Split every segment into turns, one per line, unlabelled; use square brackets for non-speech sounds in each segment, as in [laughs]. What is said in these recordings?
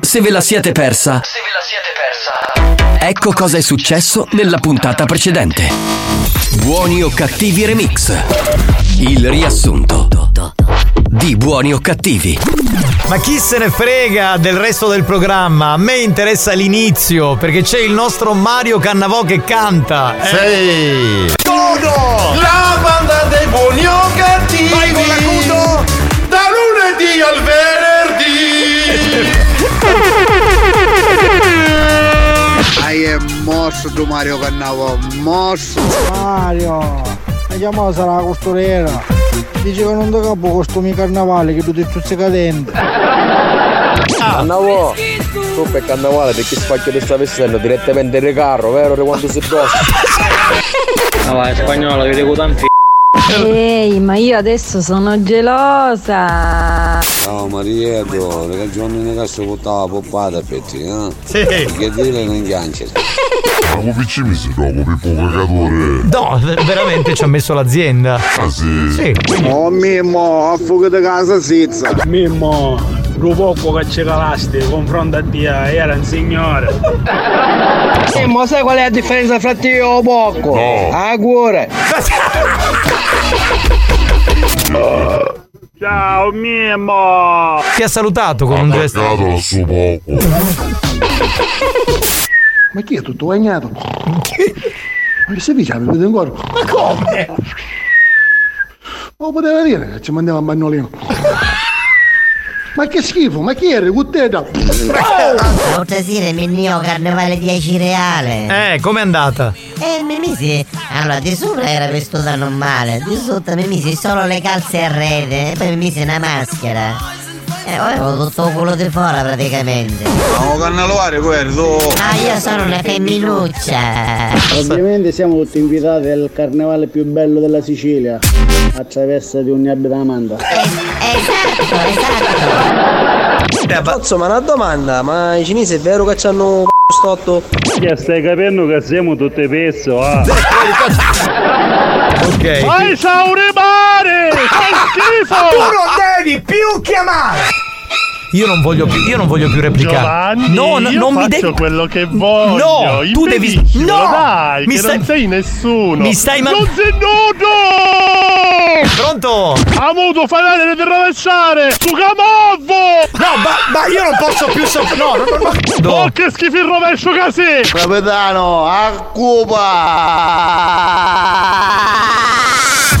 se ve la siete persa.
Se ve la siete persa.
Ecco cosa è successo nella puntata precedente. Buoni o cattivi remix. Il riassunto di buoni o cattivi.
Ma chi se ne frega del resto del programma? A me interessa l'inizio perché c'è il nostro Mario Cannavò che canta. eh.
Sei!
Codo! La banda dei buoni o cattivi!
Vai con la Codo!
Da lunedì al venerdì!
Hai è morso tu Mario Cannavò, morso!
Mario, vediamo sarà la costurera. Dice che non da capo costumi carnavale che tu ti stuzzicadente.
Cannavò! Tu per carnavale perché spacchio di sta vestendo direttamente in carro, vero? Quando si bossa.
No vai, spagnolo, vi devo tanti.
Ehi, ma io adesso sono gelosa.
Ciao Marieto, le canzoni ne cazzo buttava poppata per te, eh?
Sì.
Che dire non ingancia.
Siamo vicini si dopo per provocatore.
No, veramente ci ha messo l'azienda.
Ah sì?
Sì.
Oh Mimmo, a fuga da casa sizza.
Mimmo, Rupocco che ci calaste, confronto a te, era
[laughs]
un signore.
Mimmo, sai qual è la differenza fra te e Bocco?
No.
A cuore.
Ciao Mimmo!
Ti ha salutato con un gesto.
Cado la suo poco.
Ma chi è tutto bagnato? Ma che si dice? Mi vedo in cuore. Ma come? Lo poteva dire che ci mandiamo a Magnolino. Ma che schifo, ma chi era? Gutteta!
Cortesire Oh! mi mio carnevale 10 reale.
Eh, com'è andata?
E mi misi. Allora, di sopra era vestuta normale, di sotto mi misi solo le calze a rete e poi mi misi una maschera. E avevo tutto il culo di fuori praticamente.
Siamo cannavale, guardo!
Ah, io sono una femminuccia.
Ovviamente siamo tutti invitati al carnevale più bello della Sicilia. Attraversa di ogni abito da manda.
Esatto, esatto.
Pozzo, ma una domanda, ma i cinesi è vero che c'hanno un c***o stotto?
Che stai capendo che siamo tutte pezzo, ah?
Ok.
Fai saurimare! Fai
Tu
schifo!
non devi più chiamare!
Io non voglio più, io non voglio più replicare.
Giovanni,
no, no,
io
non mi
faccio
devi.
quello che voglio.
No, tu devi.
impediscilo,
No,
dai,
mi
che
stai.
non sei nessuno.
mi stai man-
Non sei nudo!
Pronto?
Amuto, fai vedere, devi rovesciare! Sugamavo!
No, ma, ma io non posso più soffrire! No, no, no, no.
Oh, che schifo il rovescio così!
Capitano, a Cuba!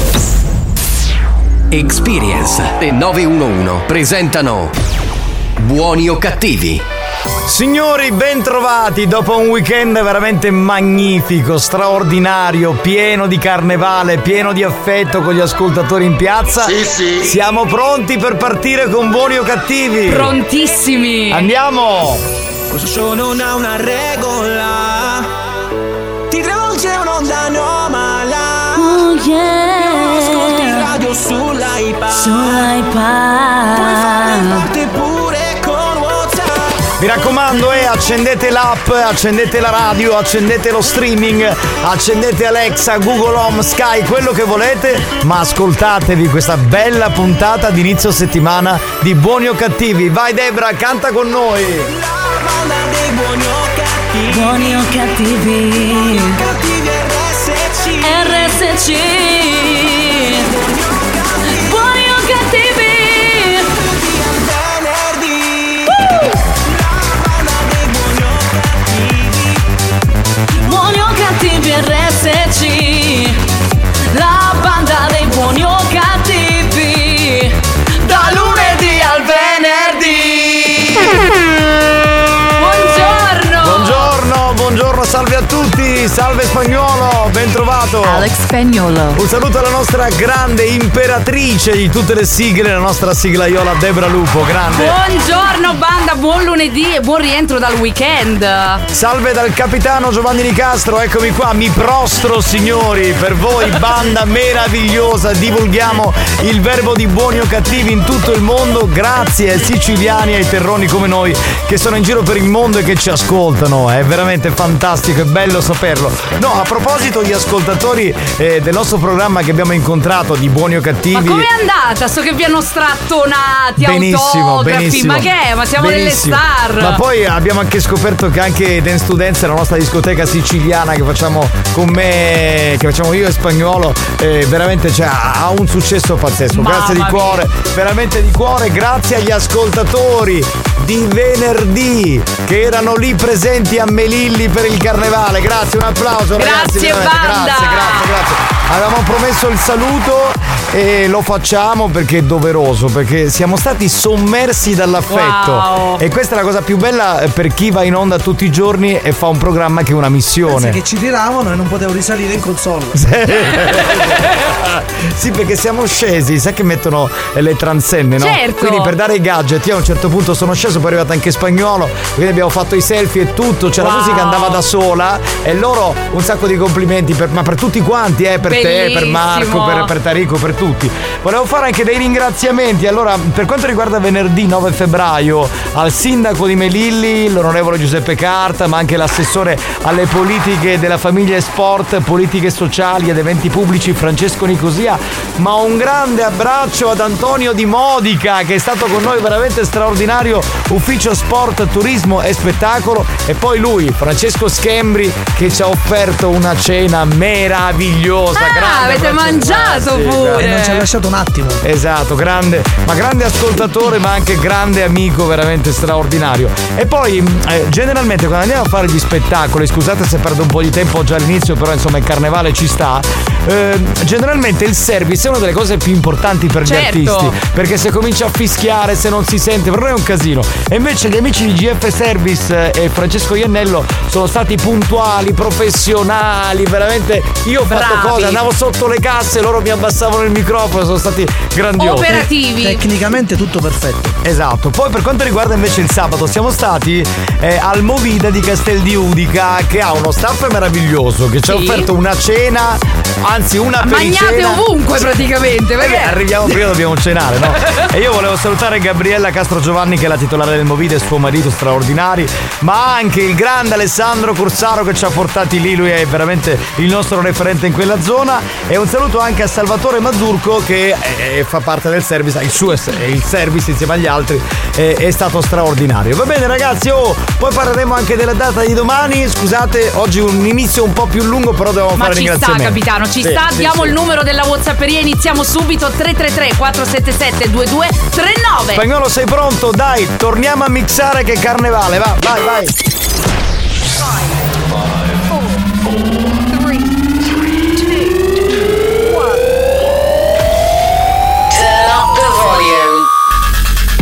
Experience e 911 presentano Buoni o cattivi?
Signori, bentrovati dopo un weekend veramente magnifico, straordinario, pieno di carnevale, pieno di affetto con gli ascoltatori in piazza.
Sì, sì.
Siamo pronti per partire con buoni o cattivi.
Prontissimi!
Andiamo!
Questo show non ha una regola Ti travolge un'onda anomala
Oh
Non ascolti il
yeah!
radio sull'iPad Puoi farne
iPad!
parte pure con WhatsApp
Mi raccomando, eh, accendete l'app, accendete la radio, accendete lo streaming, accendete Alexa, Google Home, Sky, quello che volete, ma ascoltatevi questa bella puntata di inizio settimana di Buoni o Cattivi. Vai Debra, canta con noi!
La banda dei buoni o cattivi
Buoni o cattivi?
Cattivi RSC
RSC! Buoni o cattivi?
Venerdì La banda dei buoni o cattivi
Buoni o cattivi RSC! La banda dei buoni o cattivi! Da lunedì al venerdì! Buongiorno!
Buongiorno, buongiorno, salve a tutti, salve spagnolo, bentrovati stato Alex Spagnolo. Un saluto alla nostra grande imperatrice di tutte le sigle, la nostra siglaiola Debra Lupo, grande.
Buongiorno banda, buon lunedì e buon rientro dal weekend.
Salve dal capitano Giovanni Nicastro, eccomi qua, mi prostro signori, per voi banda meravigliosa, divulghiamo il verbo di buoni o cattivi in tutto il mondo, grazie ai siciliani e ai terroni come noi che sono in giro per il mondo e che ci ascoltano, è veramente fantastico, è bello saperlo. No, a proposito di ascoltatori eh, del nostro programma che abbiamo incontrato di buoni o cattivi...
Com'è andata? So che vi hanno strattonati,
Benissimo,
autografi.
benissimo.
Ma che è? Ma siamo
Benissimo.
delle star.
Ma poi abbiamo anche scoperto che anche Dance to Dance, la nostra discoteca siciliana che facciamo con me, che facciamo io e spagnolo, eh, veramente cioè, ha un successo pazzesco.
Mamma
grazie di
mia.
cuore, veramente di cuore, grazie agli ascoltatori di venerdì che erano lì presenti a Melilli per il carnevale. Grazie, un applauso. ragazzi,
Grazie,
veramente,
banda.
Grazie, grazie, grazie. Avevamo promesso il saluto e lo facciamo perché è doveroso, perché siamo stati sommersi dall'affetto.
Wow.
E questa è la cosa più bella eh, per chi va in onda tutti i giorni e fa un programma che è una
Pensa
missione.
che ci tiravano e non potevo risalire in console.
[laughs] sì, perché siamo scesi, sai che mettono eh, le transenne, no?
Certo.
Quindi per dare i gadget, io a un certo punto sono sceso, poi è arrivato anche spagnolo, quindi abbiamo fatto i selfie e tutto, cioè la
Wow.
musica andava da sola e loro un sacco di complimenti, per, ma per tutti quanti, eh, per te, per
Bellissimo.
Marco, per, per Tarico, per tutti. Volevo fare anche dei ringraziamenti, allora per quanto riguarda venerdì 9 febbraio al sindaco di Melilli, l'onorevole Giuseppe Carta, ma anche l'assessore alle politiche della famiglia e sport, politiche sociali ed eventi pubblici Francesco Nicosia, ma un grande abbraccio ad Antonio Di Modica che è stato con noi veramente straordinario, ufficio sport, turismo e spettacolo e poi lui, Francesco Schembri che ci ha offerto una cena meravigliosa.
Ah,
grande
avete
Francesco.
mangiato
Grazie,
pure.
grazie.
E non ci ha
lasciato un attimo.
Esatto, grande, ma grande ascoltatore, ma anche grande amico, veramente straordinario. E poi, mh, eh, generalmente, quando andiamo a fare gli spettacoli, scusate se perdo un po' di tempo già all'inizio, però insomma il carnevale ci sta. eh, generalmente il service è una delle cose più importanti per
Certo.
gli artisti. Perché se comincia a fischiare, se non si sente, per noi è un casino. E invece gli amici di GF Service eh, e Francesco Iannello sono stati puntuali, professionali, veramente. Io ho
Bravi.
fatto cose, andavo sotto le casse, loro mi abbassavano il microfono, sono stati grandiosi.
Tecnicamente tutto perfetto.
Esatto, poi per quanto riguarda invece il sabato siamo stati eh, al Movida di Castel di Udica che ha uno staff meraviglioso che ci ha
Sì.
offerto una cena, anzi una
Magnate
pericena.
ovunque praticamente,
Eh
perché-
beh, arriviamo prima dobbiamo cenare, no? E io volevo salutare Gabriella Castro Giovanni che è la titolare del Movida e suo marito straordinari, ma anche il grande Alessandro Corsaro che ci ha portati lì, lui è veramente il nostro referente in quella zona e un saluto anche a Salvatore Mazzurco che eh, fa parte del service, il suo es- eh, il service insieme agli altri eh, è stato straordinario. Va bene ragazzi, oh, poi parleremo anche della data di domani, scusate, oggi un inizio un po' più lungo però dobbiamo
Ma
fare
ci sta
ringraziamenti.
capitano, ci
Sì,
sta,
sì,
diamo
sì.
il numero della Whatsapperia e iniziamo subito 333 477 2239.
Spagnolo sei pronto? Dai, torniamo a mixare che carnevale, va, vai, vai.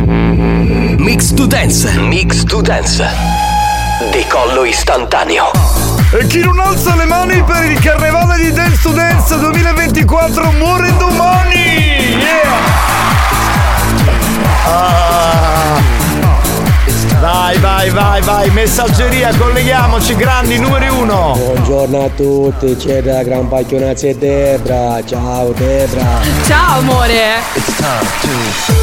Mix to dance. Mix to dance. Decollo istantaneo.
E chi non alza le mani per il carnevale di Dance to Dance 2024 muore domani! Ah. Vai, vai, vai, vai, messaggeria, colleghiamoci, grandi, numeri uno!
Buongiorno a tutti, c'è la gran pacchionazza e Debra. Ciao Debra.
Ciao amore.
eh.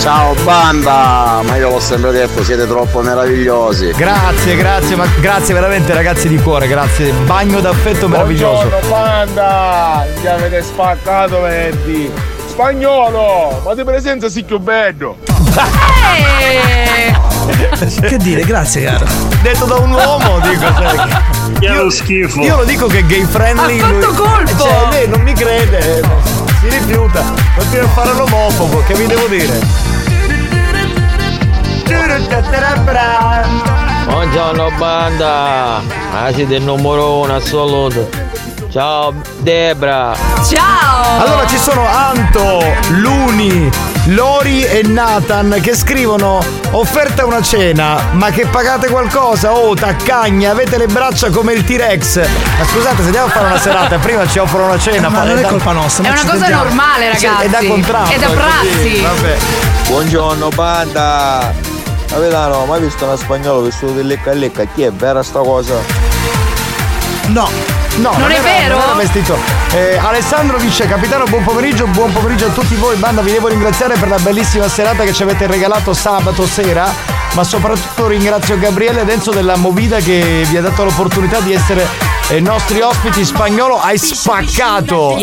Ciao banda, ma io l'ho sempre detto, ecco, siete troppo meravigliosi.
Grazie, grazie, ma grazie veramente ragazzi di cuore, grazie, bagno d'affetto meraviglioso.
Buongiorno banda! Ci avete spaccato venerdì! Spagnolo! Ma di presenza sì più bello!
[laughs] Che dire, grazie cara.
Detto da un uomo, dico, cioè,
Io schifo.
Io lo dico che è gay friendly.
Ha fatto
lui-
colpo!
Cioè, lei non mi crede, eh, si rifiuta. Continua a fare l'omofobo, che vi devo dire?
Buongiorno banda, ah siete il numero uno assoluto. Ciao Debra.
Ciao!
Allora ci sono Anto, Luni, Lori e Nathan che scrivono offerta una cena, ma che pagate qualcosa? Oh, taccagna, avete le braccia come il T-Rex. Ma scusate, se andiamo a fare una serata, prima ci offrono una cena.
Ma
fa-
non è
da-
colpa nostra,
È una cosa normale,
Cioè,
ragazzi.
è da contratto.
È da prassi.
Buongiorno banda! La verità no, mai visto una spagnolo vissuto di lecca a lecca? Chi è vera sta cosa?
No. No,
Non è
era-
vero?
non era vestito. Eh, Alessandro dice capitano buon pomeriggio, buon pomeriggio a tutti voi, banda vi devo ringraziare per la bellissima serata che ci avete regalato sabato sera, ma soprattutto ringrazio Gabriele ed Enzo della Movida che vi ha dato l'opportunità di essere eh, nostri ospiti spagnolo, hai spaccato!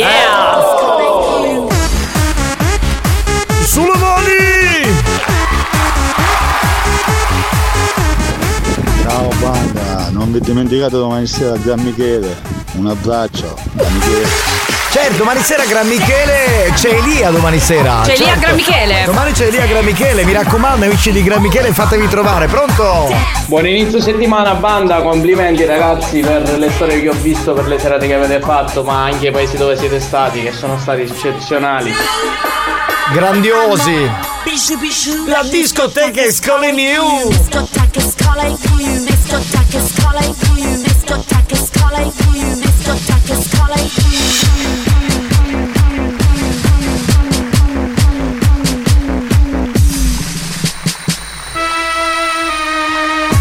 Sulle mani!
Ciao banda, non vi dimenticate domani sera Gian Michele. Un abbraccio, Gian Michele.
Certo, domani sera Gran Michele c'è Elia domani sera.
C'è Elia
certo.
Gran Michele.
Domani c'è Elia Gran Michele, mi raccomando amici di Gran Michele fatemi trovare, pronto?
Buon inizio settimana banda, complimenti ragazzi per le storie che ho visto, per le serate che avete fatto, ma anche i paesi dove siete stati, che sono stati eccezionali.
Grandiosi! La discoteca è Scuola New!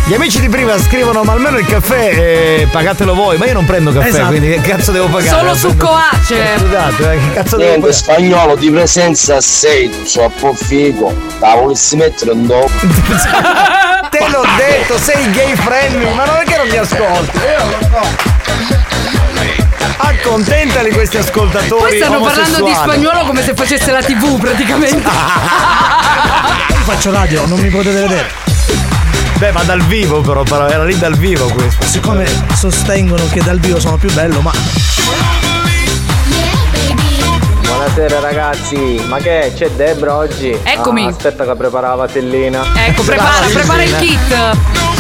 Gli amici di prima scrivono ma almeno il caffè eh, pagatelo voi, ma io non prendo caffè,
Esatto.
quindi che cazzo devo pagare?
Solo
Non
succo
prendo-
ace.
Eh, Scusate, eh, che cazzo devo
Niente,
pagare?
spagnolo di presenza sei, tu sei un po' figo. La volessi mettere un dopo.
[laughs] [laughs] Te l'ho detto, sei gay friendly, ma non è che non mi ascolti? Io non lo so. Accontentali questi ascoltatori.
Poi stanno parlando di spagnolo come se facesse la tv praticamente.
Ah, [laughs]
Io faccio radio, non mi potete vedere.
Beh, ma dal vivo però, però era lì dal vivo questo.
Siccome sostengono che dal vivo sono più bello, ma.
Buonasera ragazzi, ma che è? c'è Debra oggi?
Eccomi.
Ah, aspetta che prepara la tellina.
Ecco, prepara, prepara
eh.
il kit.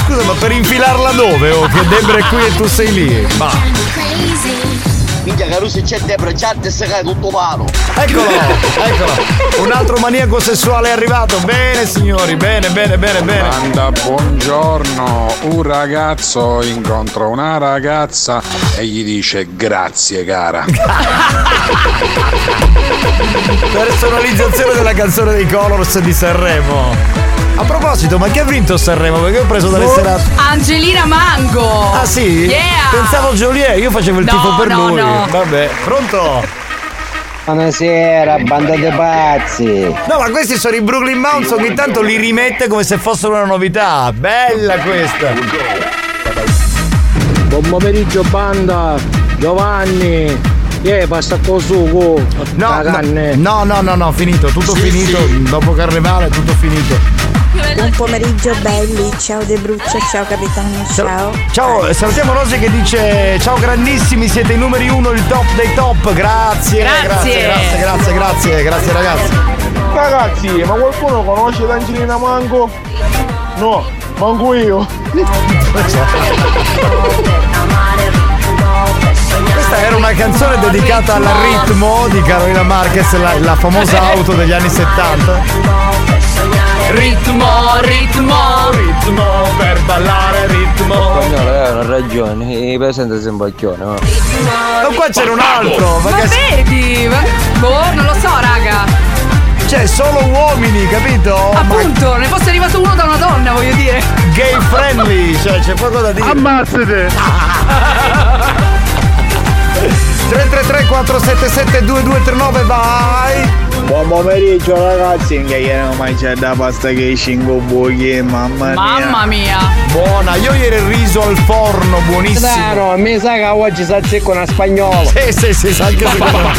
Scusa, ma per infilarla dove? Oh, che Debra è qui e tu sei lì.
Ah.
Ma.
Minchia Carusi c'è Debra, c'è te secca tutto palo.
Eccolo,
[laughs]
eccolo. Un altro maniaco sessuale è arrivato. Bene signori, bene, bene, bene, bene.
Banda, buongiorno. Un ragazzo incontra una ragazza e gli dice grazie cara.
Personalizzazione della canzone dei Colors di Sanremo. A proposito, ma chi ha vinto Sanremo? Perché ho preso dalle serate.
Angelina Mango.
Ah sì?
Boh. Yeah.
Pensavo Joliet, io facevo il
No,
tifo per
no,
lui.
no.
Vabbè, pronto?
Buonasera, banda dei pazzi.
No, ma questi sono i Brooklyn Mounds, ogni tanto li rimette come se fossero una novità. Bella questa.
Buon pomeriggio banda, Giovanni, che passa con sugo,
No, no, no, no, no, no, finito, tutto finito. Dopo Carnevale, tutto finito.
Buon pomeriggio belli, ciao De Bruccio, ciao capitano, ciao.
Ciao, eh, salutiamo Rosy che dice ciao grandissimi, siete i numeri uno, il top dei top. Grazie, grazie,
Grazie.
grazie, grazie, grazie, grazie ragazzi.
Ragazzi, Eh, ma qualcuno conosce l'Angelina Mango? No, manco
[laughs]
io.
Questa era una canzone dedicata al ritmo di Carolina Marquez, la, la famosa auto degli anni 70.
Ritmo, ritmo,
ritmo per ballare, ritmo.
Spagnolo eh, ha ragione, i presenti sei un bacchione. va.
Ma qua c'era un altro,
Ma,
ma che-
vedi? ma- Boh, non lo so, raga.
Cioè, solo uomini, capito?
Appunto, ne fosse arrivato uno da una donna, voglio dire.
Gay friendly, cioè c'è poco da dire. [laughs] Ammazzate! 333 477 2239 vai!
Buon pomeriggio ragazzi, che ieri non mangiato la pasta che cinque buchi, mamma mia.
Mamma mia.
Buona, io ieri il riso al forno, buonissimo.
Strano, mi sa che oggi si azzecca una spagnola.
Sì, sì, sì, sa anche secondo me.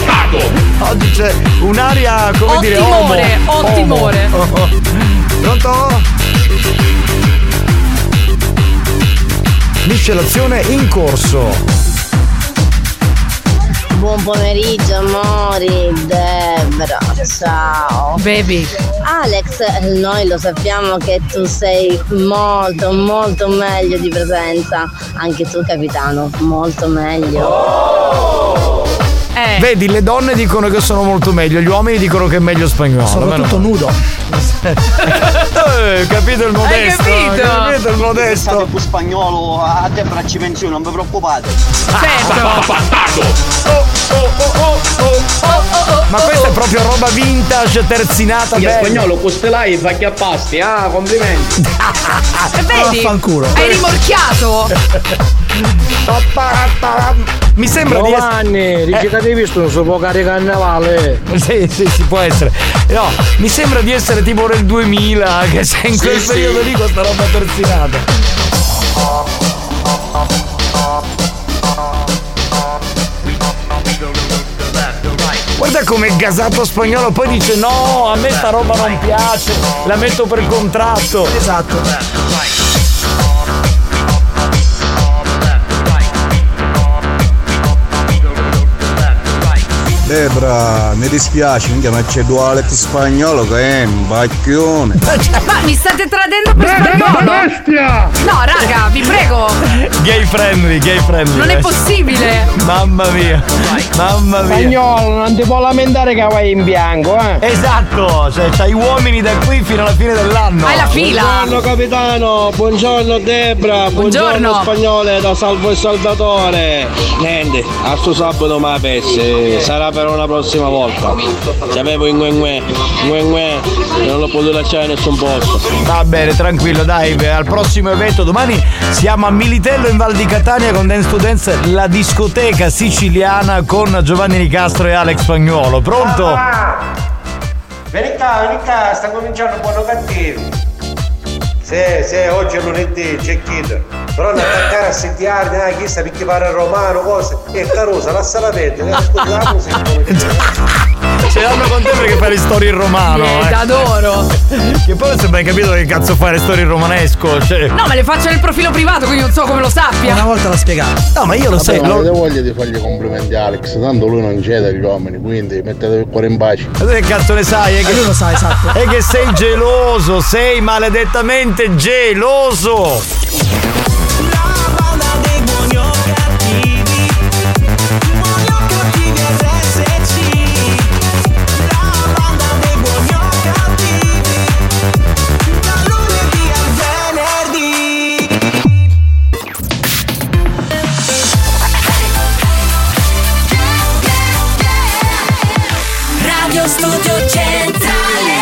Oggi c'è un'aria, come
Ho
dire,
timore,
omo.
ho
Omo.
timore.
Oh, oh. Pronto? Miscelazione in corso.
Buon pomeriggio amori, Debra, ciao.
Baby.
Alex, noi lo sappiamo che tu sei molto molto meglio di presenza, anche tu capitano, molto meglio.
Eh.
Vedi, le donne dicono che sono molto meglio, gli uomini dicono che è meglio spagnolo.
Soprattutto nudo.
Eh, capito il modesto? capito il
modesto? Se più spagnolo a Debra ci penso io, non vi preoccupate. Ah.
Ma questa è proprio roba vintage, terzinata.
Io
bella.
spagnolo costellai e zacchi a pasti, ah,
[laughs]
complimenti.
E vedi?
Vaffanculo. [laughs]
Hai rimorchiato.
Mi sembra Eh.
Giovanni, Giovanni, dici che hai visto, non so può caricare carnevale.
Sì, sì, si può essere. No, mi sembra di essere tipo nel 2000, che sei in
Sì,
quel
sì.
periodo lì con sta roba terzinata. Guarda come è gasato spagnolo, poi dice no, a me sta roba non piace, la metto per contratto. Esatto.
Debra, mi dispiace, minchia, ma c'è Dualet spagnolo che è un bacchione.
Ma mi state tradendo per spagnolo?
bestia!
No, raga, vi prego.
Gay friendly, gay friendly.
Non è possibile.
Mamma mia, mamma mia.
Spagnolo, non ti può lamentare che vai in bianco, eh.
Esatto, cioè c'hai uomini da qui fino alla fine dell'anno.
Buongiorno capitano, buongiorno Debra, buongiorno,
Buongiorno.
spagnole da Salvo e Salvatore. Niente, a sto sabato ma pesse, sarà per una prossima volta. Sapevo in guengue, guengue, non l'ho potuto lasciare a nessun posto.
Va bene, tranquillo, dai, beh, al prossimo evento. Domani siamo a Militello in Val di Catania con Dance to Dance, la discoteca siciliana con Giovanni Nicastro e Alex Spagnuolo. Pronto?
Vieni qua, vieni qua, sta cominciando buono cattivo. Sì, sì, oggi è lunedì, c'è Kid. Però non attaccare a sentiarne, ah, chi sta perché pare romano, Eh, cose. E Caruso, lasciala perdere, ascoltiamo se
Ce l'hanno con te perché fai le storie in romano.
Eh, t'adoro.
Che poi non si è mai capito che cazzo fare storie in romanesco. Cioè.
No, ma le faccio nel profilo privato, quindi non so come lo sappia.
Una volta l'ha spiegato.
No, ma io lo
so.
sai,
Non
lo-
avete voglia di fargli complimenti a Alex, tanto lui non c'è dagli uomini, quindi mettete il cuore in pace.
Ma tu che cazzo ne sai? È che,
lui lo sa, esatto.
È che sei geloso, sei maledettamente geloso.
Radio Studio Centrale.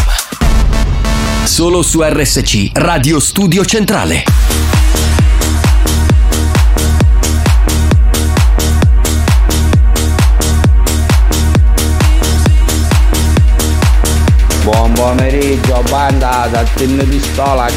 Solo su RSC, Radio Studio Centrale.
Buon pomeriggio, banda da Team Pistola.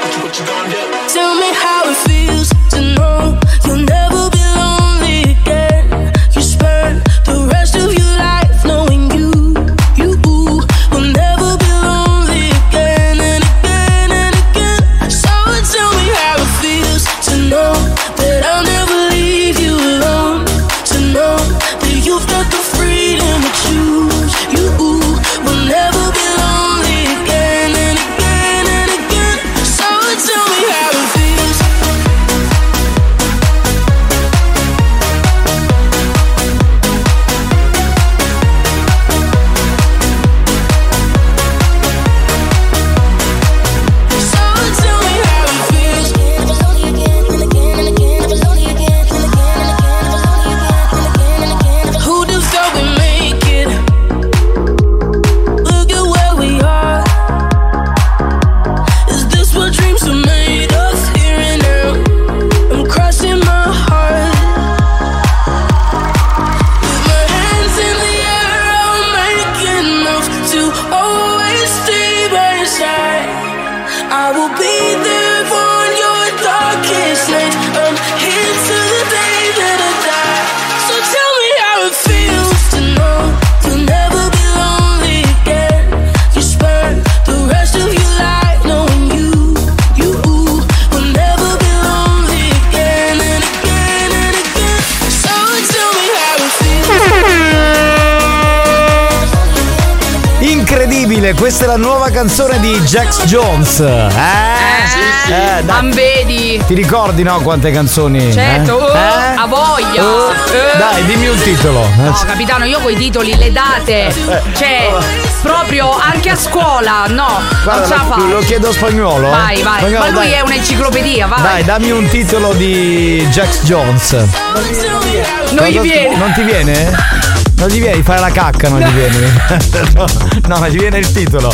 Tell me how it feels to know you'll never be lonely again. You spend the rest of your life knowing you, you will never be lonely again and again and again. So tell me how it feels.
incredibile, questa è la nuova canzone di Jax Jones. Eh? Eh, dai.
Ambedi.
Ti ricordi no quante canzoni?
Certo,
eh?
oh,
Eh?
a voglia.
Oh,
Eh.
Dai, dimmi un titolo. Eh,
No, capitano, io coi titoli, le date, cioè, proprio anche a scuola, no, non ce
Guarda,
la
lo, lo
fa.
chiedo a spagnolo. eh?
Vai, vai.
Spagnolo,
Ma lui
dai.
è un'enciclopedia, vai.
Dai, dammi un titolo di Jax Jones.
Non
Cosa-
gli viene.
Non ti viene? Non gli viene, fare la cacca non gli viene. No, [laughs] no, ma gli viene il titolo.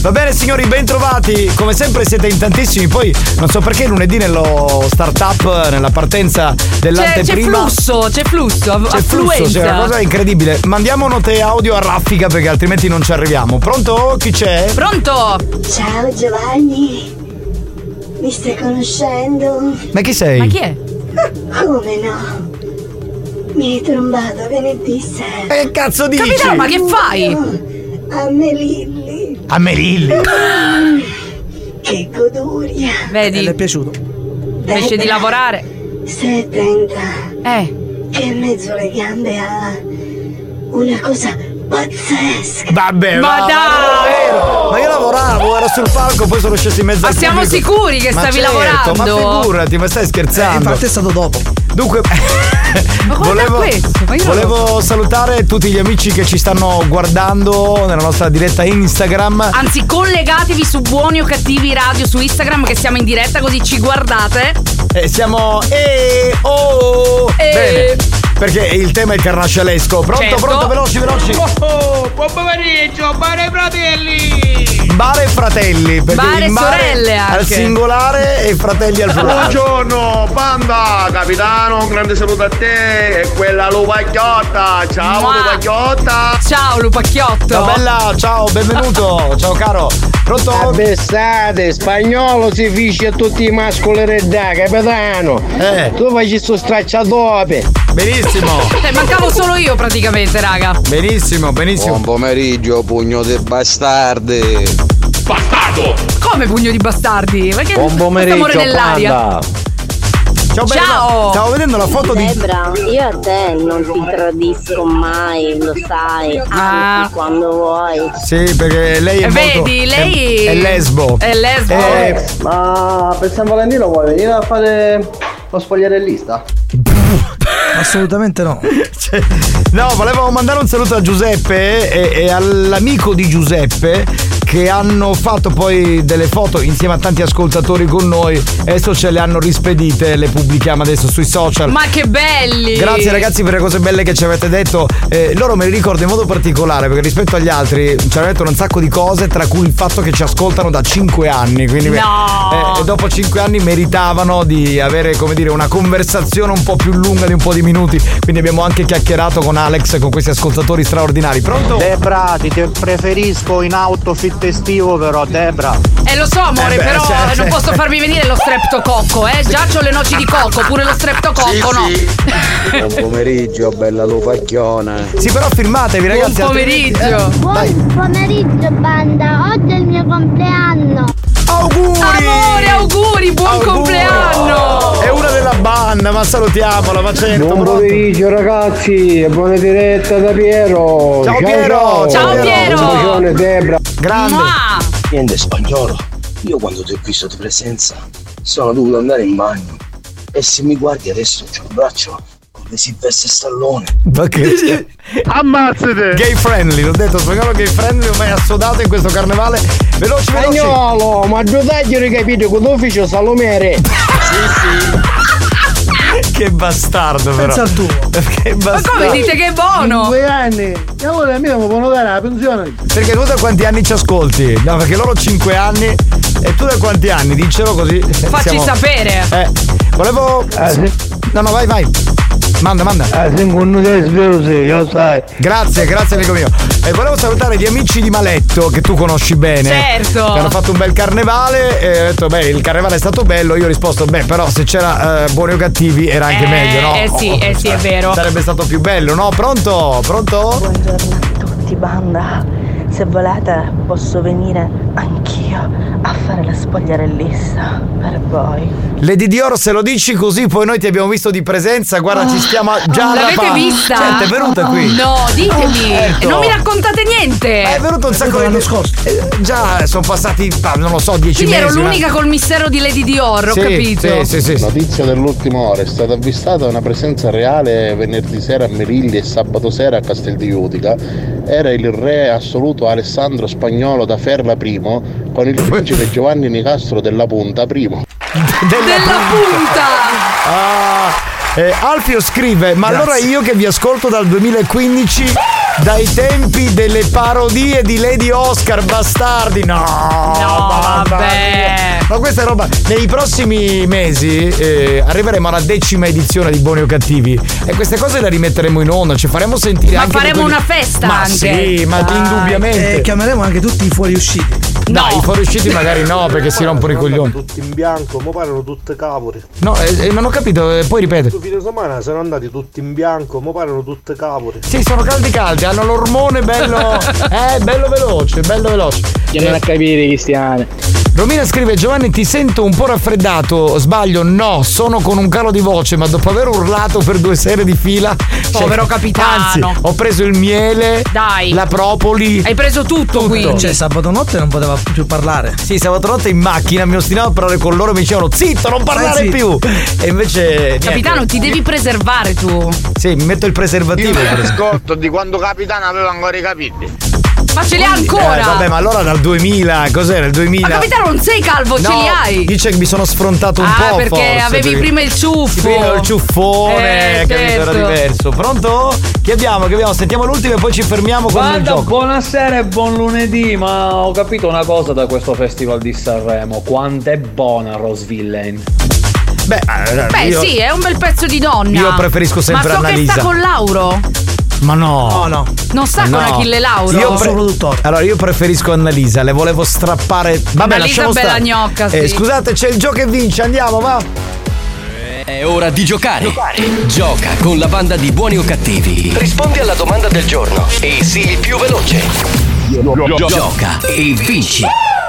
Va bene signori, bentrovati. Come sempre siete in tantissimi. Poi non so perché lunedì nello startup, nella partenza
C'è, c'è
dell'anteprima.
flusso, c'è flusso,
C'è
affluenza.
flusso, c'è una cosa incredibile. Mandiamo note audio a raffica perché altrimenti non ci arriviamo. Pronto? Chi c'è?
Pronto?
Ciao Giovanni, mi stai conoscendo?
Ma chi sei?
Ma chi è? Come no? Mi hai trombato venerdì sera.
E Eh, cazzo dici?
Capitano, ma che fai?
A Melilli.
A Merilli.
Che goduria.
Eh,
Vedi?
Le è
piaciuto.
Invece di lavorare.
6.30.
Eh.
Che in mezzo alle gambe ha una cosa pazzesca.
Vabbè,
Ma
va,
dai!
ma vero. Ma io lavoravo, ero sul palco, poi sono sceso in mezzo
Ma
al
siamo
pubblico.
sicuri che
Ma
stavi
certo, Ma
lavorando?
figurati, ma stai scherzando?
Eh, infatti è stato dopo.
Dunque,
guarda
[laughs] volevo,
questo, ma io non lo
volevo salutare tutti gli amici che ci stanno guardando nella nostra diretta Instagram.
Anzi, collegatevi su Buoni o Cattivi Radio su Instagram che siamo in diretta così ci guardate.
E Eh, siamo e oh Bene, perché il tema è carnascialesco. Pronto,
Certo.
pronto, veloci, veloci.
Oh, buon pomeriggio, bare fratelli!
Bare e fratelli, perché
Bare e
in
sorelle
al
anche.
singolare e fratelli al plurale.
Buongiorno, banda, capitano, un grande saluto a te e quella lupacchiotta. Ciao
Mua.
lupacchiotta.
Ciao Lupacchiotto.
Ciao bella, ciao, benvenuto. ciao caro. Pronto?
Bestate, spagnolo si fisce a tutti i mascoli redà, capitano.
Eh.
Tu fai sto stracciatope.
Benissimo.
Eh, mancavo solo io praticamente, raga.
Benissimo, benissimo.
Buon pomeriggio, pugno di bastardi.
Bastardo! Come pugno di bastardi? Perché
Buon pomeriggio,
amore nell'aria?
Ciao,
bella.
Ciao.
Stavo vedendo la foto di-
Debra, io a te non ti tradisco mai, lo sai. Anzi,
Ah.
quando vuoi.
Sì, perché lei è
Eh,
molto-
vedi, lei-
è, è lesbo.
È lesbo.
Eh,
Ma per San Valentino vuoi venire a fare lo spogliarellista?
Assolutamente no.
[laughs] Cioè, no, volevo mandare un saluto a Giuseppe e, e all'amico di Giuseppe che hanno fatto poi delle foto insieme a tanti ascoltatori con noi. Adesso ce le hanno rispedite, le pubblichiamo adesso sui social.
Ma che belli!
Grazie ragazzi per le cose belle che ci avete detto. Eh, loro me li ricordo in modo particolare perché rispetto agli altri ci hanno detto un sacco di cose, tra cui il fatto che ci ascoltano da 5 anni. Quindi
No!
eh, e dopo 5 anni meritavano di avere, come dire, una conversazione un po' più lunga di un po' di minuti. Quindi abbiamo anche chiacchierato con Alex e con questi ascoltatori straordinari. Pronto?
Debra, ti te- preferisco in outfit estivo però, Debra.
Eh lo so amore,
Eh, beh,
però
cioè,
eh, non
cioè.
posso farvi venire lo streptococco, eh? Già c'ho le noci di cocco, pure lo streptococco, no?
Buon pomeriggio, bella lupacchiona.
Sì, però firmatevi, ragazzi.
Buon
altrimenti-
pomeriggio.
Eh, dai.
Buon pomeriggio banda, oggi è il mio compleanno.
Auguri!
Amore, auguri, buon
Auguri!
compleanno!
È una della banda, ma salutiamola, ma certo.
Buon pomeriggio ragazzi, e buona diretta da Piero.
Ciao, Piero, ciao, Ciao, Piero. Piero.
Un bacione Debra.
Grande.
Niente spagnolo, io quando ti ho visto di presenza sono dovuto andare in bagno e se mi guardi adesso c'ho il braccio come si veste stallone.
Ma
[laughs]
che Ammazzate! Gay friendly, l'ho detto, spagnolo gay friendly ormai assodato in questo carnevale. Veloci, veloci!
Spagnolo, ma giudagli hai capito che tu fici salomere.
Che bastardo,
Pensa al
tuo. Che bastardo.
che è buono?
In due anni. E allora mi devono dare la pensione.
Perché tu da quanti anni ci ascolti? No, perché loro 5 anni. E tu da quanti anni? Dicelo così.
Facci sapere.
Eh, volevo. No, no, vai, vai. Manda, manda. Grazie, grazie amico mio. E volevo salutare gli amici di Maletto che tu conosci bene.
Certo.
Che hanno fatto un bel carnevale e ho detto, beh, il carnevale è stato bello. Io ho risposto, beh, però se c'era eh, buoni o cattivi era anche
Eh,
meglio, no?
eh sì, eh sì, è vero.
Sarebbe stato più bello, no? Pronto? Pronto?
Buongiorno a tutti, banda. Se volete posso venire
anch'io a fare la spogliarellista per voi.
Lady Dior, se lo dici così, poi noi ti abbiamo visto di presenza. Guarda, ci stiamo già alla
Ah, L'avete
fa-
vista?
Gente, è venuta qui.
No, ditemi.
Certo.
Non mi raccontate niente.
È venuto un sacco di anni scorso. già sono passati, ah, non lo so, dieci
Quindi ero
mesi. ma-
l'unica col mistero di Lady Dior, ho
Sì,
capito.
sì, sì, sì.
Notizia dell'ultima ora, è stata avvistata una presenza reale venerdì sera a Merigli e sabato sera a Castel di Utica. Era il re assoluto Alessandro Spagnolo da Ferla I con
[laughs]
il principe Giovanni Nicastro della Punta I.
[laughs] Della
punta!
Ah, eh, Alfio scrive, ma
Grazie.
allora io che vi ascolto dal 2015, dai tempi delle parodie di Lady Oscar, bastardi, no! mamma
vabbè.
mia. Ma questa è roba, nei prossimi mesi eh, arriveremo alla decima edizione di Buoni o Cattivi e queste cose le rimetteremo in onda, ci faremo sentire
Ma
anche... da
faremo
quelli-
una festa
Ma
anche.
sì, ma
Dai.
indubbiamente!
E chiameremo anche tutti i fuoriusciti.
No, i fuoriusciti magari no, perché
[laughs]
si rompono i coglioni.
Tutti in bianco, ma parano tutte cavole.
No, eh, eh, ma non ho capito, eh, poi ripeto.
Questo fine settimana sono andati tutti in bianco, ma parano tutte cavole.
Sì, sono caldi caldi, hanno l'ormone bello. [laughs] eh, bello veloce, bello veloce.
Vieni a capire Cristiane.
Romina scrive Giovanni ti sento un po' raffreddato, sbaglio, no, sono con un calo di voce, ma dopo aver urlato per due sere di fila. cioè,
Povero capitano.
Anzi, ho preso il miele,
Dai.
la propoli.
Hai preso tutto, quindi.
Cioè, sabato notte non poteva più parlare.
Sì, sabato notte in macchina mi ostinavo a parlare con loro e mi dicevano zitto,
Eh,
non parlare
Stai zitto."
più. E invece. niente.
Capitano, ti devi preservare tu.
Sì, mi metto il preservativo. per esempio.
Scorto di quando capitano aveva ancora i capelli.
Ma ce li ha
Eh,
ancora!
vabbè, ma allora dal 2000, cos'era il 2000?
Ma capitano, non sei calvo, ce
No,
li hai!
Dice che mi sono sfrontato un
Ah,
po'.
perché
forse,
avevi prima il ciuffo.
Prima il ciuffone,
Eh,
capito? Era
certo.
diverso. Pronto? Che abbiamo? Che abbiamo? Sentiamo l'ultimo e poi ci fermiamo con il
Guarda,
gioco.
buonasera e buon lunedì, ma ho capito una cosa da questo festival di Sanremo, quanto è buona Rose Villain.
Beh, allora,
Beh,
io-
sì, è un bel pezzo di donna.
Io preferisco sempre
Ma so
Annalisa.
che sta con Lauro.
Ma no.
No, no.
Non sta con Achille Lauro.
Io pre- allora io preferisco Annalisa, le volevo strappare. Vabbè,
Annalisa
lasciamo
bella
stare.
gnocca,
Eh,
sì.
scusate, c'è il gioco che vince, andiamo, va.
È ora di giocare. Gioca con la banda di buoni o cattivi. Rispondi alla domanda del giorno e sii il più veloce. Gioca e vinci.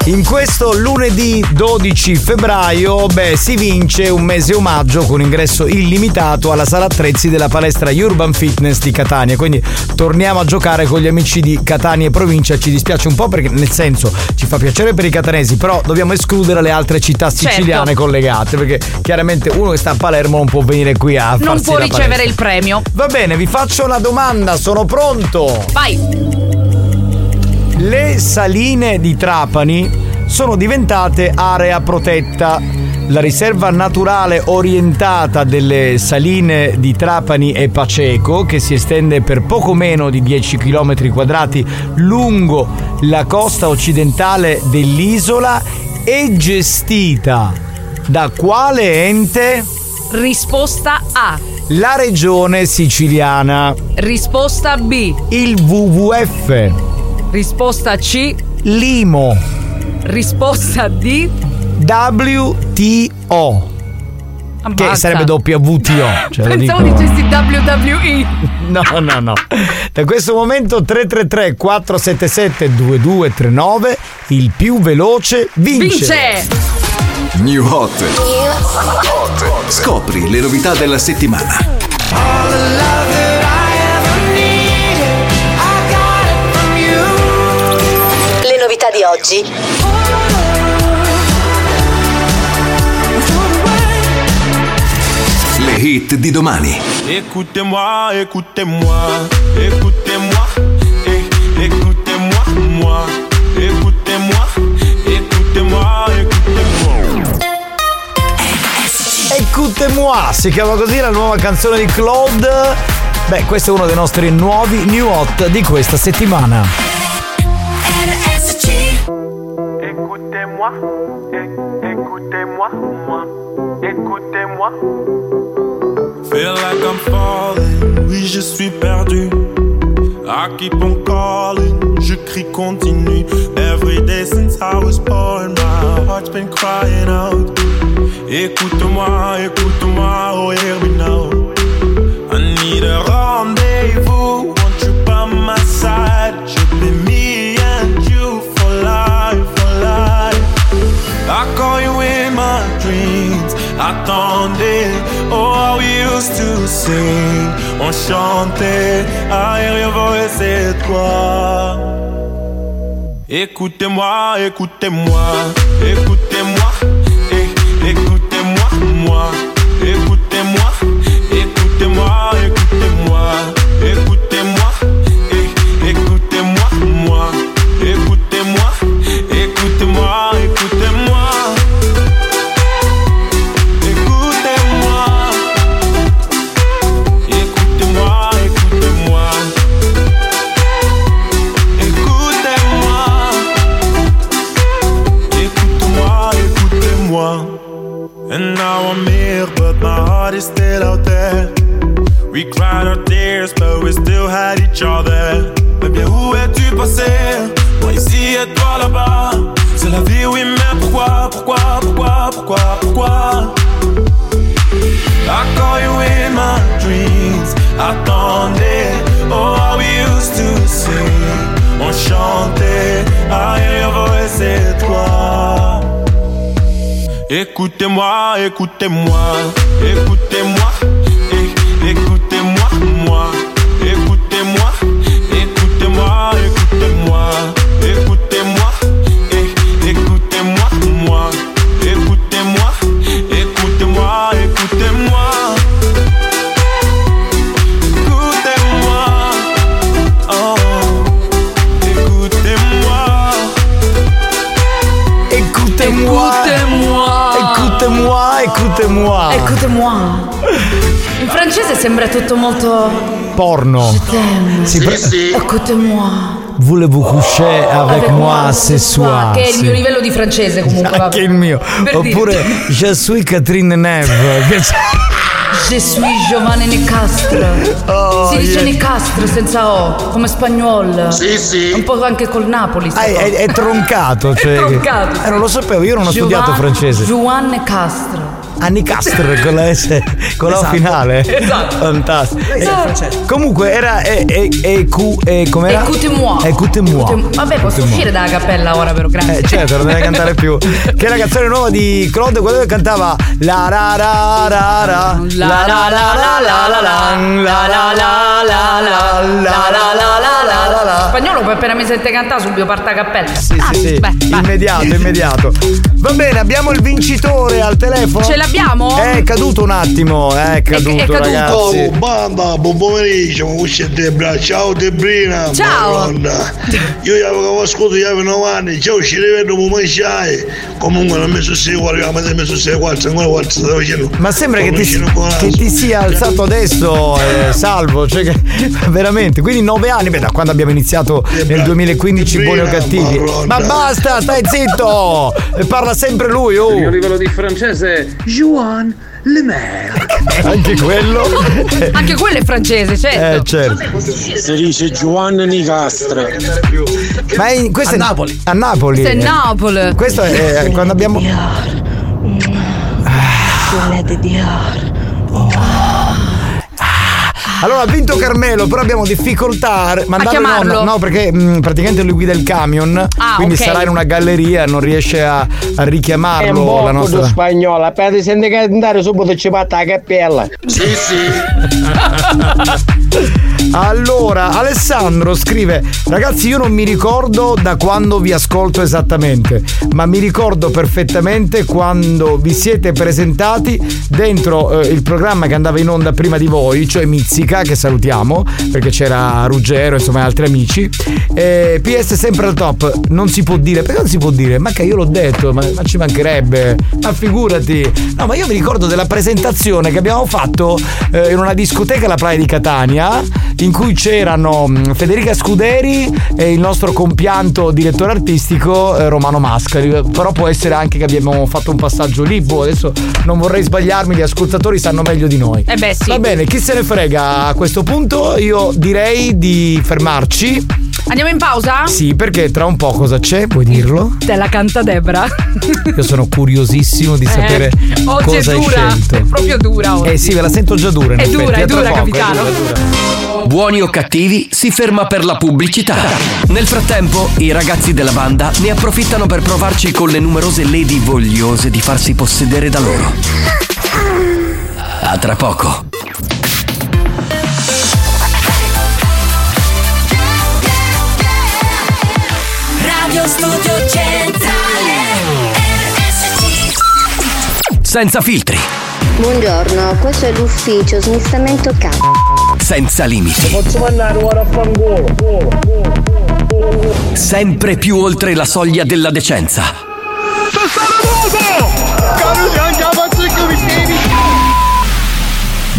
In questo lunedì 12 febbraio, beh, si vince un mese omaggio con ingresso illimitato alla sala attrezzi della palestra Urban Fitness di Catania. Quindi torniamo a giocare con gli amici di Catania e provincia. Ci dispiace un po' perché, nel senso, ci fa piacere per i catanesi, però dobbiamo escludere le altre città
Certo.
siciliane collegate perché chiaramente uno che sta a Palermo non può venire qui a
Non
farsi
può
la
ricevere
palestra.
il premio.
Va bene, vi faccio una domanda, sono pronto.
Vai.
Le saline di Trapani sono diventate area protetta. La riserva naturale orientata delle saline di Trapani e Paceco, che si estende per poco meno di 10 km quadrati lungo la costa occidentale dell'isola, è gestita da quale ente?
Risposta A.
La regione siciliana.
Risposta B.
Il WWF.
Risposta C.
Limo.
Risposta D.
WTO. Che
Ammazza.
sarebbe
[laughs]
WTO. Cioè lo
Ah, Pensavo
dico.
dicessi WWE.
No, no, no. Da questo momento 333 477 2239 il più veloce vince.
Vince!
New Hot. Scopri le novità della settimana.
Le novità di oggi.
[laughs] Le hit di domani.
Écoutez-moi, écoutez-moi, écoutez-moi, eh, écoutez-moi, moi, écoutez-moi, écoutez-moi, écoutez-moi.
Écoute moi, si chiama così la nuova canzone di Claude. Beh, questo è uno dei nostri nuovi new hot di questa settimana.
Écoutez-moi, eh, écoutez-moi, moi, écoutez-moi. Feel like I'm falling, oui je suis perdu. I keep on calling, je crie continue. Every day since I was born, my heart's been crying out. Écoute-moi, écoute-moi, oh here we now. I need a rendezvous, want you by my side. Should be me and you for life, for life. oh, signe, enchanté, aérien voice et toi. Écoutez-moi, écoutez-moi, écoutez-moi, eh, écoutez-moi, moi, écoutez-moi, écoutez-moi, écoutez-moi, écoutez-moi, eh, écoutez-moi, moi, écoutez-moi, écoutez-moi, écoutez-moi. Écoutez-moi, écoutez-moi, écoutez-moi, écoutez-moi. Écoute-moi, écoutez-moi. And now I'm here, but my heart is still out there. We cried our tears, but we still had each other. Mais bien, où es-tu passé? Moi ici et toi là-bas. C'est la vie, oui, mais pourquoi, pourquoi, pourquoi, pourquoi, pourquoi? I call you in my dreams. Attendez, oh, how we used to sing. On chantait, I hear your voice et toi. Écoutez-moi, écoutez-moi, écoutez-moi, eh, écoutez-moi, moi, écoutez-moi, écoutez-moi, écoutez-moi, écoutez-moi, eh, écoutez-moi, moi, écoutez-moi, écoutez-moi, écoutez-moi. Écoutez-moi, oh, écoutez-moi.
Écoutez-moi.
Écoutez-moi.
Écoutez-moi, écoutez-moi.
Écoutez-moi. In francese sembra tutto molto.
Porno.
Je t'aime.
Si, pre-
Écoutez-moi.
Voulez-vous coucher avec moi ce soir?
Che è il
Ah, Sì.
mio livello di francese comunque.
Anche
vabbè.
il mio.
[laughs] Per
Oppure
dirti.
Je suis Catherine Neve. Che
Je suis Giovanni Nicastro. si dice
yes.
Nicastro senza O, come spagnolo. Sì, sì. Un po' anche col Napoli. sta
Ah, è,
cosa.
è troncato. Cioè,
È troncato.
Eh, non lo sapevo, io non ho studiato
Giovanni-
francese.
Giovanni Castro.
Anni Castre con la S, con la O
Esatto.
finale.
Esatto.
Fantastico.
Lei sa il francese.
Comunque era e, e, e, Q- e com'era?
Écoutez-moi.
Écoutez-moi.
Vabbè, posso
Écoutez-moi.
uscire dalla cappella ora però, grazie.
Eh, certo, non deve cantare più. Che è la canzone nuova di Claude, quello che cantava La ra ra ra ra
La la la la la la la la la la la la la la la la la la la Spagnolo poi appena mi sente cantare subito parte la cappella. Ah, Sì,
Sì, sì, immediato, immediato. Va bene, abbiamo il vincitore al telefono.
Ce l'abbiamo?
È caduto un attimo, è caduto,
è caduto.
ragazzi.
Oh, banda, buon pomeriggio, uscite Debra, ciao Debrina,
Ciao.
Madonna. Io gli avevo ascoltato, gli avevo 9 anni, ciao, ci rivedo, mi mangiai. Comunque non mi susseguo, arriviamo a me susseguo, quattro, ancora quattro, stavo dicendo.
Ma sembra che ti,
Pomeriggio, buon
che ti sia alzato adesso, eh, salvo, cioè che- [laughs] veramente. Quindi nove anni, beh, da quando abbiamo iniziato nel 2015 Buoni o Cattivi. Ma basta, stai zitto! E Parla sempre lui, oh!
Il mio livello di francese Juan Lemaire.
Anche quello.
Anche quello è francese, certo.
Si dice Giovanni Nicastra.
Ma è in- questo è Napoli. A Napoli.
Questo è Napoli.
Questo è eh, quando abbiamo. Allora ha vinto Carmelo, però abbiamo difficoltà a mandarlo in
chiamarlo?
onda. No, perché mh, praticamente lui guida il camion.
Ah,
quindi
ok.
sarà in una galleria, non riesce a, a
È un
richiamarlo
po'
la nostra.
spagnola, per sentire cantare subito ci batta la cappella.
Sì,
[laughs]
sì.
Allora, Alessandro scrive: Ragazzi, io non mi ricordo da quando vi ascolto esattamente, ma mi ricordo perfettamente quando vi siete presentati dentro eh, il programma che andava in onda prima di voi, cioè Mizzica, che salutiamo, perché c'era Ruggero, insomma, altri amici. Eh, PS sempre al top, non si può dire, perché non si può dire? Ma che io l'ho detto, ma, ma ci mancherebbe, ma figurati. No, ma io mi ricordo della presentazione che abbiamo fatto eh, in una discoteca alla Playa di Catania, in cui c'erano mh, Federica Scuderi e il nostro compianto direttore artistico eh, Romano Mascari. Però può essere anche che abbiamo fatto un passaggio lì, boh, adesso non vorrei sbagliarmi, gli ascoltatori sanno meglio di noi.
Eh beh, sì.
Va bene, chi se ne frega a questo punto? Io direi di fermarci.
Andiamo in pausa?
Sì, perché tra un po' cosa c'è? Puoi dirlo?
Te la canta Debra.
Io sono curiosissimo di
Ecco. Eh,
sapere
oggi
cosa
è dura,
hai scelto.
è proprio dura oggi.
Eh sì, ve la sento già dura. in
È
effetti.
dura,
A tra
è dura,
poco, è
capitano.
dura, è dura.
Buoni o cattivi si ferma per la pubblicità. Nel frattempo, i ragazzi della banda ne approfittano per provarci con le numerose lady vogliose di farsi possedere da loro. A tra poco.
Studio centrale RSC
Senza filtri,
Buongiorno, questo è l'ufficio smistamento capo.
senza limiti,
Posso mandare un affanculo?
sempre più oltre la soglia della decenza.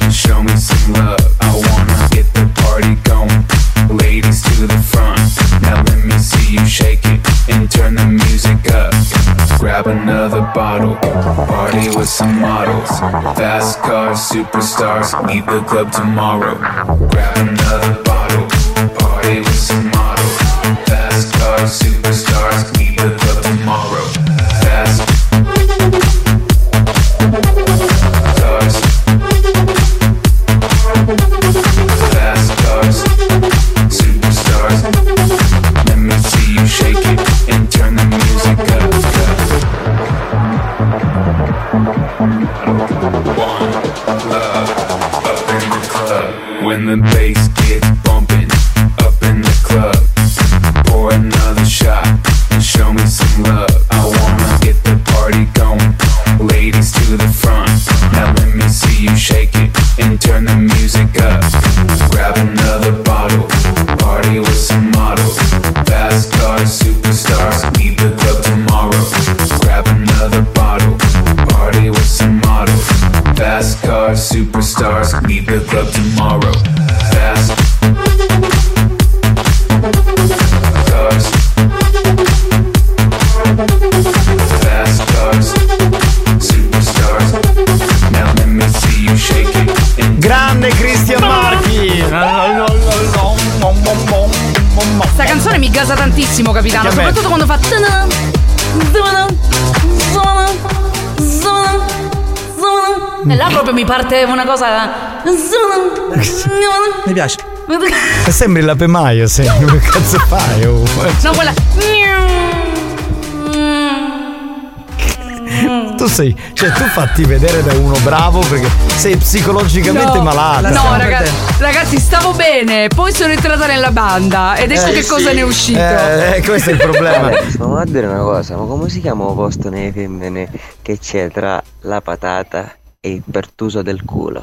and show me some love. I wanna get the party going, ladies to the front. Now let me see you shake it and turn the music up. Grab another bottle, party with some models, fast cars, superstars. Leave the club tomorrow. Grab another bottle, party with some models, fast cars, superstars. Leave the club tomorrow. Fast cars, fast cars, superstars. Let me see you shake it and turn the music up. One love up in the club. When the bass gets bumping up in the club, pour another shot and show me some love. I wanna get the party going, ladies to the front. Now let me see you shake it and turn the music up. Grab another bottle, party with some models, fast cars, superstars. Leave the club tomorrow. Grab another bottle, party with some models, fast cars, superstars. Leave the club tomorrow. Fast cars, fast cars, superstars. Now let me see you shake it.
Grande Cristian Marchi!
Sta canzone mi gasa tantissimo, capitano,
Che bello.
soprattutto quando fa. tana, tana, tana, tana, tana. E là proprio mi parte una cosa.
Mi piace. Sembri la Pemaio, sembri che cazzo fai? oh?
No, quella.
Tu sei, cioè tu fatti vedere da uno bravo perché sei psicologicamente
No,
malata.
No, ragazzi, ragazzi, stavo bene. Poi sono entrata nella banda ed ecco
Eh,
che
sì.
cosa ne è uscito.
Eh, questo è il problema.
Ma a dire una cosa, ma come si chiama il posto nelle femmine che c'è tra la patata e il pertuso del culo?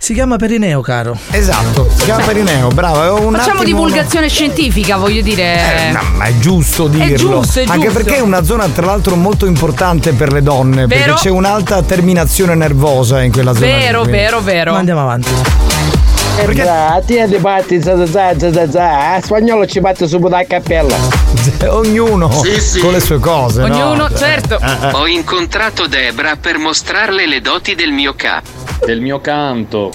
Si chiama Perineo, caro.
Esatto, si chiama Perineo, bravo.
Facciamo divulgazione scientifica, voglio dire.
Eh, no, ma è giusto dirlo.
giusto, è
Anche
giusto.
perché è una zona tra l'altro molto importante per le donne,
Vero.
perché c'è un'alta terminazione nervosa in quella zona. lì,
Vero,
quindi.
vero, vero. Ma
andiamo avanti.
Perché? Ah, Ti è di patti, za, za, za, za, za, za. Eh, Spagnolo ci batte subito a cappella.
Eh, Ognuno con le sue cose. no?
certo,
[laughs] Eh, eh.
Ho incontrato Debra per mostrarle le doti del mio capo. Del mio canto.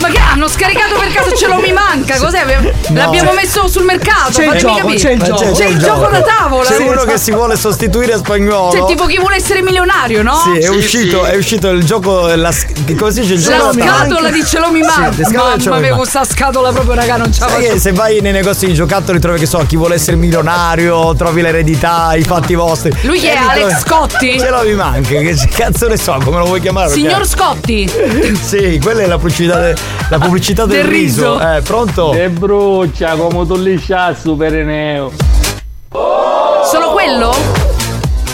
Ma che hanno scaricato per caso ce lo mi manca? Cos'è? L'abbiamo messo sul mercato?
C'è il
fatemi
gioco,
Ah, capire.
c'è il gioco.
C'è il gioco da tavola.
C'è uno che si vuole sostituire a spagnolo.
Cioè, tipo chi vuole essere milionario, no?
Sì, è, uscito, è uscito il gioco. La, s- che cosa si dice? Il
La
gioco da tavola.
scatola di ce lo mi
Sì,
manca.
la scatola di ce lo
Mamma
mi
mia,
manca.
questa scatola proprio, raga, non ce la
Sai che
faccio.
se vai nei negozi di giocattoli trovi che so chi vuole essere milionario, trovi l'eredità, i fatti vostri.
Lui chi
E
è,
li
Alex
[laughs]
Scotti?
Ce l'ho mi manca, che cazzo ne so, come lo vuoi chiamare?
Signor
Perché-
Scotti.
[laughs] Sì, quella è la pubblicità, de- la pubblicità del, riso. Eh, pronto?
E brucia come tu lisciasso per Eneo.
Solo quello?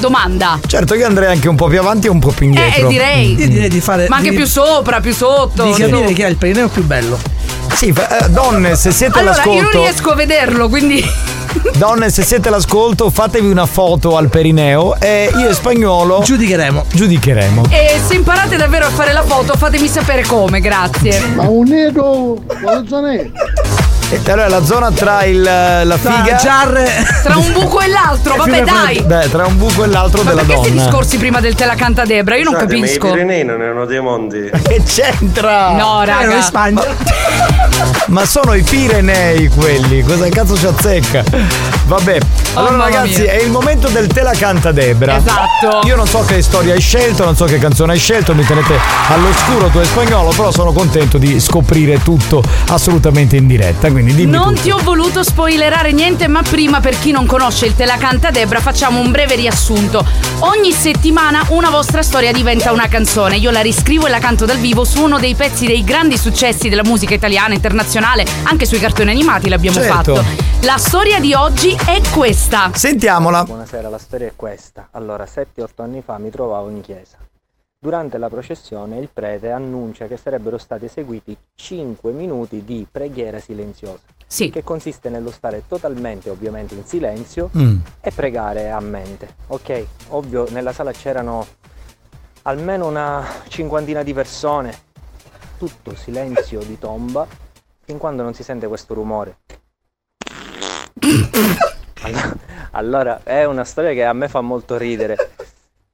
Domanda.
Certo, io andrei anche un po' più avanti e un po' più
Eh,
indietro.
direi.
Io direi di fare.
Ma anche
di-
più sopra, più sotto.
Di
su.
capire chi è il perineo più bello.
Sì, fa- eh, donne, se siete
Allora, io non
all'ascolto.
riesco [laughs] a vederlo, quindi.
Donne, se siete all'ascolto, fatevi una foto al perineo e io e spagnolo.
Giudicheremo.
Giudicheremo.
E eh, se imparate davvero a fare la foto, fatemi sapere come, grazie.
Ma un nero, ma non è.
E allora la zona tra il, la figa. [laughs]
Tra un buco e l'altro, vabbè, dai.
Beh, tra un buco e l'altro
Ma
della
perché
donna.
questi discorsi prima del te la canta Debra? Io non capisco. [laughs]
non erano dei mondi.
Eh,
Che c'entra?
No, raga.
Spagna.
Ma sono i Pirenei quelli, cosa cazzo ci azzecca? Vabbè,
Oh,
allora
mamma
ragazzi
mia.
è il momento del te la canta Debra.
Esatto.
Io non so che storia hai scelto, non so che canzone hai scelto, mi tenete all'oscuro tu e spagnolo, però sono contento di scoprire tutto assolutamente in diretta, quindi dimmi
Non
tutto.
ti ho voluto spoilerare niente, ma prima per chi non conosce il Te la canta Debra facciamo un breve riassunto. Ogni settimana una vostra storia diventa una canzone. Io la riscrivo e la canto dal vivo su uno dei pezzi dei grandi successi della musica italiana, internazionale, anche sui cartoni animati l'abbiamo
Certo.
fatto. La storia di oggi è questa.
Sentiamola.
Buonasera, la storia è questa. Allora, 7-8 anni fa mi trovavo in chiesa. Durante la processione il prete annuncia che sarebbero stati eseguiti 5 minuti di preghiera silenziosa,
che
consiste nello stare totalmente ovviamente in silenzio
Mm.
e pregare a mente. Ok, ovvio nella sala c'erano almeno una cinquantina di persone, tutto silenzio di tomba, fin quando non si sente questo
[coughs]
rumore. Allora, è una storia che a me fa molto ridere.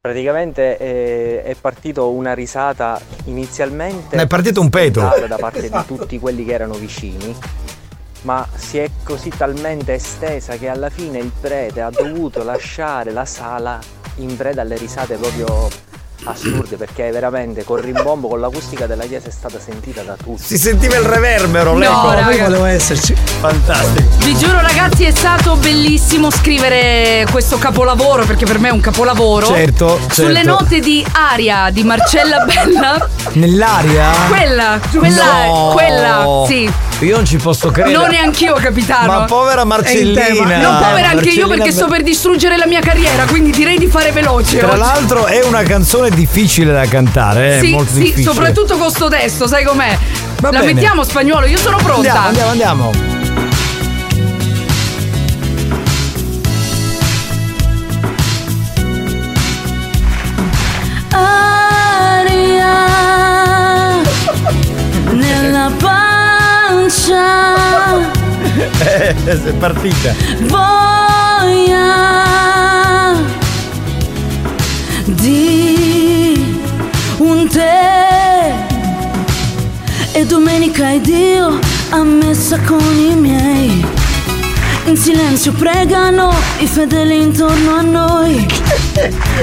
Praticamente eh, è partito una risata inizialmente.
È partito un peto.
spontanea Da parte di
Esatto.
tutti quelli che erano vicini, ma si è così talmente estesa che alla fine il prete ha dovuto lasciare la sala in preda alle risate proprio assurde perché veramente col rimbombo, con l'acustica della chiesa è stata sentita da tutti.
Si sentiva il reverbero,
No,
l'eco.
raga.
Poi volevo esserci. Fantastico.
Vi giuro ragazzi è stato bellissimo scrivere questo capolavoro perché per me è un capolavoro.
Certo,
Sulle
certo.
note di Aria di Marcella Bella.
Nell'aria?
Quella, quella,
No.
quella, sì.
Io non ci posso credere.
Non neanch'io, capitano.
Ma povera Marcellina.
È in tema. No, povera anche io
Marcellina
perché sto per distruggere la mia carriera, quindi direi di fare veloce.
Tra
oggi.
l'altro è una canzone difficile da cantare, è
sì,
molto
sì,
difficile.
soprattutto con sto testo, sai com'è?
Va
la
bene.
mettiamo spagnolo, io sono pronta.
Andiamo, andiamo, andiamo.
aria nella pancia
[laughs] è partita.
voglia di un tè e domenica ed io a messa con i miei in silenzio pregano i fedeli intorno a noi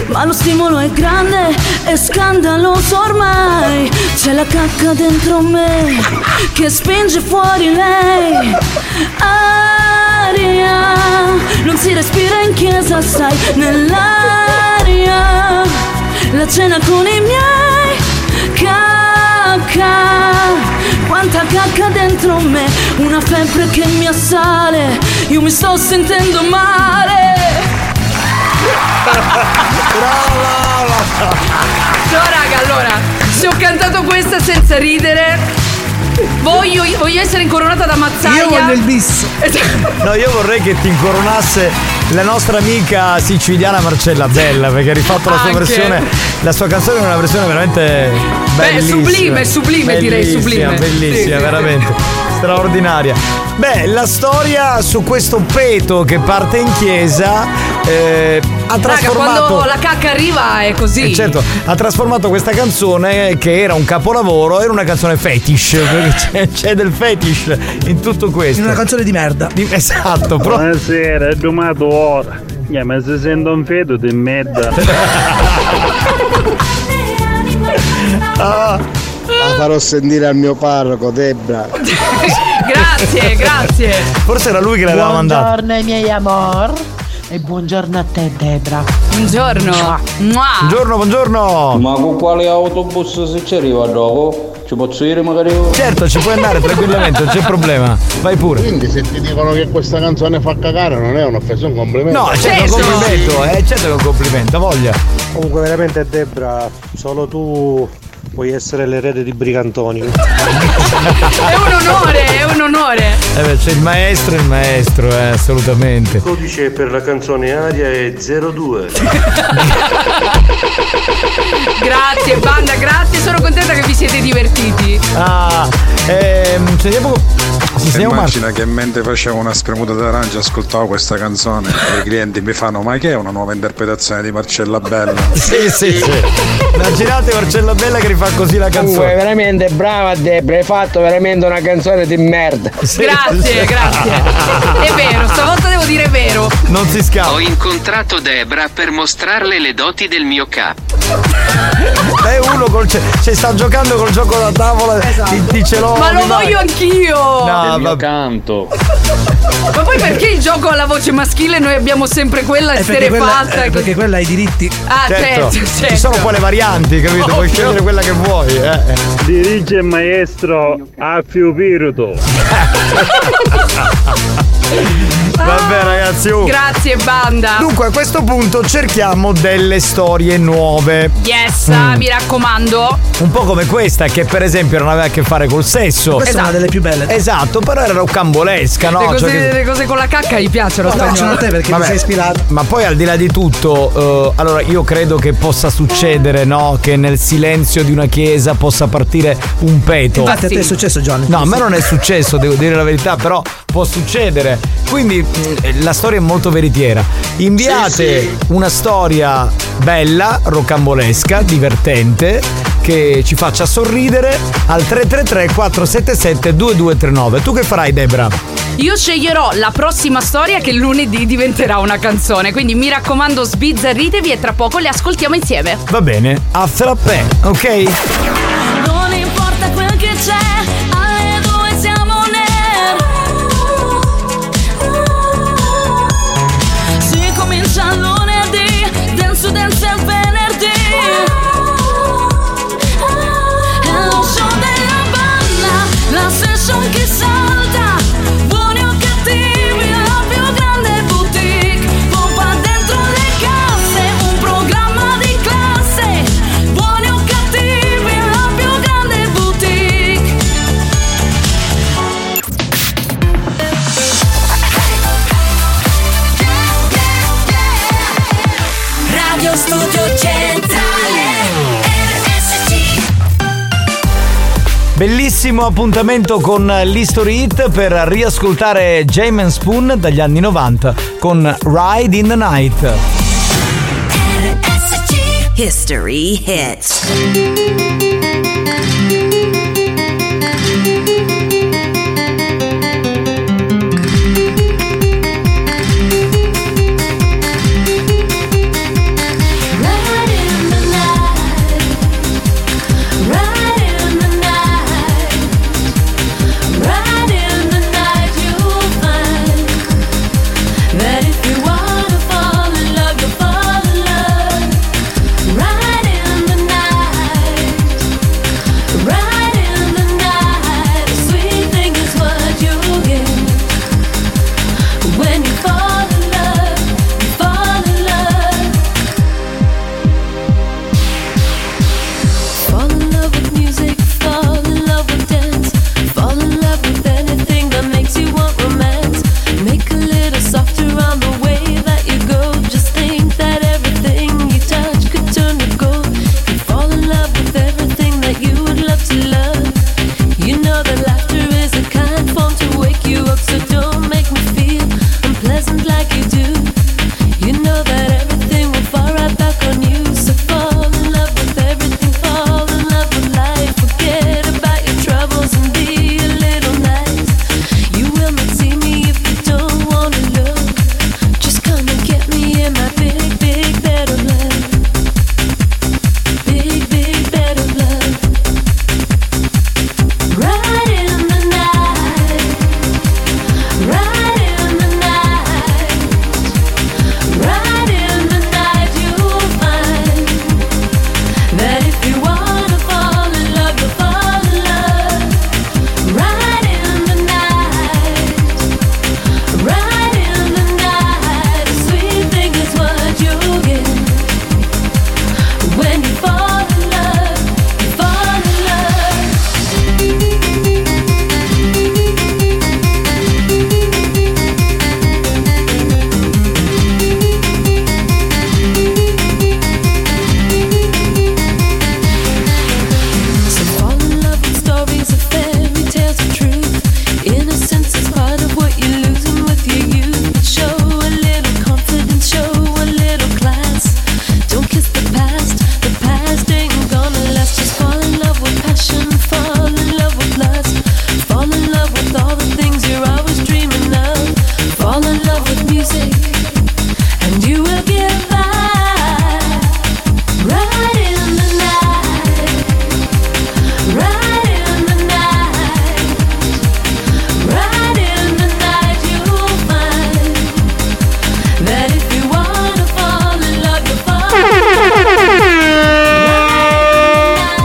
ma lo stimolo è grande e scandaloso ormai c'è la cacca dentro me che spinge fuori lei Ah. aria non si respira in chiesa sai nell'aria la cena con i miei cacca quanta cacca dentro me una febbre che mi assale io mi sto sentendo male
No, raga, allora, se ho cantato questa senza ridere, voglio, voglio essere incoronata da mazzaglia. Io voglio il
bis.
No, io vorrei che ti incoronasse la nostra amica siciliana Marcella Bella, perché ha rifatto la sua
Anche.
versione, la sua canzone è una versione veramente bellissima.
sublime, sublime, direi,
Bellissima,
sublime. Sì, sì,
Bellissima,
sì.
veramente. Straordinaria. Beh, la storia su questo peto che parte in chiesa eh, ha
Raga,
trasformato
quando la cacca arriva è così.
eh, certo, ha trasformato questa canzone che era un capolavoro, era una canzone fetish, [laughs] perché c'è, c'è del fetish in tutto questo. In una
canzone di merda.
esatto, proprio.
Buonasera, è domato ora. Yeah, ma se sento un feto
[laughs]
di merda.
Certo,
Ah.
La farò sentire al mio parroco, Debra.
grazie, grazie.
Forse era lui che l'aveva mandato.
Buongiorno ai miei amor e buongiorno a te Debra.
Buongiorno.
Buongiorno, buongiorno.
Ma con quale autobus se ci arriva dopo? Ci posso dire magari?
Certo, ci puoi andare tranquillamente, non c'è problema. Vai pure.
Quindi se ti dicono che questa canzone fa cagare non è un'offesa, è un complimento.
No, certo, un complimento, eh, certo che è un complimento, ha voglia.
Comunque veramente Debra, solo tu puoi essere l'erede di Brigantonio.
È un onore, è un onore.
Eh beh, c'è il maestro e il maestro, eh, assolutamente.
Codice per la canzone Aria è
[laughs]
02.
Grazie,
eh.
banda, grazie. Sono contenta che vi siete divertiti.
Ah, ehm, sentiamo sei un
Immagina che mentre facevo una spremuta d'arancia ascoltavo questa canzone e i clienti mi fanno ma che è una nuova interpretazione di Marcella [laughs] Bella?
Sì, sì, sì. Immaginate Marcella Bella che rifà così la
Comunque,
canzone.
veramente brava Debra, hai fatto veramente una canzone di merda.
[laughs]
Grazie, grazie. È vero, stavolta devo dire vero.
Non si scappa.
Ho incontrato Debra per mostrarle le doti del mio capo.
È eh, uno col ce- cioè, sta giocando col gioco da tavola. Ti, ti ce l'ho.
Ma lo
mi va.
voglio anch'io!
No, Eh,
mio
vabbè.
canto.
Ma poi perché il gioco alla voce maschile e noi abbiamo sempre quella
perché quella,
stereofatta?
eh, perché quella ha i diritti.
Ah,
Cioè,
certo, certo.
Ci sono poi le varianti, capito? Puoi
Ovvio.
scegliere quella che vuoi. Eh.
Dirige il maestro Affio Piruto.
cioè,
ah,
ah,
Vabbè, ragazzi. oh.
Grazie banda.
Dunque, a questo punto cerchiamo delle storie nuove.
Yes, ah,
Mm.
mi raccomando.
Un po' come questa, che per esempio non aveva a che fare col sesso.
Questa è una Esatto. delle
più belle. Esatto, però era rocambolesca, no?
le, cose,
Cioè che-
le cose con la cacca gli piacciono.
No,
spagnolo.
piacciono a te perché ti Vabbè. sei
ispirato.
Ma poi al di là di tutto, eh, allora io credo che possa succedere, no? Che nel silenzio di una chiesa possa partire un peto.
Infatti a te è successo Johnny.
No, a me non è successo, devo dire la verità, però può succedere. Quindi mh, la storia è molto veritiera. Inviate una storia bella, rocambolesca, divertente, che ci faccia sorridere al 333-477-2239. Tu che farai, Debra?
Io sceglierò la prossima storia che lunedì diventerà una canzone. Quindi mi raccomando, sbizzarritevi e tra poco le ascoltiamo insieme.
Va bene, a frappè, ok?
Non importa quel che c'è, alle due siamo nel Si comincia lunedì, dance to dance al venerdì È lo show della banda, la session che salta Buoni o cattivi, la più grande boutique Pompa dentro le casse, un programma di classe Buoni o cattivi, la più grande boutique Radio Studio Centrale RSC
Bellissimo appuntamento con l'History Hit per riascoltare James Spoon dagli anni 90 con Ride in the Night.
History hits.
Ride in the night, ride in the night, ride in the night. You'll find that if you wanna fall in love, you fall in love. Ride in the night,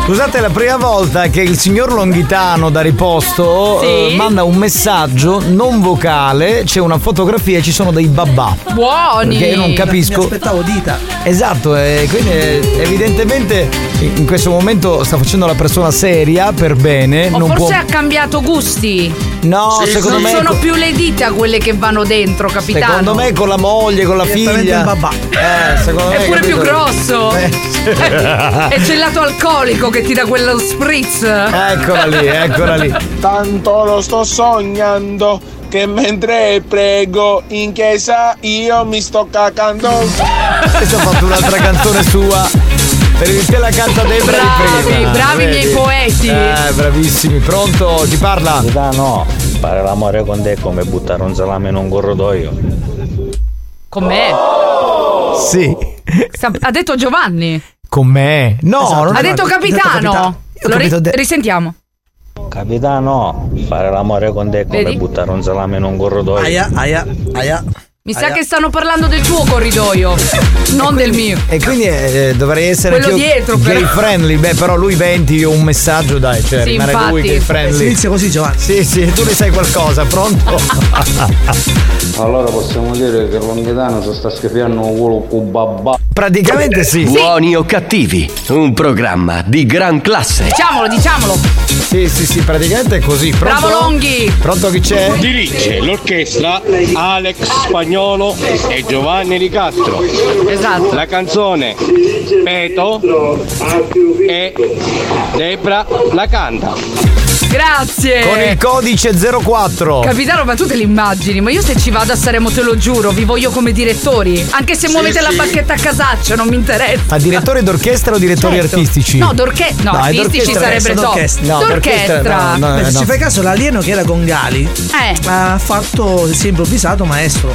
Scusate, è la prima volta che il signor Longhitano da riposto eh, manda un messaggio non vocale, c'è una fotografia e ci sono dei babà.
Buoni!
Perché io non capisco. aspettavo dita. Esatto, e quindi eh, evidentemente in questo momento sta facendo la persona seria per bene.
O
non
forse
può.
ha cambiato gusti.
No, Sì, secondo sì. me-
Non sono più le dita quelle che vanno dentro, capitano.
Secondo me con la moglie, con la
Direttamente
figlia.
un babà.
Eh, secondo me.
È pure più
capito? [laughs]
grosso.
Eh, sì.
e c'è il lato alcolico che ti dà quello spritz.
Eccola lì, eccola lì.
Tanto lo sto sognando che mentre prego in chiesa io mi sto cacando.
Ho fatto un'altra canzone sua. Per il te la canta Debra
Bravi,
di prima.
bravi i
vedi?
miei poeti.
Eh, bravissimi. Pronto? Chi parla?
no, fare l'amore con te è come buttare un salame in un corridoio.
Con me.
Sì.
Sta- Ha detto Giovanni. Esatto.
Con me? No, non
Esatto.
ha
è-
detto capitano. Lo ri- risentiamo.
Capitano, fare l'amore con te è come
Vedi?
buttare un salame in un corridoio.
Aia, aia, aia.
Mi sa che stanno parlando del tuo corridoio, non del mio.
E quindi eh, dovrei essere più
Quello dietro,
gay
però.
friendly. Beh, però lui 20, io un messaggio, dai, cioè
Sì,
rimane lui
infatti.
gay friendly.
Si inizia
così, Giovanni. Sì, sì, tu ne sai qualcosa, pronto?
[laughs]
Allora possiamo dire che Longhitano si sta schifiando un volo con babà.
Praticamente sì.
Buoni o cattivi, un programma di gran classe.
Diciamolo, diciamolo.
Sì, sì, sì, praticamente è così. Pronto?
Bravo Longhi.
Pronto chi c'è?
Dirige l'orchestra Alex Spagnolo e Giovanni Ricastro.
Esatto.
La canzone Peto e Debra la canta.
Grazie.
Con il codice 04.
Capitano, ma tu te li immagini, ma io se ci vado a Saremo te lo giuro, vi voglio come direttori. Anche se
Sì,
muovete la
sì.
bacchetta a casaccio, non mi interessa.
Ma direttore d'orchestra o direttori
Certo.
artistici?
No, d'orche- no,
Dai,
artistici
d'orchestra
sarebbe
adesso,
top.
d'orchestra. No,
D'orchestra.
d'orchestra, no, no,
Beh, se
no.
ci fai caso, l'alieno che era con Gali
Eh.
ha fatto, si è improvvisato maestro.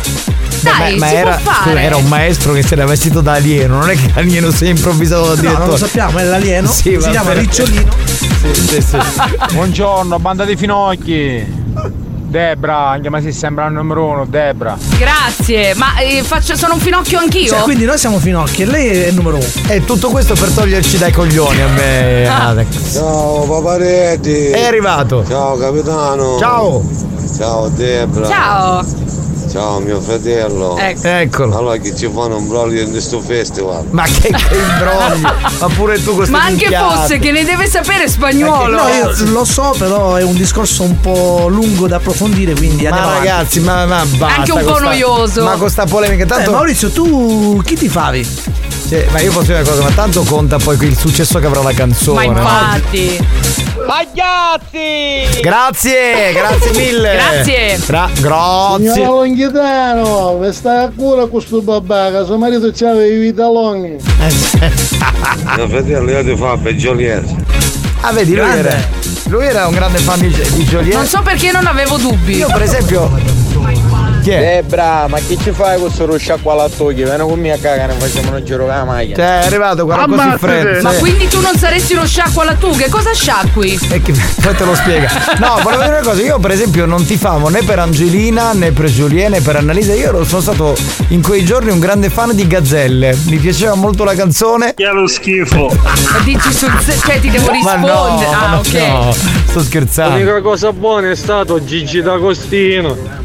Dai, si
era,
può fare.
Scusa, era un maestro che si era vestito da alieno, non è che l'alieno si è improvvisato da
No,
direttore.
non lo sappiamo, è l'alieno.
Sì,
si
va
chiama
bene.
Ricciolino.
Sì, sì, sì.
Buongiorno, banda di finocchi. Debra, anche ma si sembra il numero uno, Debra.
Grazie, ma eh, faccio- sono un finocchio anch'io.
Cioè,
[laughs]
quindi noi siamo finocchi e lei è il numero uno.
E tutto questo per toglierci dai coglioni a me,
Ah.
Alex.
Ciao paparetti!
È arrivato.
Ciao capitano!
Ciao!
Ciao Debra!
Ciao.
Ciao mio fratello!
Ecco.
Eccolo!
Allora che ci fanno un broglio in questo festival?
Ma che, che
[laughs]
imbrogli! Ma pure tu questo
Ma anche
minchiato.
fosse che ne deve sapere spagnolo.
No, io lo so, però è un discorso un po' lungo da approfondire, quindi
Ma
andiamo avanti.
ragazzi, ma, ma basta.
Anche un po'
con sta-
noioso.
Ma con sta polemica, tanto.
Eh, Maurizio, tu chi ti favi?
Cioè, ma io posso dire una cosa, ma tanto conta poi il successo che avrà la
Ma
canzone. no?
infatti.
Pagliazzi!
Grazie, grazie mille.
Grazie.
Gra-
Signora
grazie.
Longhitano, vi sta a culo con sto babà, suo marito c'aveva i vitalonghi.
Eh,
[laughs] mio fratello io ti fa per Giulietta!
Ah, vedi, lui era, lui era un grande fan di, di Joliet.
Non so perché non avevo dubbi.
Io, per esempio. Chi è?
Debra, ma che ci fai con questo ruscia qua la toglia? Vieni con me a cagare, facciamo un giro con la maglia.
Cioè, è arrivato, guarda, così in fretta.
Ma
Sì.
quindi tu non saresti uno sciacquo alla tu? Che cosa sciacqui?
E che- [laughs] Poi te lo spiega. No, volevo dire una cosa, io per esempio non tifavo né per Angelina né per Giulia né per Annalisa, io ero- sono stato in quei giorni un grande fan di Gazzelle, mi piaceva molto la canzone.
Che è lo schifo.
Dici sul se- cioè ti devo
Ma
rispondere.
no,
ah,
ma
ok.
no, sto scherzando.
L'unica cosa buona è stato Gigi D'Agostino.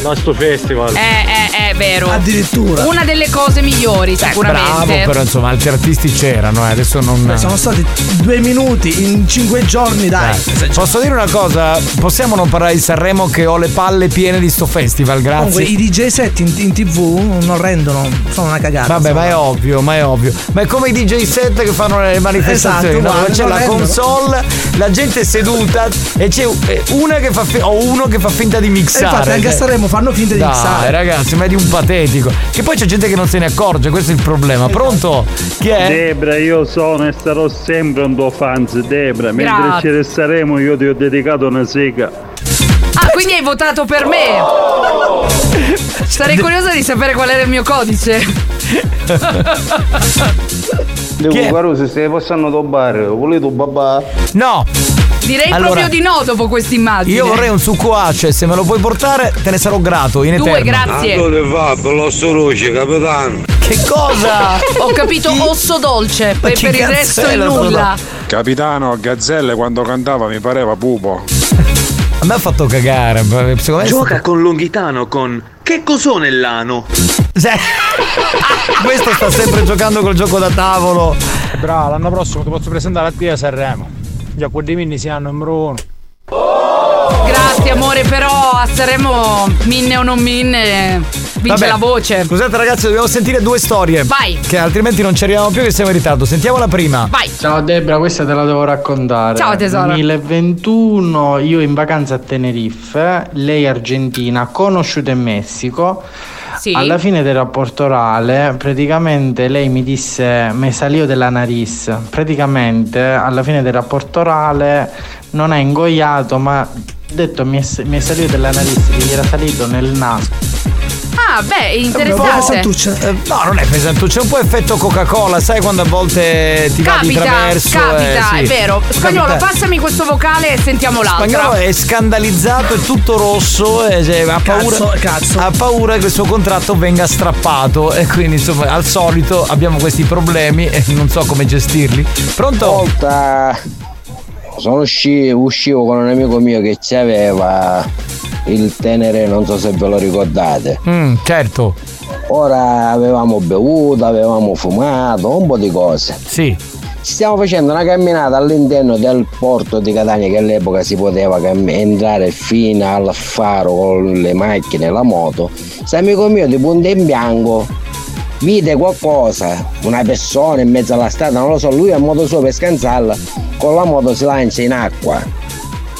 Da sto festival.
Eh, eh, è vero.
Addirittura.
Una delle cose migliori,
Bravo,
sicuramente.
però insomma, altri artisti c'erano, eh, adesso non.
Beh, sono stati due minuti in cinque giorni, dai.
Eh, Posso dire una cosa? Possiamo non parlare di Sanremo che ho le palle piene di sto festival,
Comunque, i
grazie.
DJ set in, in tv non rendono, sono una cagata.
Vabbè,
insomma.
ma è ovvio, ma è ovvio. Ma è come i DJ set che fanno le manifestazioni.
Esatto,
no?
guarda,
c'è
non
la
rendono.
console, la gente è seduta e c'è eh, una che fa fi- o uno che fa finta di
E
mixare.
infatti anche a
Cioè,
Sanremo fanno finta di
Dai,
mixare.
ragazzi, ma è di un patetico. Che poi c'è gente che non se ne accorge, questo è il problema.
Esatto.
Pronto? Chi è?
Debra, io sono e sarò sempre un tuo fan, Debra. Mentre
Grazie.
ci resteremo io ti ho dedicato una sega.
Ah, quindi hai votato per me. Sarei curiosa di sapere qual era il mio codice.
[laughs]
Devo guardare se possono dobare, volete babà?
No!
Direi
Allora-
proprio di no dopo questa immagine.
Io vorrei un succo ace, se me lo puoi portare te ne sarò grato in
Due,
eterno.
grazie.
Allora va, veloce luce, capitano.
Che cosa?
Ho capito osso dolce, poi
chi
per il
cazzo
resto
è
è
la
nulla.
Capitano, Gazzelle quando cantava mi pareva pupo.
A me ha fatto cagare, secondo me.
Gioca con Longhitano con Che cos'ho nell'ano?
Questo sta sempre giocando col gioco da tavolo.
Bra, l'anno prossimo ti posso presentare a te a Sanremo. Già quelli minni si hanno numero uno.
Grazie amore, però a Sanremo minne o non minne vince
Vabbè.
la voce.
Scusate ragazzi, dobbiamo sentire due storie.
Vai.
Che altrimenti non ci arriviamo più che siamo in ritardo. Sentiamo la prima.
Vai.
Ciao Debra, questa te la devo raccontare.
Ciao, tesoro.
2021, io in vacanza a Tenerife, lei argentina, conosciuta in Messico.
Sì.
Alla fine del rapporto orale, praticamente lei mi disse me salio della nariz. Praticamente alla fine del rapporto orale non è ingoiato, ma detto mi è, s- mi è salio della nariz, che gli era salito nel naso.
Ah, beh,
Eh,
interessante.
No, non è pesantuccia, è un po' effetto Coca-Cola, sai quando a volte ti va di
Capita,
traverso.
capita,
eh, sì.
è vero. Spagnolo,
Capita.
passami questo vocale e sentiamo l'altro.
Spagnolo è scandalizzato, è tutto rosso, e cioè, ha, paura,
Cazzo,
ha paura che il suo contratto venga strappato [laughs] e quindi insomma al solito abbiamo questi problemi e non so come gestirli. Pronto?
Sono usci- uscivo con un amico mio che ci aveva il tenere, non so se ve lo ricordate.
Mm, certo.
Ora avevamo bevuto, avevamo fumato, un po' di cose.
Sì.
Stiamo facendo una camminata all'interno del porto di Catania che all'epoca si poteva cam- entrare fino al faro con le macchine, la moto. Questo amico mio di punta in bianco vide qualcosa, una persona in mezzo alla strada, non lo so, lui a moto suo per scansarla, con la moto si lancia in acqua.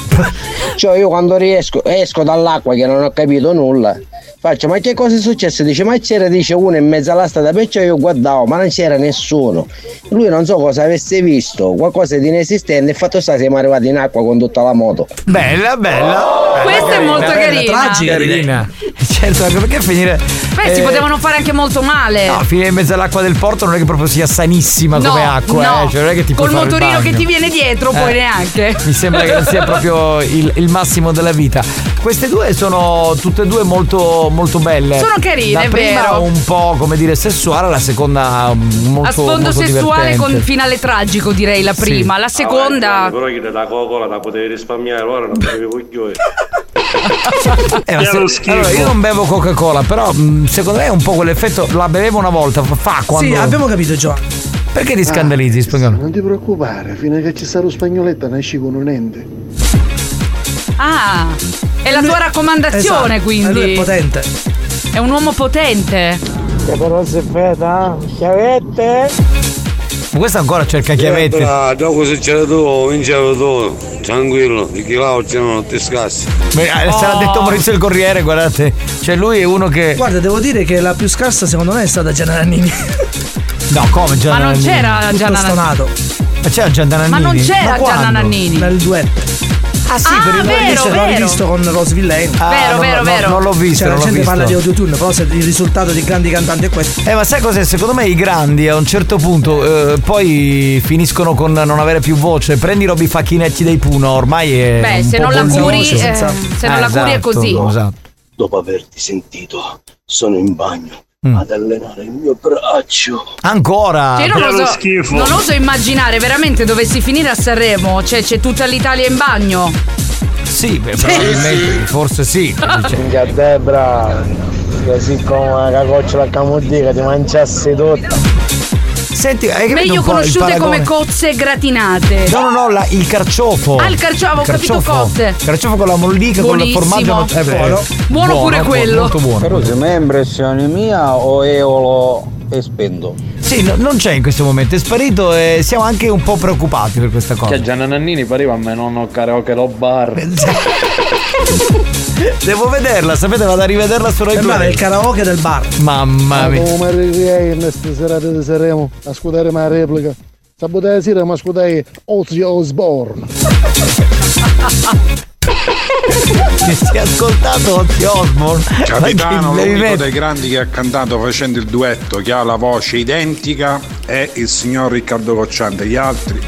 [laughs] Cioè io quando riesco, esco dall'acqua che non ho capito nulla, faccio ma che cosa è successo? Dice ma c'era dice uno in mezzo alla strada, perciò io guardavo ma non c'era nessuno. Lui non so cosa avesse visto, qualcosa di inesistente, il fatto sta siamo arrivati in acqua con tutta la moto.
Bella, bella.
Oh, Questa è molto
bella,
carina.
Tragica, carina. Certo, anche perché finire.
Beh, si
eh,
potevano fare anche molto male.
No, finire in mezzo all'acqua del porto non è che proprio sia sanissima
No,
come acqua,
no.
eh. Cioè, non è che ti puoi
Col
fare il
motorino che
bagno.
ti viene dietro, poi
Eh.
neanche.
Mi sembra che non sia
[laughs]
proprio il, il massimo della vita. Queste due sono tutte e due molto, molto belle.
Sono carine,
La
è
prima
vero.
un po' come dire sessuale, la seconda mm, molto
A sfondo
molto
sessuale
divertente.
con finale tragico, direi la
Sì.
prima. La seconda.
Però chi te da cocola la potevi risparmiare, ora non potevi cogliere.
Eh, ma se- allora, io non bevo Coca-Cola, però mh, secondo me è un po' quell'effetto. La bevevo una volta, fa- fa quando.
Sì, abbiamo capito Giovanni.
Perché ti scandalizzi, spagnolo?
Non ti preoccupare, fino a che ci sarà lo spagnoletta nasci con un ente.
Ah, è la tua raccomandazione
Esatto,
Eh,
quindi.
e lui è potente.
È un uomo potente.
Che però si feta, eh? chiavette.
Ma questo ancora cerca chiavette.
Ah, dopo se c'era tu, vincevo tu. Tranquillo, i chilauci non ti scassi. Oh.
Beh, eh, Se l'ha detto Maurizio il Corriere, guardate. Cioè, lui è uno che.
Guarda, devo dire che la più scarsa secondo me è stata Gianna Nannini.
No, come Gianna
Ma non
Nannini?
c'era Tutto Gianna- stonato.
Ma c'era Gianna Nannini?
Ma non c'era
quando?
Gianna Nannini. Nel
duetto. Ah sì, per il
vero,
l'ho
vero.
rivisto con Rose Villain.
Ah, Vero, no, vero, no, vero. non l'ho visto,
Cioè,
non
la
l'ho
gente parla di
visto.
autotune, però se il risultato dei grandi cantanti è questo.
Eh, ma sai cos'è? Secondo me i grandi a un certo punto eh, poi finiscono con non avere più voce. Prendi Roby Facchinetti dei Puno, ormai è.
Beh,
un
se
po'
non la
così.
curi, eh, se non la curi è così.
esatto.
Dopo averti sentito, sono in bagno
Mm.
ad allenare il mio braccio.
Ancora!
Cioè, io non oso, non oso immaginare veramente dovessi finire a Sanremo. Cioè, c'è tutta l'Italia in bagno.
Sì, beh, probabilmente, forse sì.
Minchia Debra, così come la cacocciola camuddica ti mangiassi tutto.
Senti, hai capito
Meglio
un po' il
conosciute come
paragone?
cozze gratinate.
No, no, no, la- il carciofo.
Ah, il carciofo, avevo
Il
capito cozze.
Il carciofo con la mollica, con il
Buonissimo.
formaggio. eh, beh,
Buono. Buono pure quello.
Molto buono.
Però se me è impressione mia o eolo e spendo.
Sì, no- non c'è in questo momento, è sparito e siamo anche un po' preoccupati per questa cosa.
Cioè Gianna Nannini pareva a me nonno karaoke lo bar.
Devo vederla, sapete, vado a rivederla su Rai Play.
Sembrava il karaoke del bar.
Mamma mia.
Come arriviamo questa serata di Sanremo a scudare una replica? Sabato sera mi ascoltai Ozzy Osbourne.
Che si è ascoltato Ozzy Osbourne. [laughs]
Capitano,
Ma che
l'unico
bevete?
dei grandi che ha cantato facendo il duetto, che ha la voce identica, è il signor Riccardo Cocciante. Gli altri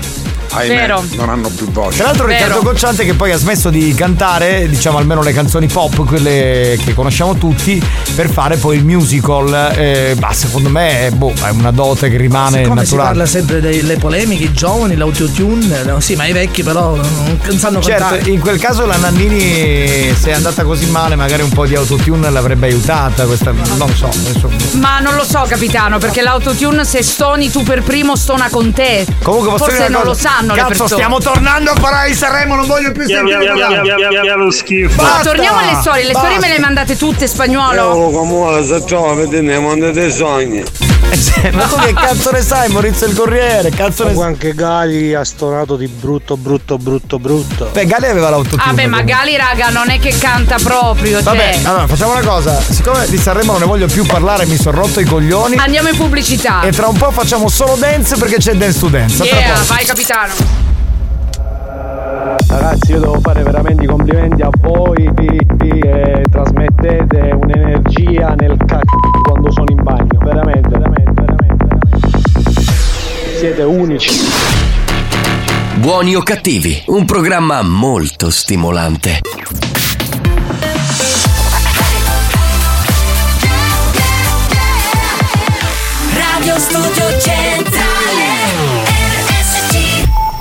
ahimè,
Vero.
non hanno più voce.
Tra l'altro Riccardo Gocciante che poi ha smesso di cantare, diciamo almeno le canzoni pop, quelle che conosciamo tutti, per fare poi il musical. eh, ma secondo me boh, è una dote che rimane
Siccome si
naturale.
parla sempre delle polemiche, i giovani, l'autotune, no, sì, ma i vecchi però non non sanno
Certo, [laughs]
cantare.
in quel caso la Nannini se è andata così male, magari un po' di autotune l'avrebbe aiutata, questa non lo so, adesso-
Ma non lo so, capitano, perché l'autotune se stoni tu per primo stona con te.
Comunque posso
Forse
dire una
non lo
cosa?
sanno le
Cazzo,
persone.
stiamo tornando a parlare di Sanremo, non voglio più sentire parlare.
schifo.
Ma torniamo alle storie, le storie me le mandate tutte
Eh,
spagnolo.
oh,
Io come se trova per te nel mondo dei sogni.
eh, Ma tu che cazzo ne sai, Maurizio il Corriere? Cazzo ne sai?
Anche Gali ha stonato di brutto, brutto, brutto, brutto.
Beh, Gali aveva l'autotune.
Vabbè, ma Gali, raga, non è che canta Ah, proprio, cioè.
Vabbè, allora facciamo una cosa, siccome di Sanremo non ne voglio più parlare, mi sono rotto i coglioni.
Andiamo in pubblicità.
E tra un po' facciamo solo dance perché c'è dance to dance. A tra
Yeah,
poco.
vai capitano.
Ragazzi, io devo fare veramente i complimenti a voi. Vi, vi, eh, trasmettete un'energia nel cazzo quando sono in bagno. Veramente, veramente, veramente. veramente. Siete unici.
Buoni o cattivi, un programma molto stimolante.
Radio Studio Centrale RSC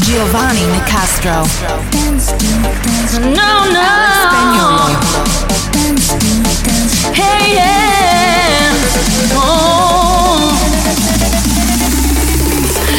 Giovanni Nicastro.
No, no
Spagnolo.
Hey,
Eh,
yeah Oh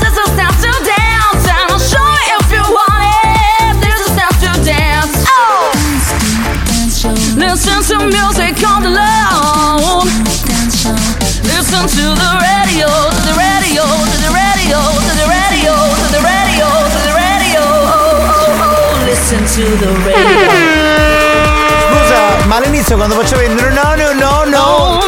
This is dance to dance And I'll show you if you want it This is dance to dance Oh Listen to music on the loud Listen to the radio, to the radio, to the radio, to the radio, to the radio, to the radio. Oh, oh, oh, listen to the radio.
Scusa, ma all'inizio quando facevi il no no no no,
Oh,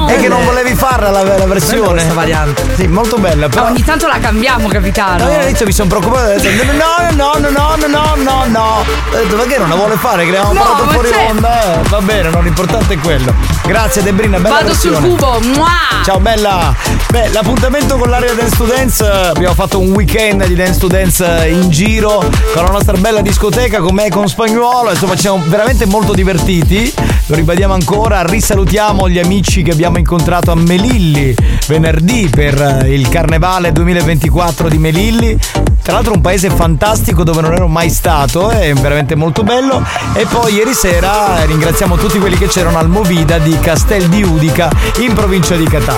no.
è che non volevi farla la, la versione.
questa
variante. Sì, molto bella, Eh, però.
Ma ogni tanto la cambiamo,
No, io
capitano.
all'inizio mi sono preoccupato, ho detto no no no no no no no no Ho detto perché non la vuole fare, che ne avevamo
No,
parlato
ma
fuori
certo.
onda eh, Va bene, non l'importante è quello Grazie Debrina, bella
Vado sul
versione.
cubo, mua!
Ciao bella! Beh, l'appuntamento con l'area Dance to Dance, eh, abbiamo fatto un weekend di Dance to Dance eh, in giro con la nostra bella discoteca con me e con Spagnuolo, insomma ci siamo veramente molto divertiti, lo ribadiamo ancora, risalutiamo gli amici che abbiamo incontrato a Melilli venerdì per eh, il Carnevale 2024 di Melilli. Tra l'altro un paese fantastico dove non ero mai stato, eh, è veramente molto bello. E poi ieri sera eh, ringraziamo tutti quelli che c'erano al Movida di Castel di Udica in provincia di Catania.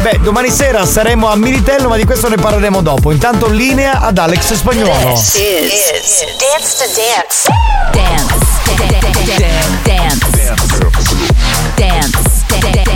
Beh, domani sera saremo a Militello, ma di questo ne parleremo dopo. Intanto linea ad Alex Spagnolo.
This is, Dance to Dance. Dance. Dance. Dance.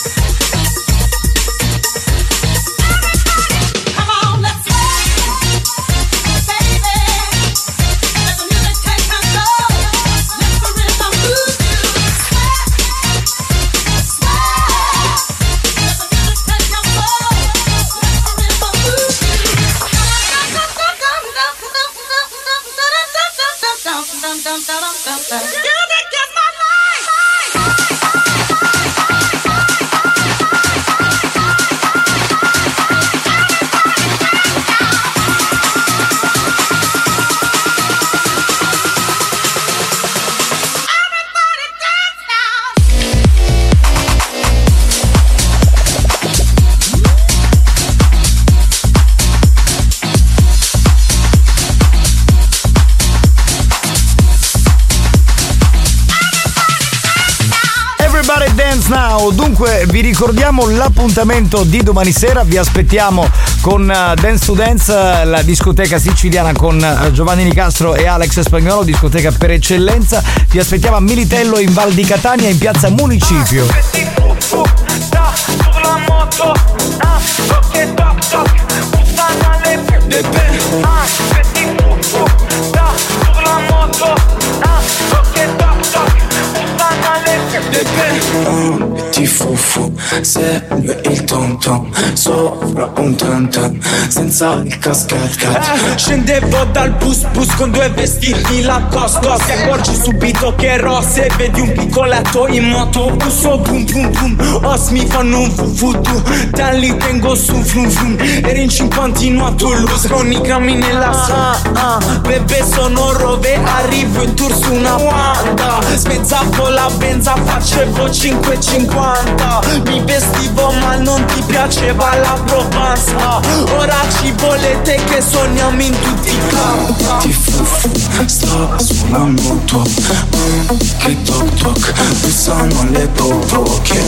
Come on, let's play, baby.
Everybody Dance Now. Dunque, vi ricordiamo l'appuntamento di domani sera. Vi aspettiamo con eh, Dance to Dance, eh, la discoteca siciliana con eh, Giovanni Nicastro e Alex Spagnolo, discoteca per eccellenza. Vi aspettiamo a Militello in Val di Catania, in piazza Municipio.
Un petit fufu, segue il tom tom Sopra un tam tam, senza il cascat cat
Scendevo dal bus bus con due vestiti Lacoste Ti accorgi subito che è rossa E vedi un piccoletto in moto Uso boom boom boom Os mi fanno un fufutu Te li tengo su flum flum Eri in 50 in a Toulouse Con i grammi nella sua ah, ah, Bebe sono rove Arrivo in tour su una Wanda Spezzavo la benza Facevo 5,50 Mi vestivo ma non ti piaceva la Provenza Ora ci volete che sogniamo in tutti i campi
Ti fufu, sta sulla moto Mm, Che toc toc, pesano le provoche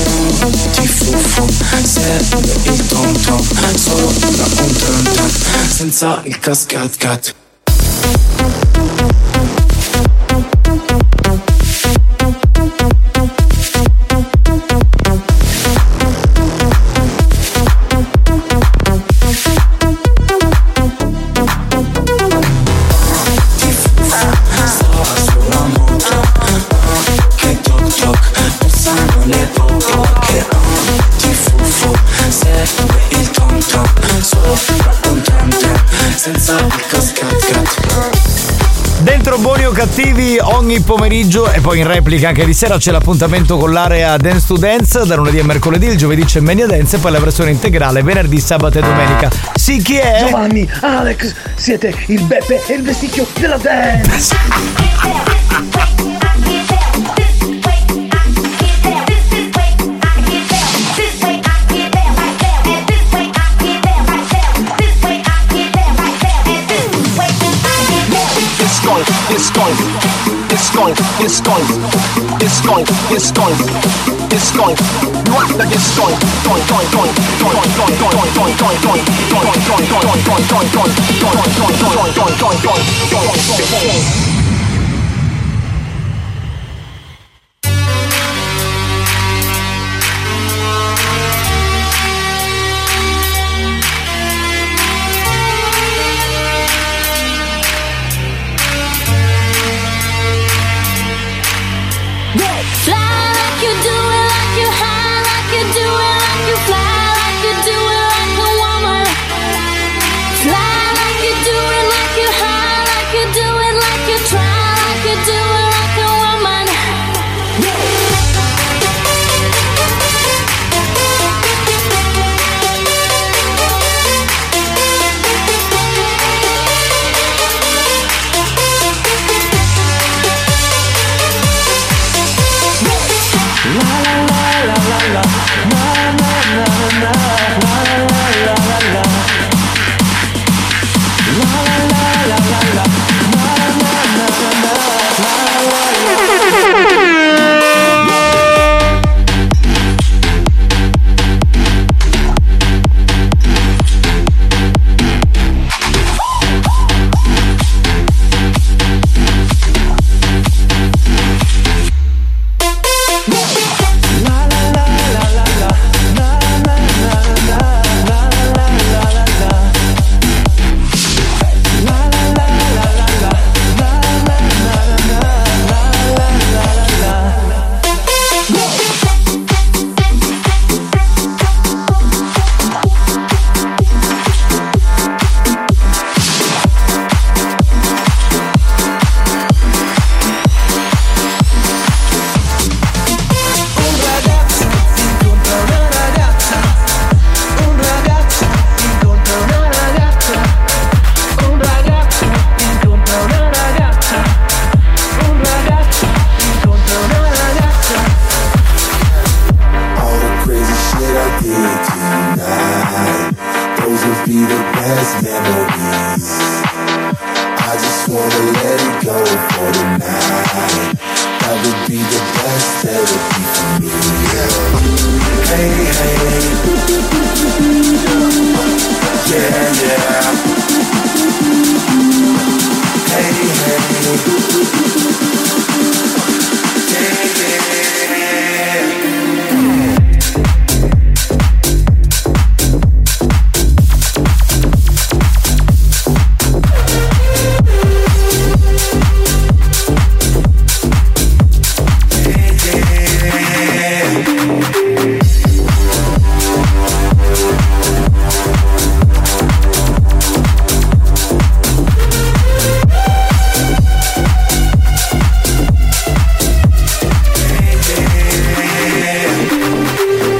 Ti fufu, segue il tom tom Sopra un tam tam, senza il cascat cat
Dentro buoni o cattivi ogni pomeriggio e poi in replica anche di sera c'è l'appuntamento con l'area Dance to Dance da lunedì a mercoledì, il giovedì c'è Mania Dance e poi la versione integrale venerdì, sabato e domenica. Sì, chi è?
Giovanni, Alex, siete il Beppe e il vesticchio della dance.
It's going, it's going, it's going, it's going, it's going, it's going, it's going. You act like it's going, going, going, going, going, going, going, going, going, going, going, going, going, going, going, going, going, going, going, going, going, going, going, going.
Fly like you do it, like you high, like you do it, like you fly, like you do it, like a woman. Fly like you do it, like you high, like you do it, like you
would be the best therapy for me. Yeah. Hey, hey. Yeah, yeah. Hey, hey.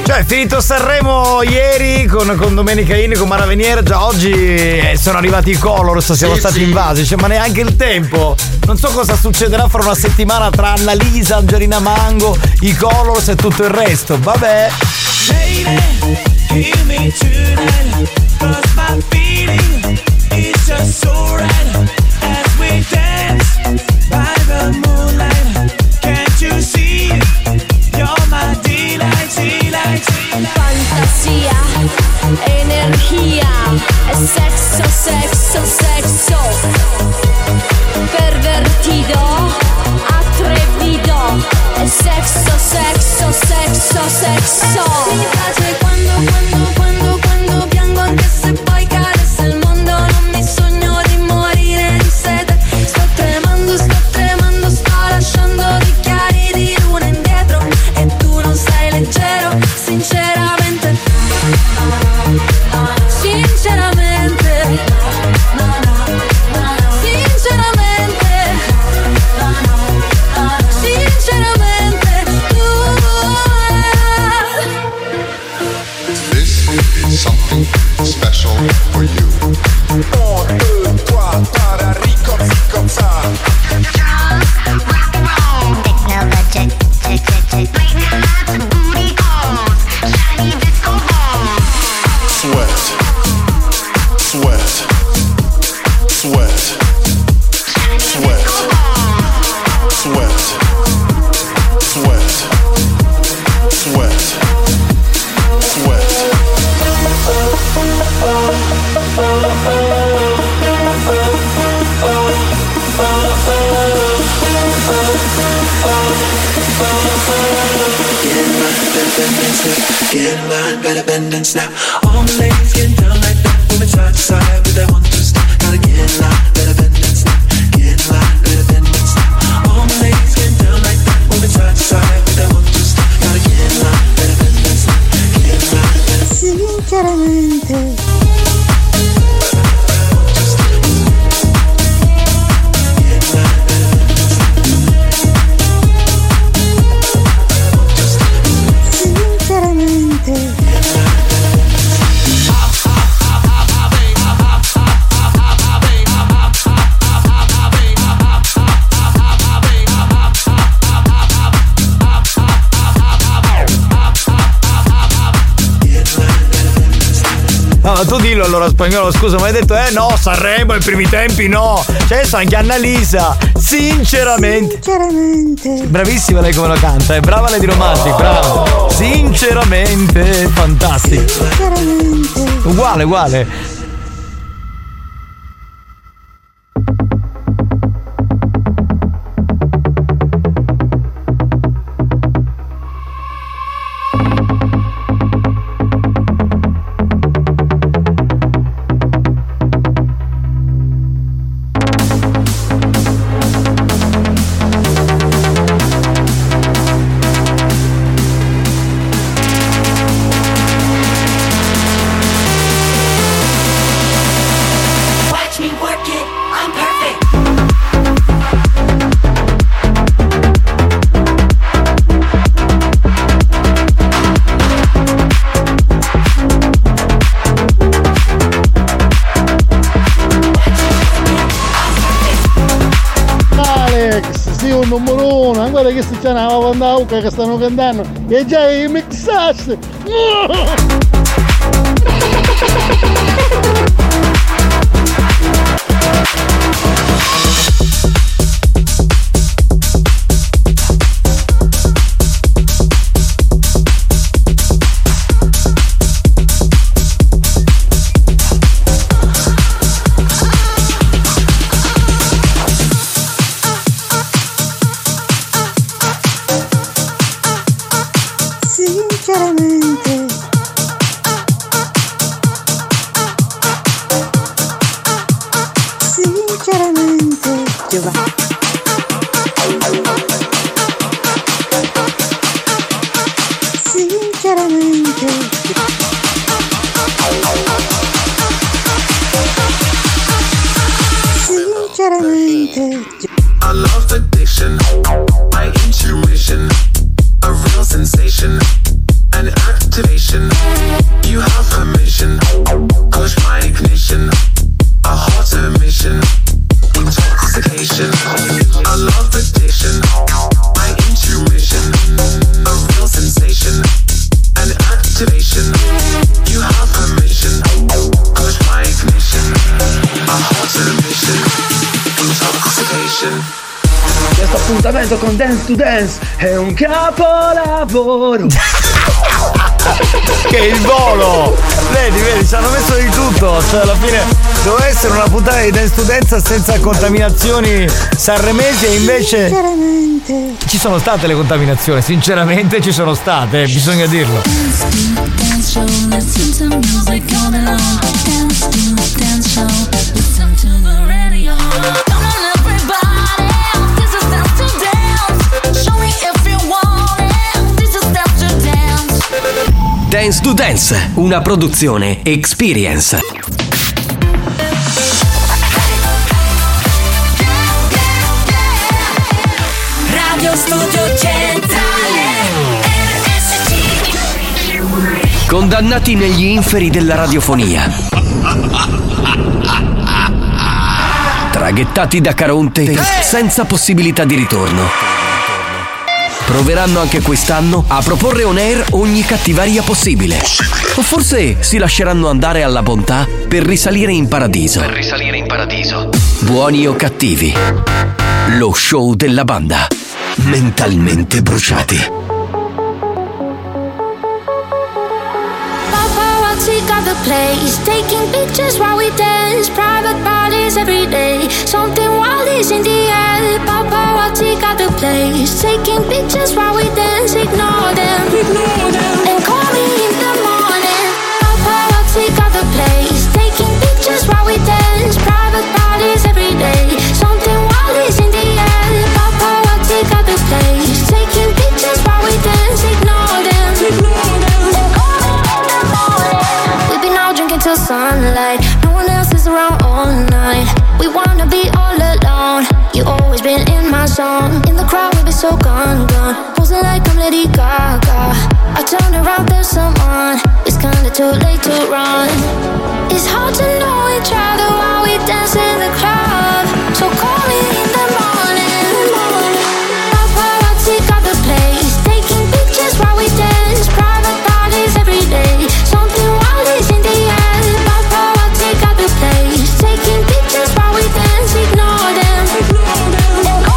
Cioè, è finito Sanremo ieri con, con Domenica In, con Mara Venier. Già oggi eh, sono arrivati i Colors, siamo
Sì,
stati
sì.
invasi. Cioè, ma neanche il tempo. Non so cosa succederà fra una settimana tra Annalisa, Angelina Mango, i Colors e tutto il resto. Vabbè.
Fantasía, energía, sexo, sexo, sexo. Pervertido, atrevido, sexo, sexo, sexo, sexo. Mi piace quando, quando, quando, quando piango anche se poi carezza il mondo. Non mi sogno di morire di sete. Sto tremando, sto tremando, sto lasciando di chiari di luna indietro. E tu non sei leggero, sinceramente. Sinceramente. Sinceramente. Sinceramente. Tu.
This is something special for you. Un, deux, trois, para, rico, rico, za. Sweat, sweat, sweat, sweat, sweat, sweat, sweat, sweat.
Get in line, better bend and snap. All the ladies get down like that, moving side to side with that one twist. Now get in line, better bend and snap. Get in line, better bend and snap. All the ladies get down like that, moving side to side with that one twist. Now get in line, better bend and snap. Get in line, better
Sinceramente.
Ah, No, ma tu dillo allora spagnolo, scusa, ma hai detto eh no, Sanremo ai primi tempi no. Cioè adesso anche Annalisa, sinceramente. Sinceramente. Bravissima lei come la canta, è brava lei di Romantic, brava. Sinceramente, fantastico. Sinceramente. Uguale, uguale.
Watch me work it, I'm perfect.
Alex, sei un numero uno, guarda che si chiamava quando Uca che stanno cantando e già i mixasse.
sinceramente. Sinceramente, Giovanni. Sinceramente. Sinceramente.
I love addiction, my intuition, a real sensation, an activation. You have permission, push my ignition, a hot emission, intoxication. I love addiction, my intuition, a real sensation, an activation. You have permission, push my ignition, a hot emission, intoxication.
Questo appuntamento con Dance to Dance è un capolavoro.
Che il volo! Vedi, vedi, ci hanno messo di tutto. Cioè, alla fine doveva essere una puntata di Dance to Dance senza contaminazioni sanremesi e invece
Sinceramente.
ci sono state le contaminazioni, sinceramente ci sono state, eh, bisogna dirlo.
Dance to dance show, listen to music all alone. Dance to dance show, listen to the radio. Come on everybody, this is dance to dance. Show me if you want it, this is dance to dance.
Dance to Dance, una produzione Experience.
Radio Studio Centrale, RSC.
Condannati negli inferi della radiofonia. Traghettati da Caronte senza possibilità di ritorno. Proveranno anche quest'anno a proporre on air ogni cattivaria possibile. O forse si lasceranno andare alla bontà per risalire in paradiso.
Per risalire in paradiso.
Buoni o cattivi. Lo show della banda. Mentalmente bruciati.
Paparazzi got the place, taking pictures while we dance. Private parties every day, something wild is in the air. Paparazzi got the place, taking pictures while we dance. Ignore them, ignore them, and call me in the morning. Paparazzi got the place, taking pictures while we dance. Private parties every day, something wild is in the air. Paparazzi got the place, taking pictures while we dance. Ignore them, ignore them, and call me in the morning. We've been out drinking till sunlight. No one else is around all night. We wanna be all alone. You always been in my zone. In the crowd, we've been so gone, gone. Posing like I'm Lady Gaga. I turn around, there's someone. It's kinda too late to run. It's hard to know each other while we dance in the club. So call me in the morning. Paparazzi got the place, taking pictures while we dance. Private parties every day. Something wild is in the air. Paparazzi got the place, taking pictures while we dance. Ignore them. Ignore them. And call me in the morning.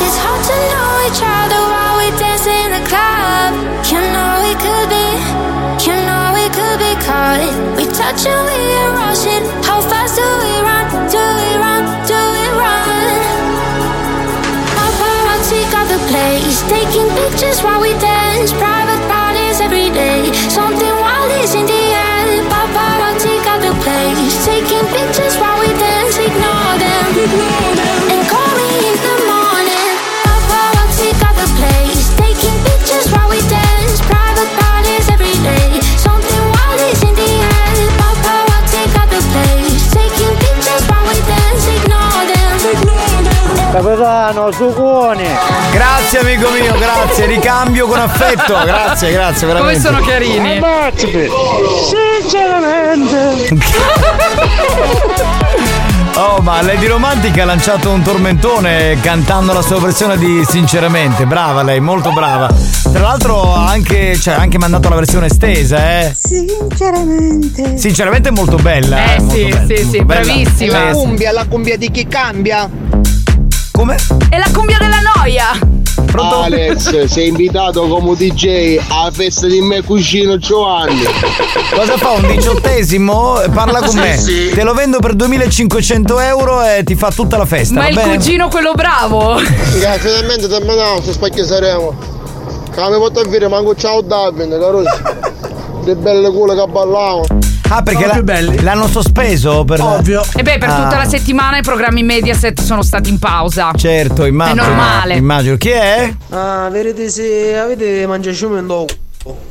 It's hard to know each other while we dance in the club. You know we could be, you know we could be caught. We touch and we are rushing. How fast do we run? Do we run? Do we run? Paparazzi got the place, taking pictures while we dance. Private parties every day. Something wild is in the air. Paparazzi got the place, taking pictures while we dance. Ignore them, ignore them, and call me in the morning. Paparazzi got the place, taking pictures while we dance. Private parties every day. Something wild is in the air. Paparazzi got the place, taking pictures while we dance. Ignore them, ignore them.
Capitano, sucone!
Grazie amico mio, grazie, ricambio con affetto, grazie, grazie, veramente.
Sinceramente.
Oh, ma Lady Romantica ha lanciato un tormentone cantando la sua versione di Sinceramente. Brava lei, molto brava. Tra l'altro ha anche, cioè, ha anche mandato la versione estesa, eh.
Sinceramente.
Sinceramente è molto bella.
Eh,
molto
sì,
bella,
sì,
molto
sì,
bella.
bravissima.
Eh, sì.
la cumbia di chi cambia. Come? È la cumbia della noia.
Pronto?
Alex, sei invitato come DJ alla festa di me cugino Giovanni.
Cosa fa un diciottesimo? Parla con
Sì,
me.
sì.
Te lo vendo per 2500 euro e ti fa tutta la festa.
Ma
va
il
bene?
cugino quello
[laughs]
bravo.
Raga, Eh, finalmente terminato sto spacchio saremo. Come potete dire, manco ciao Davide, caro. Le belle culo che ballavo.
Ah, perché la- l'hanno sospeso per Ovvio.
E beh, per
Ah.
tutta la settimana i programmi Mediaset sono stati in pausa.
Certo, immagino.
È normale.
Immagino. Chi è?
Ah, vedete se avete mangiato ciume in do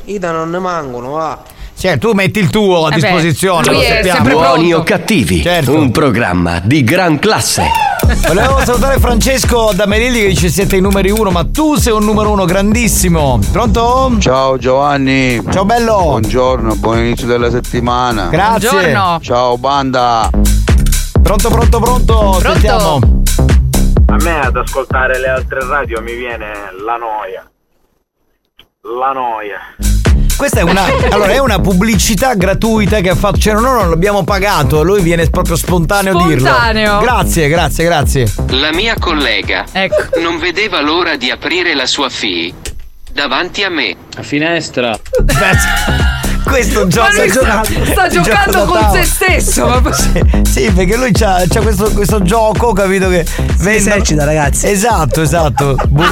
Ida non ne mancano, va.
Cioè, tu metti il tuo a
Eh beh,
disposizione,
lui
lo
è
sappiamo. Certo.
Buoni o cattivi, un programma di gran classe.
Volevo salutare Francesco da Melilli che dice siete i numeri uno, ma tu sei un numero uno grandissimo. Pronto?
Ciao Giovanni.
Ciao bello.
Buongiorno, buon inizio della settimana.
Grazie. Buongiorno.
Ciao banda.
Pronto, pronto, pronto. Sentiamo.
A me ad ascoltare le altre radio mi viene la noia. La noia.
Questa è
[laughs]
una, allora, è una pubblicità gratuita che ha fatto. Cioè, noi non l'abbiamo pagato, lui viene proprio spontaneo,
Spontaneo.
dirlo. Grazie, grazie, grazie.
La mia collega non vedeva l'ora di aprire la sua FI davanti a me. La finestra.
[laughs] Questo gioca
lui sta- sta giocando
da
con
tavola.
se stesso,
[laughs] Sì, sì, perché lui c'ha, c'ha questo, questo gioco, capito che. esercita, ragazzi. Esatto, esatto.
[laughs]
Bu-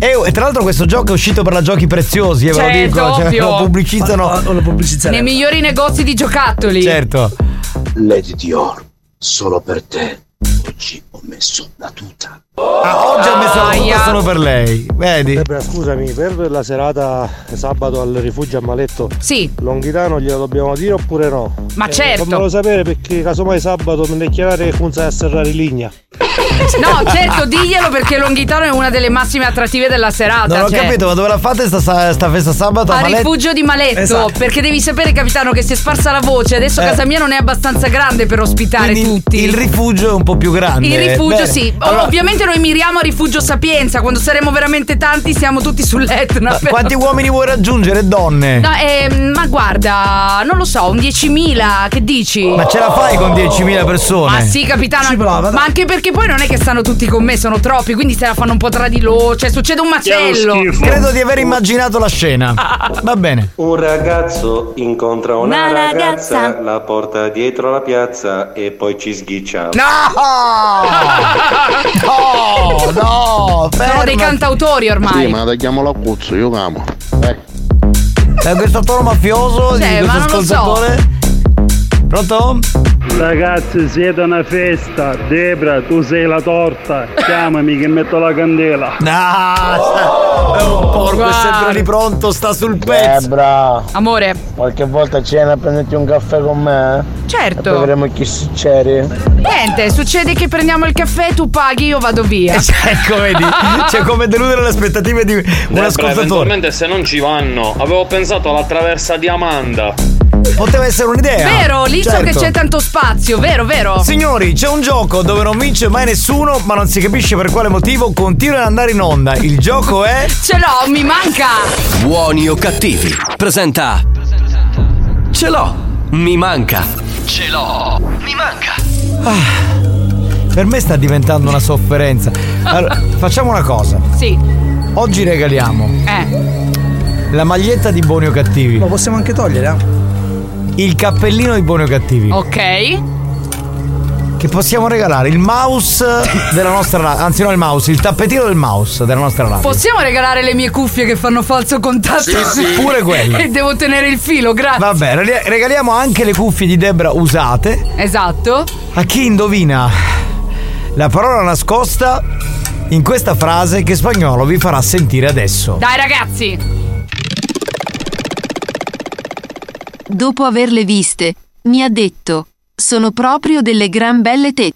E e tra l'altro questo gioco è uscito per la giochi preziosi, eh, ve lo
Certo,
dico. Cioè,
ovvio.
lo pubblicizzano. lo pubblicizzano.
Nei migliori negozi di giocattoli.
Certo.
Lady Dior, solo per te. Oggi ho messo la tuta.
Ah, [laughs] oggi ho messo la
Aia.
tuta solo per lei. Vedi?
scusami, per la serata sabato al rifugio a Maletto.
Sì.
Longhitano glielo dobbiamo dire oppure no? Eh,
Ma certo.
Fammelo sapere perché casomai sabato me ne chiarare che funziona a serrare in linea.
No, certo, diglielo perché Longhitano è una delle massime attrattive della serata.
Non ho
cioè,
capito, ma dove la fate sta, sta festa sabato?
A
Malet-
rifugio di Maletto,
Esatto.
perché devi sapere, capitano, che si è sparsa la voce. Adesso
Eh.
casa mia non è abbastanza grande per ospitare tutti.
Il rifugio è un po' più grande.
Il rifugio,
Bene.
sì. O-
Allora,
Ovviamente noi miriamo a rifugio Sapienza. Quando saremo veramente tanti, siamo tutti sull'Etna. però-
quanti uomini vuoi raggiungere, e donne?
No, ehm, ma guarda, non lo so, un 10.000, che dici?
Ma ce la fai con 10.000 persone?
eh, Ma sì, capitano. ma anche perché poi non è che stanno tutti con me, sono troppi, quindi se la fanno un po' tra di loro. Cioè, succede un macello.
Credo di aver immaginato la
[laughs]
scena. Va bene.
Un ragazzo incontra una,
Una
ragazza,
ragazza.
la porta dietro la piazza e poi ci sghiccia.
[laughs] No! No!
Sono dei cantautori ormai.
Sì, ma tagliamo la cuzzo, io amo.
Da Eh, questo toro mafioso
Cioè,
di
ma
questo
non lo so.
ascoltatore. Pronto?
Ragazzi, siete una festa. Debra, tu sei la torta. Chiamami che metto la candela.
No, è un porco, è sempre lì pronto, sta sul pezzo.
Debra,
Amore.
qualche volta cena a prenderti un caffè con me?
Certo.
E poi vedremo chi sinceri.
Eh,
Niente, succede che prendiamo il caffè, tu paghi, io vado via.
ecco, vedi?
[laughs]
Cioè, come deludere le aspettative di un ascoltatore.
eventualmente se non ci vanno, avevo pensato alla traversa di Amanda.
Poteva essere un'idea.
Vero, lì so che
Certo.
c'è tanto spazio, vero, vero?
Signori, c'è un gioco dove non vince mai nessuno, ma non si capisce per quale motivo continua ad andare in onda. Il gioco è.
Ce l'ho, mi manca!
Buoni o cattivi, presenta. Ce l'ho, mi manca. Ce l'ho, mi manca.
Ah. Per me sta diventando una sofferenza.
[laughs]
Allora, facciamo una cosa.
Sì.
Oggi regaliamo
Eh.
la maglietta di Buoni o Cattivi.
Lo possiamo anche togliere,
Il cappellino di Buoni o Cattivi.
Ok.
Che possiamo regalare il mouse della nostra radio. Anzi, no, il mouse, il tappetino del mouse della nostra radio.
Possiamo regalare le mie cuffie che fanno falso contatto?
Sì,
[laughs]
sì. Pure quelle.
E devo tenere il filo, grazie.
Vabbè, rega- regaliamo anche le cuffie di Debra usate.
Esatto.
A chi indovina la parola nascosta in questa frase che spagnolo vi farà sentire adesso.
Dai ragazzi. Eh,
Dopo averle viste, mi ha detto: Sono proprio delle gran belle tette.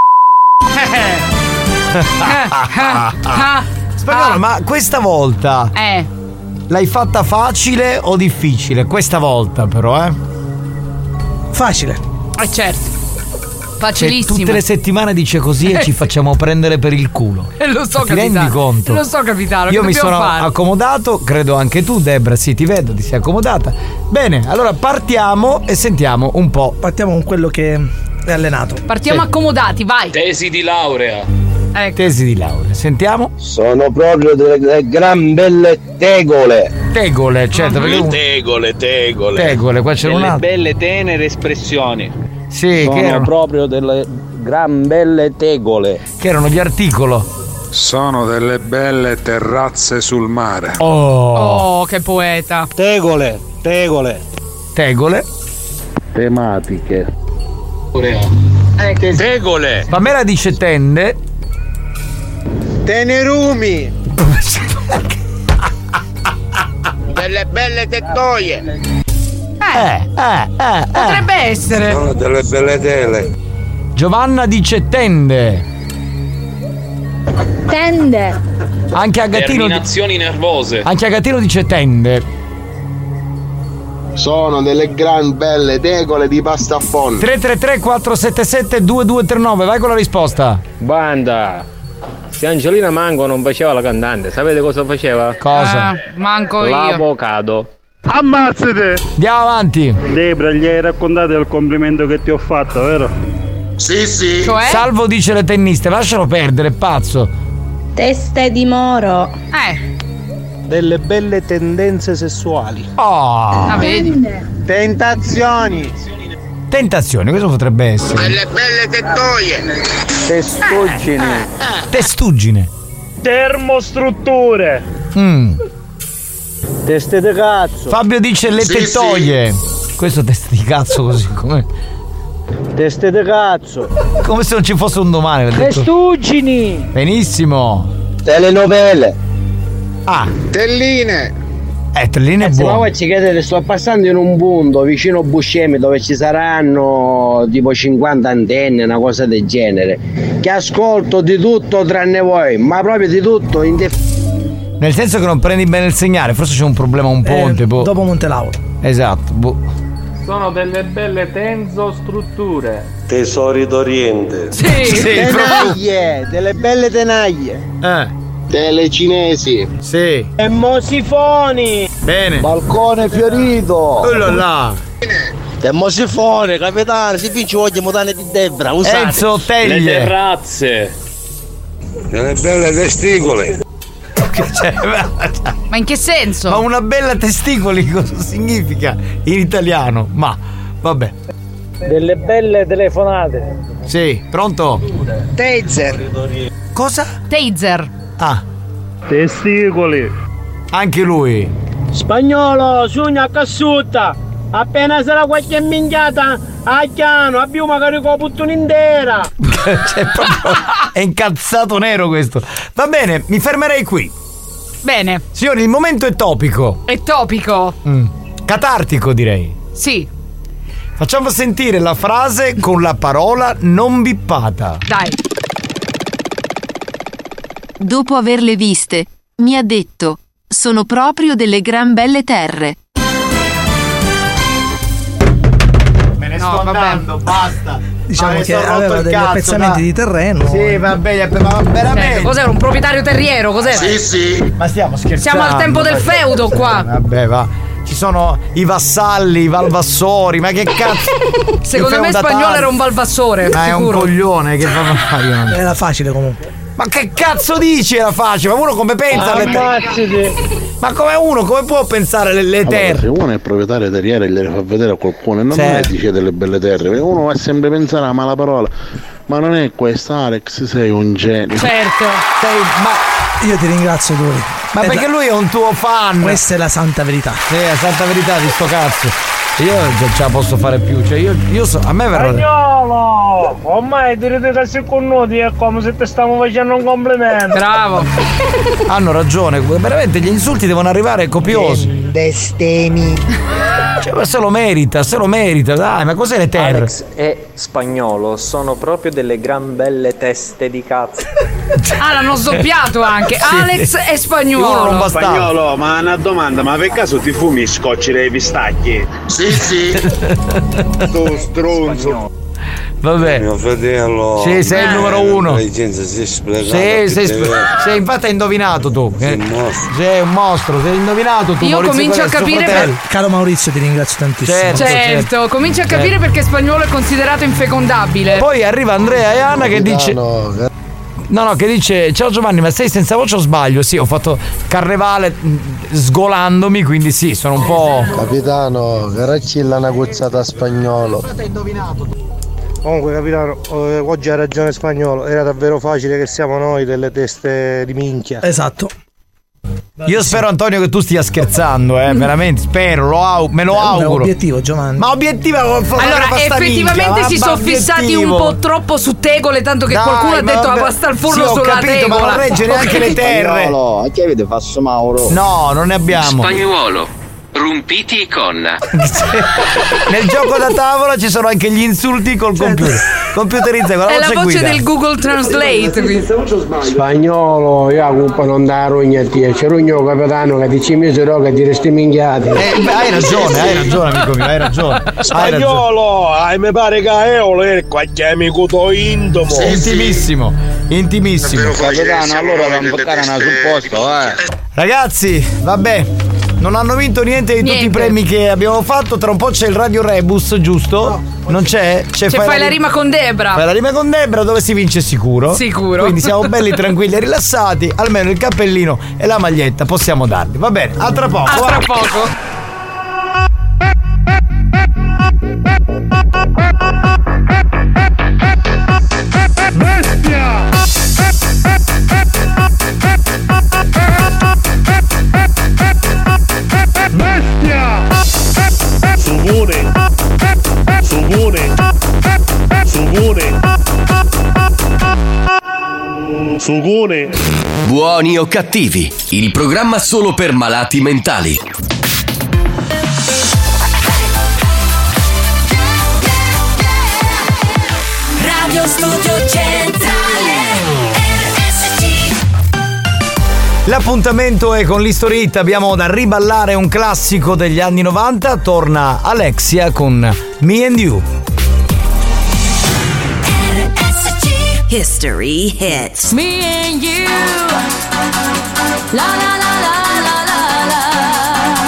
spagnolo, ma questa volta
Ah. Eh.
l'hai fatta facile o difficile? Questa volta però, eh? Facile.
Eh certo.
Cioè,
Facilissimo.
tutte le settimane dice così e ci facciamo prendere per il culo.
Eh, [laughs] Lo so,
Ti
capitano.
rendi conto?
Lo so, capitano.
Io
che
mi
dobbiamo
sono Ah,
fare?
accomodato, credo anche tu, Debra. Sì, ti vedo, ti sei accomodata. Bene, allora partiamo e sentiamo un po'. Partiamo con quello che è allenato.
Partiamo accomodati, vai.
Tesi di laurea.
ecco.
Tesi di laurea. Sentiamo.
Sono proprio delle, delle gran belle tegole.
Tegole, certo, perché un-
Tegole, tegole.
Tegole, qua c'era
Delle
un altro.
belle tenere espressioni.
[laughs] Sì,
Sono
che erano?
proprio delle gran belle tegole.
che erano gli articolo.
Sono delle belle terrazze sul mare.
Oh, che poeta.
Tegole, tegole.
Tegole.
Tematiche.
Ecco.
Tegole.
Pamela dice tende. [laughs]
Tenerumi. delle belle tettoie.
Eh, Potrebbe essere.
Sono delle belle tele.
Giovanna dice tende.
Tende.
Anche Agatino,
Terminazioni nervose.
anche Agatino dice tende.
Sono delle gran belle tegole di pasta a fondo.
333 477 2239, vai con la risposta.
Banda! Se Angelina Mango non faceva la cantante, sapete cosa faceva?
Cosa?
Ah,
manco
io.
L'avocado. Ammazzate!
Andiamo avanti.
Debra, gli hai raccontato il complimento che ti ho fatto, vero?
Sì, sì.
Cioè?
Salvo dice le tenniste, lascialo perdere, pazzo.
Teste di moro.
Eh.
Delle belle tendenze sessuali.
Oh.
Ah,
Ah,
Tentazioni.
Tentazione, questo potrebbe essere.
belle tettoie. Testuggini.
Testuggine.
Termostrutture.
Mm.
Teste de cazzo.
Fabio dice le
Sì,
tettoie. Questo testa di cazzo così come.
Teste de cazzo.
Come se non ci fosse un domani. l'ha detto.
Testuggini.
Benissimo.
Telenovele.
Ah.
Telline.
Eh, Tellina è
Ma
buono.
voi ci chiedete, sto passando in un punto vicino a Buscemi dove ci saranno tipo 50 antenne, una cosa del genere. Che ascolto di tutto tranne voi, ma proprio di tutto in
Nel senso che non prendi bene il segnale, forse c'è un problema a un ponte. boh. Dopo Montelauro. Esatto. boh.
Sono delle belle tenso strutture.
Tesori d'Oriente.
delle belle tenaglie.
Eh.
Telecinesi.
Sì.
E mosifoni.
Bene.
Balcone fiorito.
Quello là.
E mosifone, capitano, si vince oggi modane di Debra, usate.
Enzo Teglie.
Le terra-
Grazie.
Delle belle testicole.
cioè,
Ma in che senso?
Ma una bella testicoli [laughs] cosa significa in italiano? Ma vabbè.
Delle belle telefonate.
Sì, pronto?
Taser.
Cosa?
Taser.
Ah.
Testicoli.
Anche lui.
Spagnolo, sogna cassuta. Appena sarà qualche minchiata, a piano, abbiamo magari con puttuna intera.
Cioè, proprio [laughs] è incazzato nero questo. Va bene, mi fermerei qui.
Bene.
Signori, il momento è topico.
È topico.
Mm. Catartico, direi.
Sì.
Facciamo sentire la frase con la parola non bippata.
Dai.
Dopo averle viste, mi ha detto: Sono proprio delle gran belle terre.
Me ne sto andando, basta.
Diciamo
Ma mi
che
sono rotto
aveva
il
degli
cazzo,
appezzamenti
dai.
di terreno.
Sì, va bene, ma veramente.
Certo, cos'era? Un proprietario terriero, cos'era?
Sì, sì. Ma stiamo scherzando.
Siamo al tempo del
dai.
feudo qua.
[laughs] Vabbè, va. Ci sono i vassalli, i valvassori,
[laughs]
ma che cazzo?
Secondo
Che
me
feudatari.
spagnolo era un valvassore,
Ma è un
sicuro.
coglione che fa
[laughs]
Era facile comunque. Ma che cazzo dici era facile? Ma uno come pensa alle terre? Ma come uno come può pensare le, le terre? Certo.
se uno è proprietario terriere e gliele fa vedere a qualcuno e non
Sì.
è dice delle belle terre, perché uno va sempre a pensare a mala parola. Ma non è questa Alex, sei un genio.
Cioè,
Certo.
ma io ti ringrazio Dori.
Ma perché
lui è un tuo fan.
eh, Questa è la santa verità.
Sì, la santa verità di sto cazzo. Io non ce la posso fare più, cioè io, io so, a me verrà.
Spagnolo! Ormai ti ridete con noi è come se ti stiamo facendo un complimento.
Bravo!
Hanno ragione, veramente gli insulti devono arrivare copiosi.
Bestemi.
Cioè, ma se lo merita, se lo merita, dai, ma cos'è le terre?
e spagnolo sono proprio delle gran belle teste di cazzo.
Ah, l'hanno sdoppiato anche.
Sì.
Alex è spagnolo.
Spagnolo, ma una domanda, ma per caso ti fumi scotch dei pistacchi? Sì, sì.
Sto stronzo.
Vabbè.
Mio fratello.
Sì, sei il numero uno.
La licenza si è sprecata
Sei, sei,
perché-
[laughs] sei- infatti hai indovinato tu. Esatto, Sei un mostro. Sei un mostro, sei indovinato tu. Maurizio
Eh,
Corea, suo fratello.
Caro Maurizio, ti ringrazio tantissimo.
Certo,
Certo, cominci a capire perché spagnolo è considerato infecondabile.
eh. Poi arriva Andrea e Anna che dice. No, no, che dice: Ciao Giovanni, ma sei senza voce o sbaglio? Sì, ho fatto carnevale mh, sgolandomi, quindi sì, sono un po'.
Capitano, Garacilla una guzzata a spagnolo. Comunque capitano, eh, oggi ha ragione spagnolo, era davvero facile che siamo noi delle teste di minchia.
Esatto. Io spero, Antonio, che tu stia scherzando, eh, veramente. Spero, lo au- me lo
un
auguro.
obiettivo, Giovanni.
Ma obiettivo eh,
Allora, effettivamente si sono fissati un po' troppo su tegole, tanto che qualcuno ha detto la pasta al forno sulla tegola.
le terre.
No, a chi avete passo Mauro?
No, non ne abbiamo.
Spagnuolo, rumpiti
[laughs]
e conna.
Nel gioco da tavola ci sono anche gli insulti col computer. Computerizza con la
Certo. È
voce,
la voce
guida.
del Google Translate. quindi.
Spagnolo, io comunque non da rogna a te, c'è rogno capitano che ti ci misero che ti resti minchiati.
Eh, beh, hai ragione, hai ragione, amico mio, eh. hai ragione. Hai ragione.
Spagnolo, hai mi pare che è olè, qualche amico tuo intimo.
Sì, intimissimo, intimissimo.
Capitano, allora non toccare una supposta, eh.
Ragazzi, vabbè, non hanno vinto niente di tutti i premi che abbiamo fatto. Tra un po' c'è il Radio Rebus, giusto? non c'è? C'è
Cioè, fai la rima con Debra.
Fai la rima con Debra dove si vince sicuro.
Sicuro.
Quindi siamo belli tranquilli e rilassati. Almeno il cappellino e la maglietta possiamo darli. Va bene, a tra poco.
A
va.
tra poco.
Bestia! Bestia! Subone! Subone! Subone! Sugone!
Buoni o cattivi, il programma solo per malati mentali.
Radio Studio Centrale RSC
L'appuntamento è con l'History Hit, abbiamo da riballare un classico degli anni 90, torna Alexia con Me and You.
History hits. Me and you. La la la la la la la.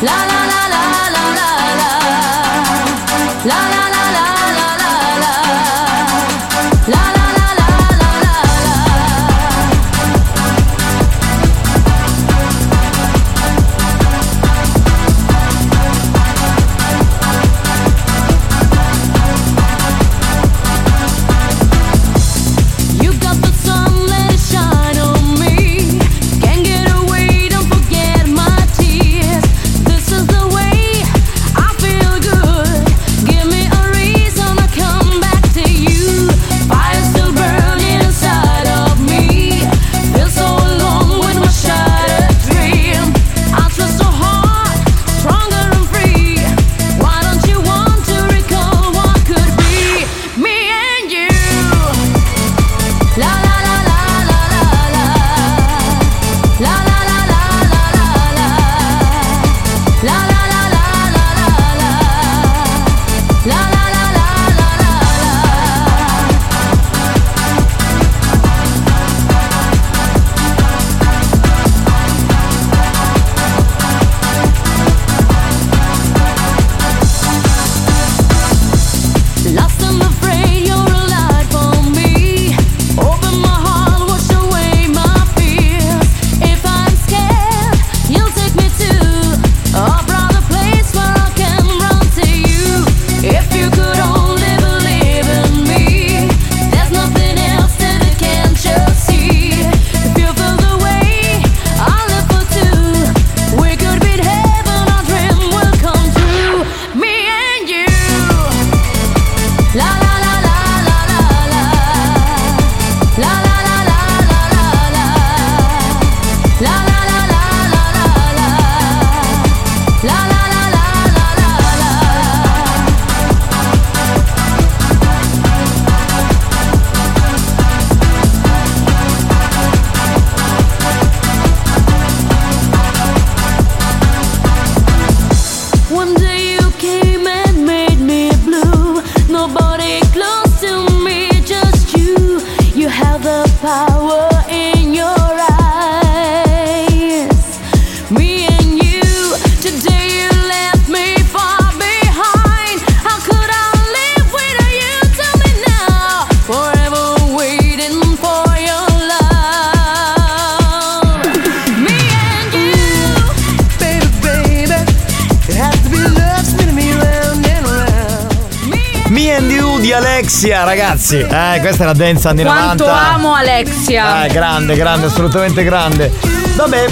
La la la la la la la. La la la la la la la. La la la la la la la. You got the sun, let it shine on me. Can't get away, don't forget my tears. This is
Alexia, ragazzi. Eh, questa è la danza anni
Quanto
90.
amo Alexia.
Eh, grande, grande, assolutamente grande. Vabbè,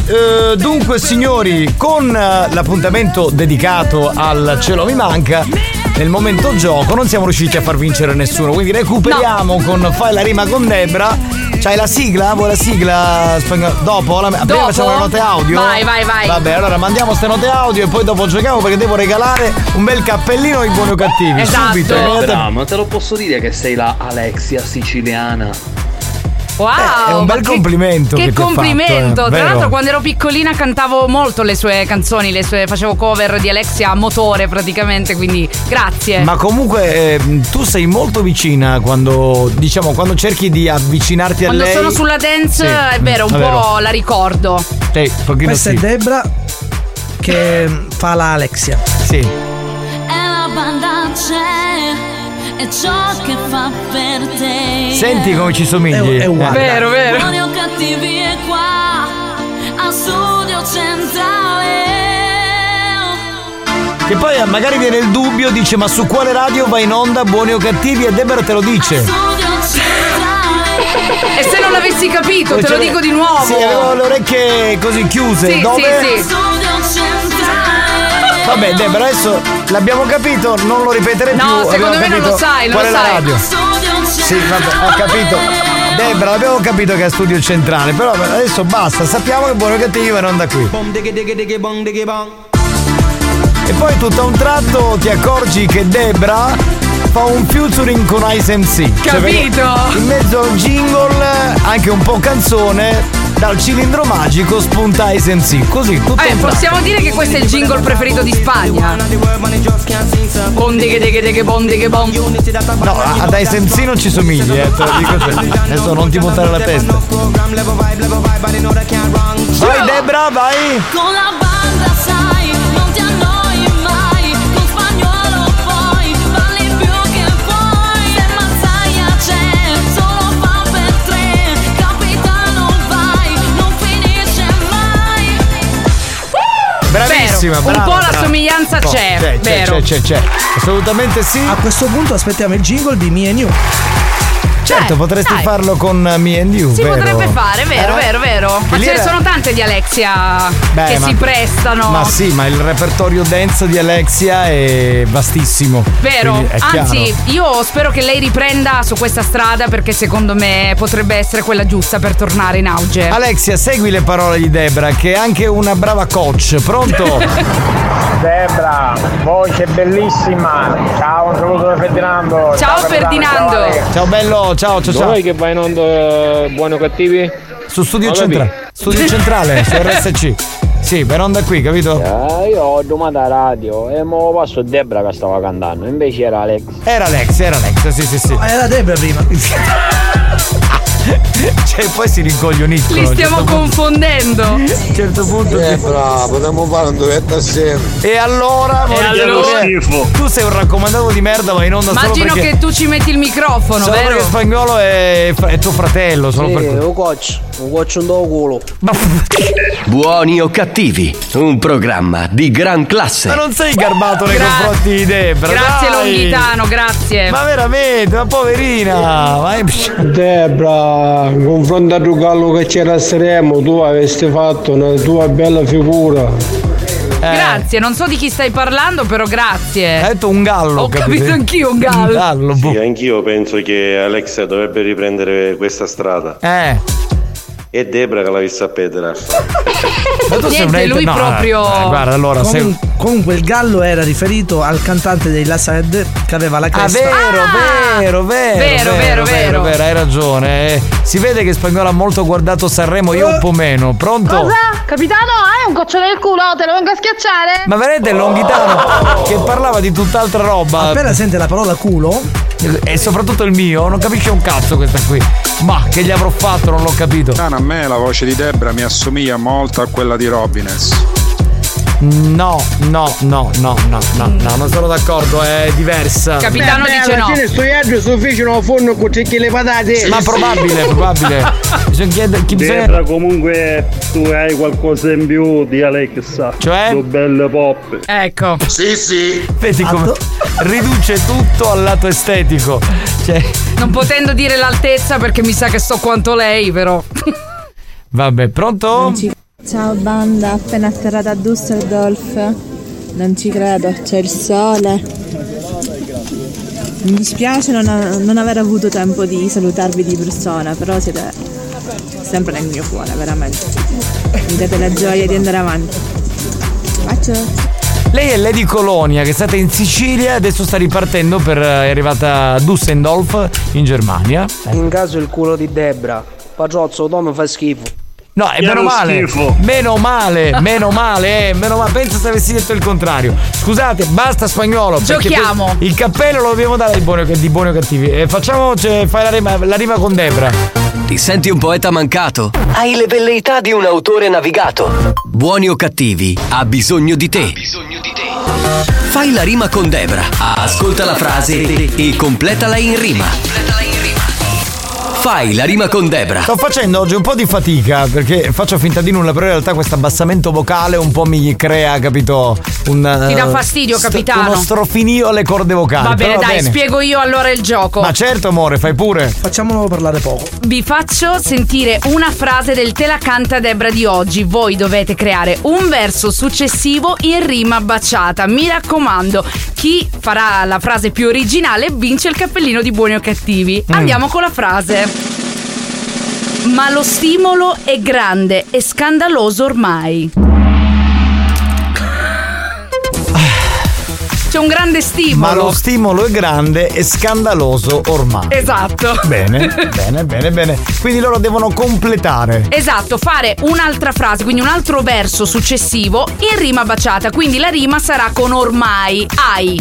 eh, dunque signori, con eh, l'appuntamento dedicato al cielo mi manca, nel momento gioco non siamo riusciti a far vincere nessuno, quindi recuperiamo con Fai la rima con Debra. C'hai la sigla? Vuoi la sigla spagnola? Dopo? La... Prima
Dopo?
facciamo le note audio?
Vai, vai, vai.
Vabbè, allora mandiamo ste note audio e poi dopo giochiamo perché devo regalare un bel cappellino ai buoni o cattivi.
Esatto.
Subito.
Esatto.
eh.
Bravo, ma te lo posso dire che sei la Alexia siciliana.
Wow.
Eh, È un bel complimento.
Che,
Che, ti ho
complimento!
fatto, eh.
Tra
Vero?
l'altro, quando ero piccolina cantavo molto le sue canzoni, le sue, facevo cover di Alexia a motore praticamente, quindi grazie.
Ma comunque ehm, tu sei molto vicina quando diciamo quando cerchi di avvicinarti
quando
a lei.
sono sulla dance,
Sì,
è vero, un
è vero.
po' la ricordo.
Sì, un pochino
Questa
sì.
è Debra che fa la Alexia.
Sì.
E la banda c'è, è ciò che fa per te.
Senti come ci somigli. Eh.
È- è uguale. Vero,
Buoni o cattivi è qua, a studio centrale.
Che poi eh, magari viene il dubbio, dice ma su quale radio va in onda buoni o cattivi e Debra te lo dice.
E
Este
se non l'avessi capito, te
Cioè,
lo dico di nuovo.
Sì, avevo le orecchie così chiuse.
Sì,
Dove?
sì, sì.
Vabbè Debra adesso l'abbiamo capito, non lo ripeteremo
No,
più.
secondo
abbiamo
me non
capito
lo sai, non
qual
lo
è la
sai.
radio. Sì, vabbè, ho capito. Debra, abbiamo capito che è studio centrale, però adesso basta, sappiamo che buono o cattivo è non da qui. E poi tutto a un tratto ti accorgi che Debra fa un featuring con Ice MC. Cioè,
Capito?
perché in mezzo a un jingle, anche un po' canzone, dal cilindro magico spunta Ice MC. Così tutto a
Eh,
un tratto.
possiamo dire che questo è il jingle preferito di Spagna. Bondighe deghe deghe bondighe bon.
No, a- ad Ice MC non ci somigli, eh, te lo dico sempre. Adesso non ti montare la testa. Vai Debra, vai!
Con la banda sai, non ti annoi mai, con spagnolo poi, parli più che vuoi, se mazzaia c'è, solo fa per tre, capitano vai, non finisce mai.
Bravissima,
Vero, un
brava,
po' la
brava.
somiglianza
Un po',
c'è,
c'è, c'è,
vero.
c'è, c'è, c'è. Assolutamente sì.
A questo punto aspettiamo il jingle di Me and You.
Certo,
Eh,
potresti
dai.
farlo con eh, me and you.
Si
vero?
potrebbe fare, vero,
Eh?
vero, vero. Ma
Lì
ce ne
era-
sono tante di Alexia
Beh,
che
ma-
si prestano.
Ma sì, ma il repertorio dance di Alexia è vastissimo.
Vero,
Quindi è chiaro.
anzi io spero che lei riprenda su questa strada perché secondo me potrebbe essere quella giusta per tornare in auge. [laughs]
Alexia, segui le parole di Debra, che è anche una brava coach.
[laughs]
Pronto?
Debra, voce bellissima. Ciao, un saluto da Ferdinando. capitano, ciao, Ale.
Ciao bello, ciao, ciao, ciao.
Dov'è che vai in onda eh, buoni o cattivi?
Su Studio
Ho
Centrale.
capito.
Studio Centrale, [laughs] su RSC. Sì, per onda qui, capito?
Eh, io ho domanda radio e mo lo passo Debra che stava cantando, invece era Alex.
Era Alex, era Alex, sì, sì, sì.
Era Debra
[laughs]
prima.
Cioè, poi si rincoglioniscono.
Li
a un
stiamo
certo punto. [laughs]
confondendo. A
un certo punto.
Debra, potremmo fare un duetto assieme.
E allora,
E
Maurizio
allora?
Gabriele, tu sei un raccomandato di merda, ma in onda
Immagino
solo perché
che tu ci metti il microfono,
solo
vero?
perché spagnolo è, è tuo fratello, solo
Sì,
per
Eh, un coach, un coach un do culo.
Buoni o cattivi, un programma di gran classe.
Ma non sei garbato nei
Gra-
confronti di Debra.
Grazie
dai.
Longhitano,
Eh.
grazie.
Ma veramente, ma poverina. Ma è...
[laughs] Debra, in confronto a Rugallo che c'era a Seremo, tu avresti fatto una tua bella figura.
Grazie, non so di chi stai parlando, però grazie.
eh. Hai detto un gallo.
Ho capito,
capito?
anch'io un gallo.
Sì,
anch'io penso che Alex dovrebbe riprendere questa strada.
Eh.
E Debra che l'avesse a pedra.
Ma tu sei un
Niente,
hater-
lui
no,
proprio-
eh, guarda, allora, sei un-
Comun- Comunque il gallo era riferito al cantante dei La Sed che aveva la
Ah,
cresta.
vero, vero, vero, vero, vero, vero, hai ragione. eh. Si vede che Spagnolo ha molto guardato Sanremo, io un po' meno. Pronto?
Capitano, hai un coccio nel culo, te lo vengo a schiacciare?
Ma veramente è Longhitano che parlava di tutt'altra roba.
Appena sente la parola culo.
E soprattutto il mio, non capisce un cazzo questa qui. Ma che gli avrò fatto, non l'ho capito.
a me la voce di Debra mi assomiglia molto a quella di Robines.
No, no, no, no, no, no, no, non sono d'accordo, è diversa.
Beh, beh, alla fine sto viaggio sto vicino al forno con tutte le patate.
Ma probabile, probabile. Bisogna chiedere chi bisogna-
Debra comunque tu hai qualcosa in più di Alexa. Cioè? Due belle pop.
Ecco.
Sì, sì.
Vedi come riduce tutto al lato estetico. Cioè,
Non potendo dire l'altezza perché mi sa che so quanto lei, però.
vabbè, pronto?
Ciao banda, appena atterrata a Dusseldorf. Non ci credo, c'è il sole. Mi dispiace non, non aver avuto tempo di salutarvi di persona, però siete sempre nel mio cuore, veramente. Mi date la gioia di andare avanti. Bacio!
Lei è Lady Colonia che è stata in Sicilia e adesso sta ripartendo per eh, è arrivata a Düsseldorf in Germania.
In caso il culo di Debra. Pagiozzo, dono fa schifo.
No, e meno male, meno male, meno male, eh, meno male. Penso se avessi detto il contrario. Scusate, basta spagnolo. perché
Giochiamo.
poi Il cappello lo dobbiamo dare di buoni, di buoni o cattivi. E facciamo, cioè, fai la rima, la rima con Debra.
Ti senti un poeta mancato? Hai le velleità di un autore navigato. Buoni o cattivi, ha bisogno di te. Fai la rima con Debra. Ascolta la frase e completala in rima. Fai la rima con Debra.
Sto facendo oggi un po' di fatica perché faccio finta di nulla, però in realtà questo abbassamento vocale un po' mi crea, capito? Un,
Ti dà
eh,
fastidio, capitano.
Uno strofinio alle corde vocali.
Va bene,
Ah, però
dai, spiego io allora il gioco.
Ma certo, amore, fai pure. Facciamolo parlare poco.
Vi faccio sentire una frase del Te la canta Debra di oggi. Voi dovete creare un verso successivo in rima baciata. Mi raccomando, chi farà la frase più originale vince il cappellino di buoni o cattivi.
Mm.
Andiamo con la frase. Ma lo stimolo è grande e scandaloso ormai. C'è un grande stimolo.
Ah. Ma lo stimolo è grande e scandaloso ormai.
Esatto. [laughs]
Bene, bene, bene, bene. Quindi loro devono completare.
Esatto, fare un'altra frase, quindi un altro verso successivo in rima baciata. Quindi la rima sarà con ormai. Ai.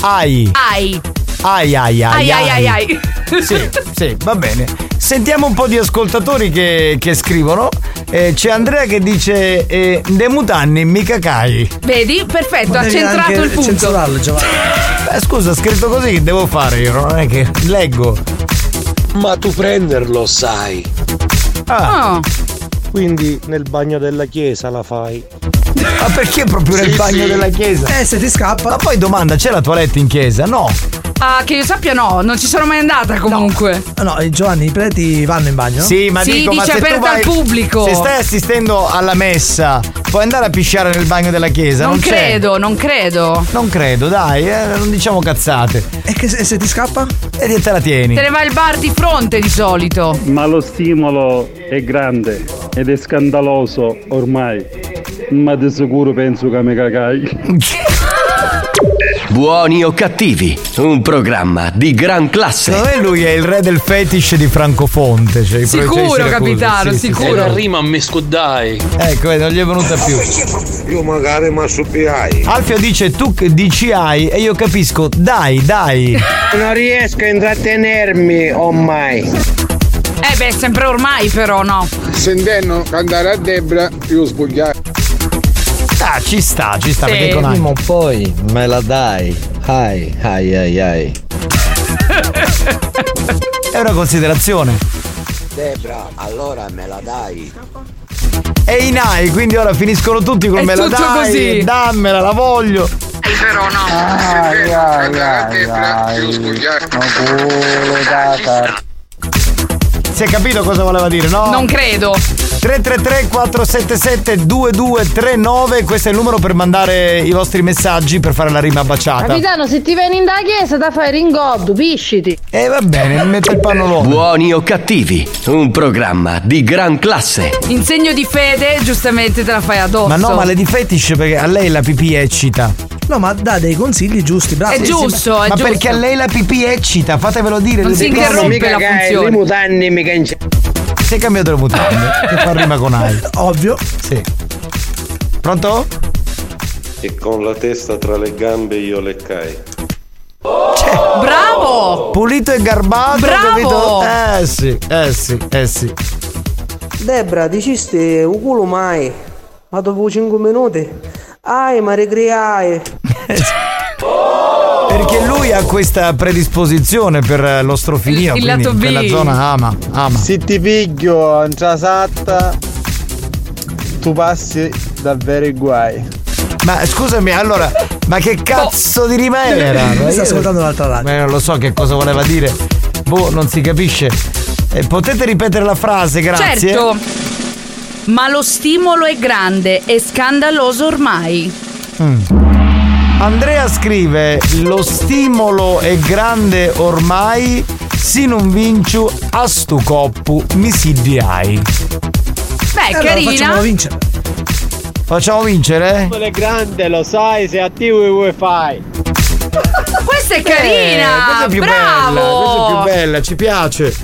Ai.
Ai.
Ai ai ai.
Ai, ai, ai, ai.
Sì, sì, va bene. Sentiamo un po' di ascoltatori che, che scrivono. Eh, c'è Andrea che dice eh, De mutanni mica cai.
Vedi? Perfetto, ha centrato il punto.
Beh, scusa, scritto così che devo fare io, non è che leggo.
Ma tu prenderlo sai.
Ah.
Quindi nel bagno della chiesa la fai.
Ma perché proprio nel
Sì,
bagno
sì.
della chiesa? Eh, se ti scappa. Ma poi domanda, c'è la toilette in chiesa? No.
Ah, che io sappia no, non ci sono mai andata comunque.
No, eh, Giovanni, i preti vanno in bagno?
Sì, ma dico, ma
dice
se tu
aperta
vai-
al pubblico.
Se stai assistendo alla messa, puoi andare a pisciare nel bagno della chiesa?
non
Non, c'è.
credo, non credo.
Non credo, dai, eh, non diciamo cazzate.
E che se, se ti scappa?
E te la tieni.
Te ne va il bar di fronte di solito.
Ma lo stimolo è grande ed è scandaloso ormai. Ma di sicuro penso che
[laughs]
mi cagai. [laughs]
Buoni o cattivi, un programma di gran classe.
Secondo me lui è il re del fetish di Francofonte. Cioè i
Sicuro,
proiettili di Siracusa.
capitano,
Sì, sì,
sicuro.
sì.
Era
Prima a me scudai.
Ecco, eh, non gli è venuta più.
Io magari mi assopiai.
Alfio dice tu che dici hai e io capisco dai dai.
Non riesco a intrattenermi ormai.
Eh beh, sempre ormai però, no.
Sentendo cantare a Debra, io sbugliai.
Ah, ci sta, ci sta,
Sì. perché con
Prima o poi me la dai. Ai, ai, ai, ai.
È una considerazione.
Debra, allora me la dai.
E i nai, quindi ora finiscono tutti con
È
me la
tutto
dai.
così.
Dammela, la voglio.
Però no.
Ai, ai, ai, ai.
Ah, certo.
Si è capito cosa voleva dire, no?
Non credo.
333 477 2239, questo è il numero per mandare i vostri messaggi per fare la rima baciata.
Capitano, se ti vieni in da chiesa da fai ringobbo, pisciti.
E Eh, va bene, metto il panno l'uomo.
Buoni o cattivi, un programma di gran classe.
In segno di fede, giustamente te la fai addosso.
Ma no, ma le di fetish perché a lei la pipì eccita.
No, ma dà dei consigli giusti, bravo.
È
Sì, sì,
giusto,
ma-
è
ma
giusto.
perché
a lei la pipì eccita? Fatevelo dire.
Non
le
si
dico-
interrompe
Mica
la
che
funzione.
le mutanne mica in
Si è cambiato le mutande. che fa rima con AI.
Ovvio.
Sì. Pronto?
E con la testa tra le gambe io leccai.
Bravo!
Pulito e garbato,
Bravo!
Ah, capito? Eh sì, eh sì, eh sì.
Debra, diciste un culo mai. Ma dopo 5 minuti
Ai, ma regriai.
Perché lui ha questa predisposizione per eh, l'ostrofilia,
Il
quindi
lato B.
quella zona ama, ama.
Se ti piglio in trasatta, tu passi davvero i guai.
Ma scusami, allora, ma che cazzo di rimedio era?
Mi sta
Io-
ascoltando
l'altra
Ma io non lo so che cosa voleva dire. Boh, non si capisce. Eh, potete ripetere la frase, grazie.
Certo. Ma lo stimolo è grande e scandaloso ormai.
Andrea scrive: Lo stimolo è grande ormai. Si non vinciu a stu coppu mi si diai.
Beh, carina.
vincere.
Facciamo vincere?
Quello è grande, lo sai, se attivo il wifi.
Questa è
carina,
questa è più
bravo.
bella, questa è più bella, ci piace.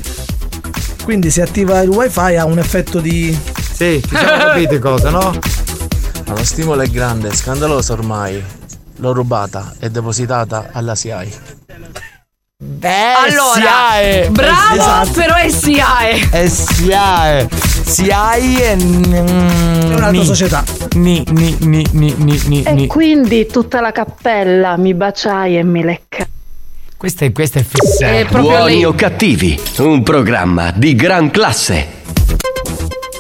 Quindi se attiva il wifi ha un effetto di.
Sì, ci
[laughs]
siamo capiti cosa, no?
Ma lo stimolo è grande, scandaloso ormai. L'ho rubata e depositata alla SIAE.
Beh,
Allora,
Eh, SIAE.
bravo,
Eh, esatto.
però è SIAE.
È SIAE. SIAE è. È
un'altra società.
Ni, ni, ni, ni, ni, ni,
E
ni.
quindi tutta la cappella mi baciai e mi lecca.
Questa è, questa è fissa.
È
Buoni
Buoni o cattivi, un programma di gran classe.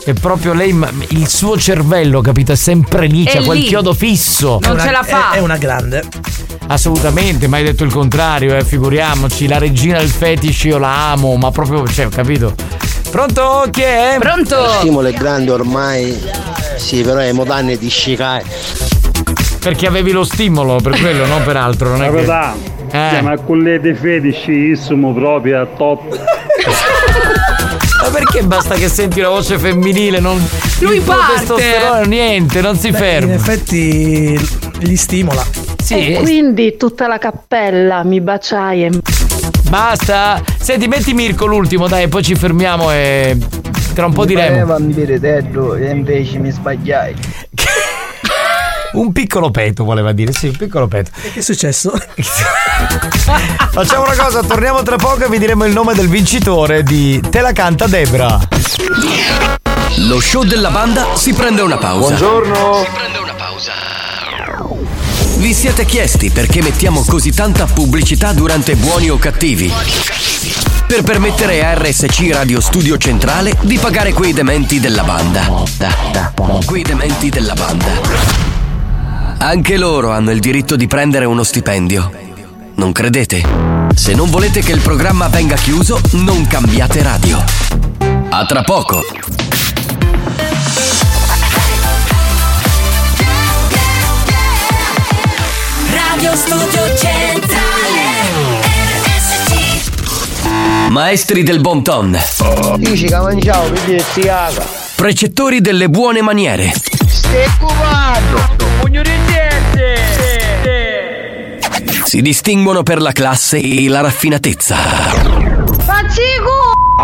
È proprio lei, ma il suo cervello, capito, è sempre lì,
È
c'è quel
lì.
chiodo fisso.
Non È una- ce la fa. è- è una grande.
Assolutamente, mai detto il contrario, eh, figuriamoci, la regina del fetish io la amo, ma proprio, cioè, capito? Pronto? Chi è?
Pronto?
stimolo è grande ormai. Sì, però è modane di scicare.
Perché avevi lo stimolo
[laughs]
per quello, non per altro, non è che...
Proprietà.
Eh.
Ma con le te fetici siamo proprio a top.
Ma perché basta che senti la voce femminile, non
Lui
il tuo
parte.
testosterone, niente, non si
Beh,
ferma.
In effetti gli stimola. Eh,
e quindi tutta la cappella mi baciai e
Basta. Senti, metti Mirko l'ultimo, dai, e poi ci fermiamo e tra un po' diremo.
mi vedetetto e invece mi sbagliai.
Un piccolo petto voleva dire, sì, un piccolo petto.
Che è successo?
[laughs] Facciamo una cosa, torniamo tra poco e vi diremo il nome del vincitore di Te la canta Debra.
Lo show della banda si prende una pausa.
Buongiorno.
Si prende una pausa. Vi siete chiesti perché mettiamo così tanta pubblicità durante buoni o cattivi? Per permettere a RSC Radio Studio Centrale di pagare quei dementi della banda. Quei dementi della banda. Anche loro hanno il diritto di prendere uno stipendio. Non credete? Se non volete che il programma venga chiuso, non cambiate radio. A tra poco.
Radio Studio Centrale RSC
Maestri del bon ton.
Dici che mangiavo, vedi si caga.
Precettori delle buone maniere.
Stai cubando! Pugno di
Si distinguono per la classe e la raffinatezza.
Facci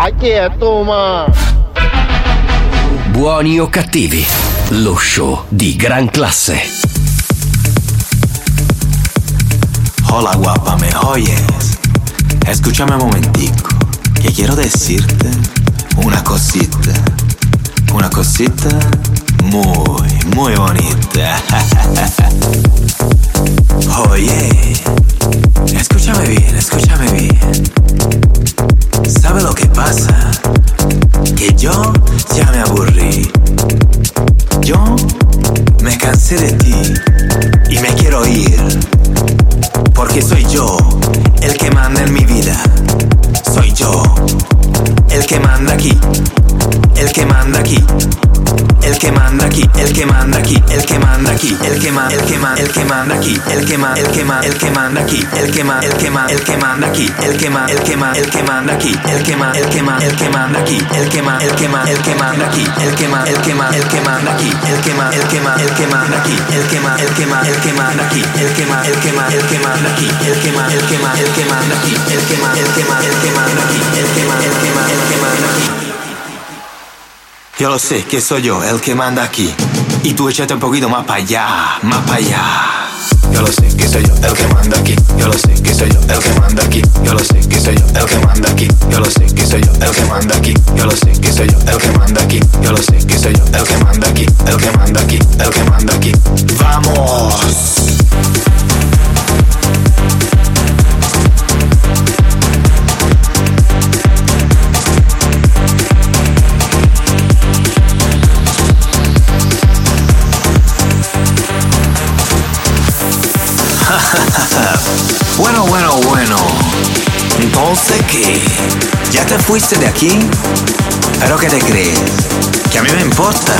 A chi è tu, ma?
Buoni o cattivi. Lo show di gran classe.
Hola guapame, oye. Escúchame un momentico, que quiero decirte una cosita. Una cosita muy, muy bonita. [laughs] Oye, escúchame bien, escúchame bien. ¿Sabe lo que pasa? Que yo ya me aburrí. Yo me cansé de ti y me quiero ir. Porque soy yo el que manda en mi vida. Soy yo el que manda aquí. El que manda aquí. El que manda aquí, el que manda aquí, el que manda aquí, el que manda, el que manda, el que manda aquí, el que manda, el que manda, el que manda aquí, el que manda, el que manda, el que manda aquí, el que manda, el que manda, el que manda aquí, el que manda, el que manda, el que manda aquí, el que manda, el que manda, el que manda aquí, el que manda, el que manda, el que manda aquí, el que manda, el que manda, el que manda aquí, el que manda, el que manda, el que manda aquí, el que manda, el que manda, el que manda aquí, el que manda, el que manda, el que manda aquí, el que manda, el que manda, el que manda aquí, el que manda, el que manda, el que manda aquí. Yo lo sé, que soy yo el que manda aquí. Y tú échate un poquito más para allá, más para allá. yo lo sé que soy yo el que manda aquí, yo lo sé que soy yo el que manda aquí, yo lo sé que soy yo el que manda aquí, yo lo sé que soy yo el que manda aquí, yo lo sé que soy yo el que manda aquí, yo lo sé que soy yo el que manda aquí, el que manda aquí, el que manda aquí. Vamos. [laughs] Bueno, bueno, bueno. Entonces, ¿qué? ¿Ya te fuiste de aquí? ¿Pero qué te crees? ¿Que a mí me importa?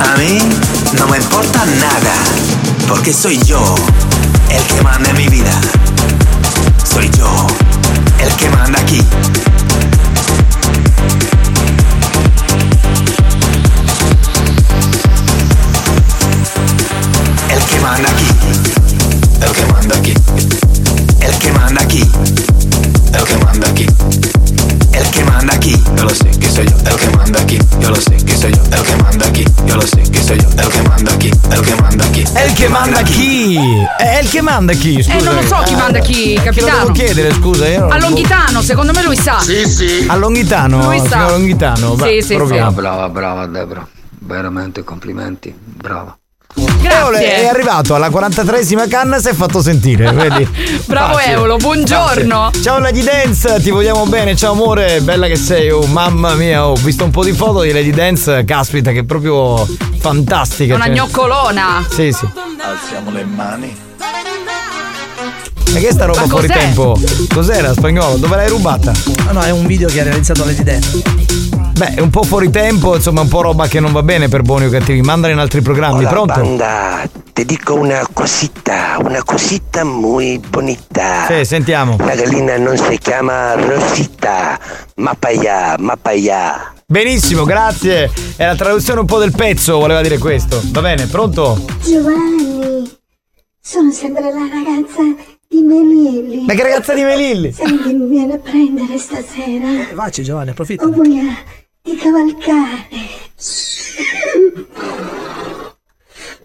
A mí no me importa nada. Porque soy yo el que manda en mi vida. Soy yo el que manda aquí. El que manda aquí. El que manda aquí. El que manda aquí. El que manda aquí. El que manda aquí. Yo lo sé que soy yo. El que manda aquí. Yo lo sé que soy yo. El que manda aquí. Yo lo sé que soy yo. El que manda aquí. El que manda aquí.
È il che manda chi? È il che manda chi? Scusa.
Eh, non lo so chi manda chi,
Te lo
capitano.
devo chiedere, scusa. Io non
A Longhitano, secondo me lui sa. Sì, sì.
A Longhitano,
Lui sa.
signor Longhitano, va,
Sì, sì,
proviamo.
sì.
Brava, brava Debra. Veramente complimenti. Brava.
Eole è arrivato alla 43esima canna si è fatto sentire. vedi?
[laughs] Bravo
Facile.
Eolo, buongiorno.
Facile. Ciao Lady Dance, ti vogliamo bene, ciao amore, bella che sei, oh mamma mia, ho visto un po' di foto di Lady Dance, caspita che è proprio fantastica.
È una
cioè.
gnoccolona.
Sì, sì.
Alziamo le mani.
E che è sta roba
Ma
fuori
cos'è?
tempo? Cos'era spagnolo? Dove l'hai rubata?
No, no, è un video che ha realizzato Lady Dance.
Beh, è un po' fuori tempo, insomma, un po' roba che non va bene per buoni o cattivi. Mandala in altri programmi,
Hola,
pronto?
banda. Te dico una cosita, una cosita muy bonita.
Sì, sentiamo.
La gallina Eh, non si chiama Rosita, ma paia, ma paia.
Benissimo, grazie. È la traduzione un po' del pezzo, voleva dire questo. Va bene, pronto?
Giovanni, sono sempre la ragazza di Melilli.
Ma che ragazza di Melilli?
Se mi viene a prendere stasera,
Vacci Giovanni, approfitta.
ho voglia di cavalcare.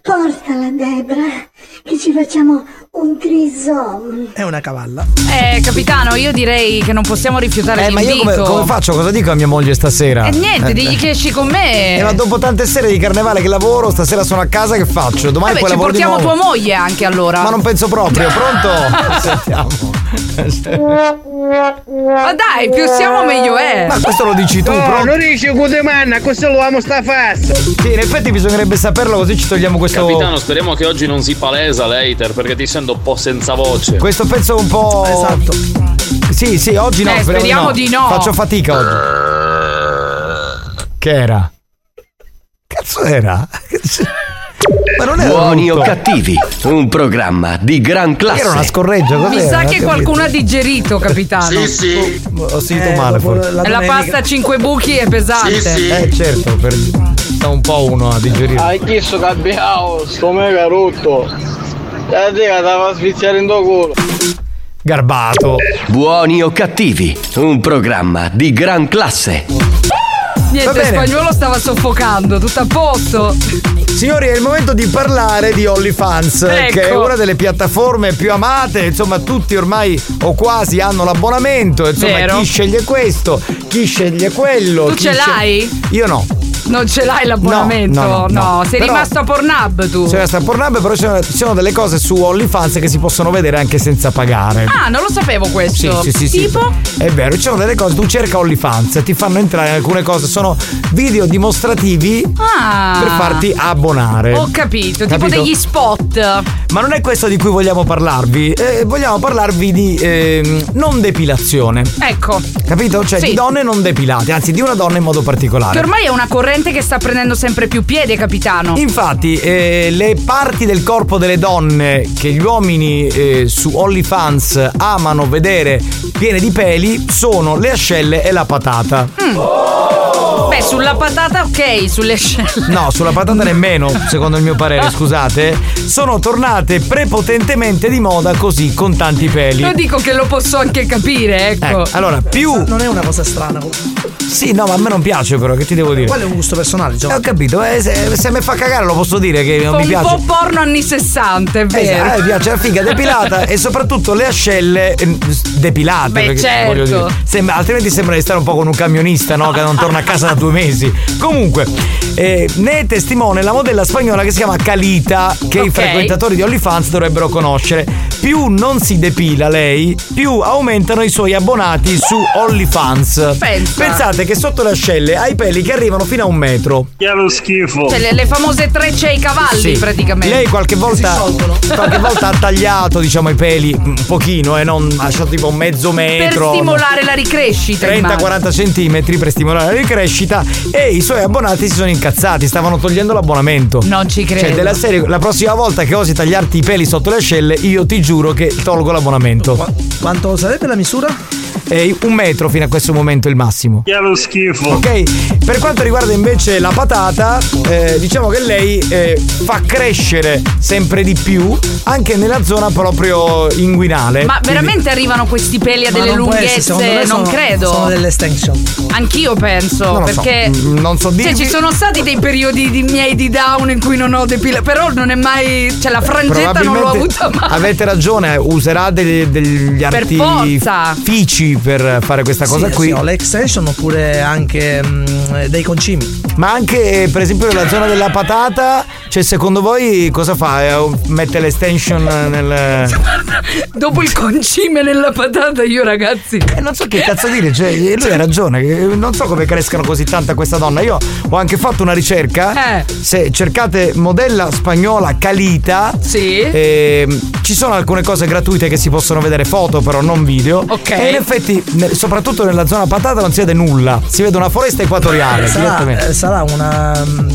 Portala, Debra, che ci facciamo un trisom.
È una cavalla.
Eh, capitano, io direi che non possiamo rifiutare
Eh, ma io
l'invito.
come, come faccio? Cosa dico a mia moglie stasera?
E Eh, niente, digli che esci con me.
Eh, ma dopo tante sere di carnevale che lavoro, stasera sono a casa, che faccio? Domani
Vabbè,
poi
ci
lavoro di
portiamo
nuovo.
tua moglie anche allora.
Ma non penso proprio,
[laughs]
pronto? Sentiamo.
Ma dai, più siamo meglio è.
Ma questo lo dici tu,
Eh.
No,
pronto?
non dici Gudemanna, questo lo amo sta fassa.
Sì, in effetti bisognerebbe saperlo così ci togliamo questo.
Capitano, speriamo che oggi non si palesa l'hater perché ti sento un po' senza voce.
Questo pezzo un po'. Esatto. Sì, sì, oggi no.
Eh, speriamo di no.
Faccio fatica oggi. Che era? Cazzo
[laughs]
era? Ma non era
Buoni o
brutto.
cattivi, un programma di gran classe.
Era una scorreggia,
Mi sa che qualcuno ha digerito, capitano.
Sì, sì.
Ho sentito male forse.
La, pasta a 5 buchi è pesante.
Eh, certo, per... sta un po' uno a digerire.
Ah,
Hai chiesto che abbiamo sto mega rotto. La dica stava sfiziando il culo.
Garbato.
Buoni o cattivi, un programma di gran classe.
Niente, il spagnolo stava soffocando, tutto a posto.
Signori, è il momento di parlare di OnlyFans,
Ecco.
che è una delle piattaforme più amate, insomma tutti ormai o quasi hanno l'abbonamento, insomma
Vero.
chi sceglie questo, chi sceglie quello.
Tu
chi
ce
sceglie-
l'hai?
Io no.
Non ce l'hai l'abbonamento?
No, no, no, no.
sei
Però-
rimasto a Pornhub tu.
C'è sta Pornhub, però ci sono, ci sono delle cose su OnlyFans che si possono vedere anche senza pagare.
Ah, non lo sapevo
Sì,
questo.
sì, sì, sì.
tipo?
È vero, ci sono delle cose, tu cerca OnlyFans, ti fanno entrare alcune cose, sono video dimostrativi
Ah.
per farti abbonare.
Ho capito, tipo
Capito?
degli spot.
Ma non è questo di cui vogliamo parlarvi, eh, vogliamo parlarvi di ehm, non depilazione.
Ecco.
Capito? Cioè
Sì.
di donne non depilate, anzi di una donna in modo particolare.
Che ormai è una corrente che sta prendendo sempre più piede, capitano.
Infatti, eh, le parti del corpo delle donne che gli uomini eh, su OnlyFans amano vedere piene di peli sono le ascelle e la patata.
Mm. Vabbè, sulla patata ok, sulle ascelle.
No, sulla patata nemmeno, secondo il mio parere, scusate. Sono tornate prepotentemente di moda così con tanti peli.
Io dico che lo posso anche capire, ecco.
Ecco, allora, più-
Non è una cosa strana.
Sì, no, ma a me non piace però, che ti devo dire?
Quello è un gusto personale,
Eh,
Giovanni.
Ho capito, eh, se, se mi fa cagare lo posso dire che non
Fa
mi
un
piace.
po' porno anni 60, è vero.
Esatto, eh, mi piace la figa
[laughs]
depilata e soprattutto le ascelle eh, depilate.
Beh,
perché,
certo.
voglio dire, sembra- altrimenti sembra di stare un po' con un camionista no? che non torna a casa da due mesi. Comunque, eh, ne è testimone la modella spagnola che si chiama Calita, che i
Ok.
frequentatori di OnlyFans dovrebbero conoscere. Più non si depila lei, più aumentano i suoi abbonati su OnlyFans. Pensate che sotto le ascelle ha i peli che arrivano fino a un metro.
Che è lo schifo.
Cioè, le, le famose trecce ai cavalli,
Sì.
praticamente.
Lei qualche volta, qualche volta ha tagliato diciamo, i peli un pochino e non ha lasciato tipo mezzo
per
metro.
stimolare la ricrescita. immagino.
30-40 centimetri per stimolare la ricrescita e i suoi abbonati si sono incazzati, stavano togliendo l'abbonamento.
Non ci credo.
Cioè, della serie, la prossima volta che osi tagliarti i peli sotto le ascelle, io ti giuro che tolgo l'abbonamento.
Quanto sarebbe la misura?
E un metro fino a questo momento è il massimo.
Che è lo schifo.
Ok, per quanto riguarda invece la patata, eh, diciamo che lei eh, fa crescere sempre di più anche nella zona proprio inguinale.
Ma
Quindi-
veramente arrivano questi peli a
Eh, Ma
delle
non può essere,
lunghezze?
secondo me
non
sono-
credo.
sono delle
extension.
Anch'io penso,
Non lo so,
perché
mm, non so dirvi.
cioè, ci sono stati dei periodi di miei di down in cui non ho depila, però non è mai cioè la frangetta non l'ho
Probabilmente
avuta mai.
Avete ragione, userà degli, degli artifici per fare questa cosa
Sì,
qui.
sì, ho le extension oppure anche mm, dei concimi.
Ma anche eh, per esempio nella zona della patata, cioè secondo voi cosa fa? Eh, Mette l'extension eh, nel...
[laughs] Dopo il concime nella patata io ragazzi.
Eh, non so che cazzo dire, cioè lui ha ragione, eh, non so come crescano così tanto a questa donna. Io ho anche fatto una ricerca. Se cercate modella spagnola calita, ehm, ci sono alcune cose gratuite che si possono vedere foto, però non video. E in effetti, ne- soprattutto nella zona patata, non si vede nulla. Si vede una foresta equatoriale.
sarà,
direttamente.
eh, sarà una mm,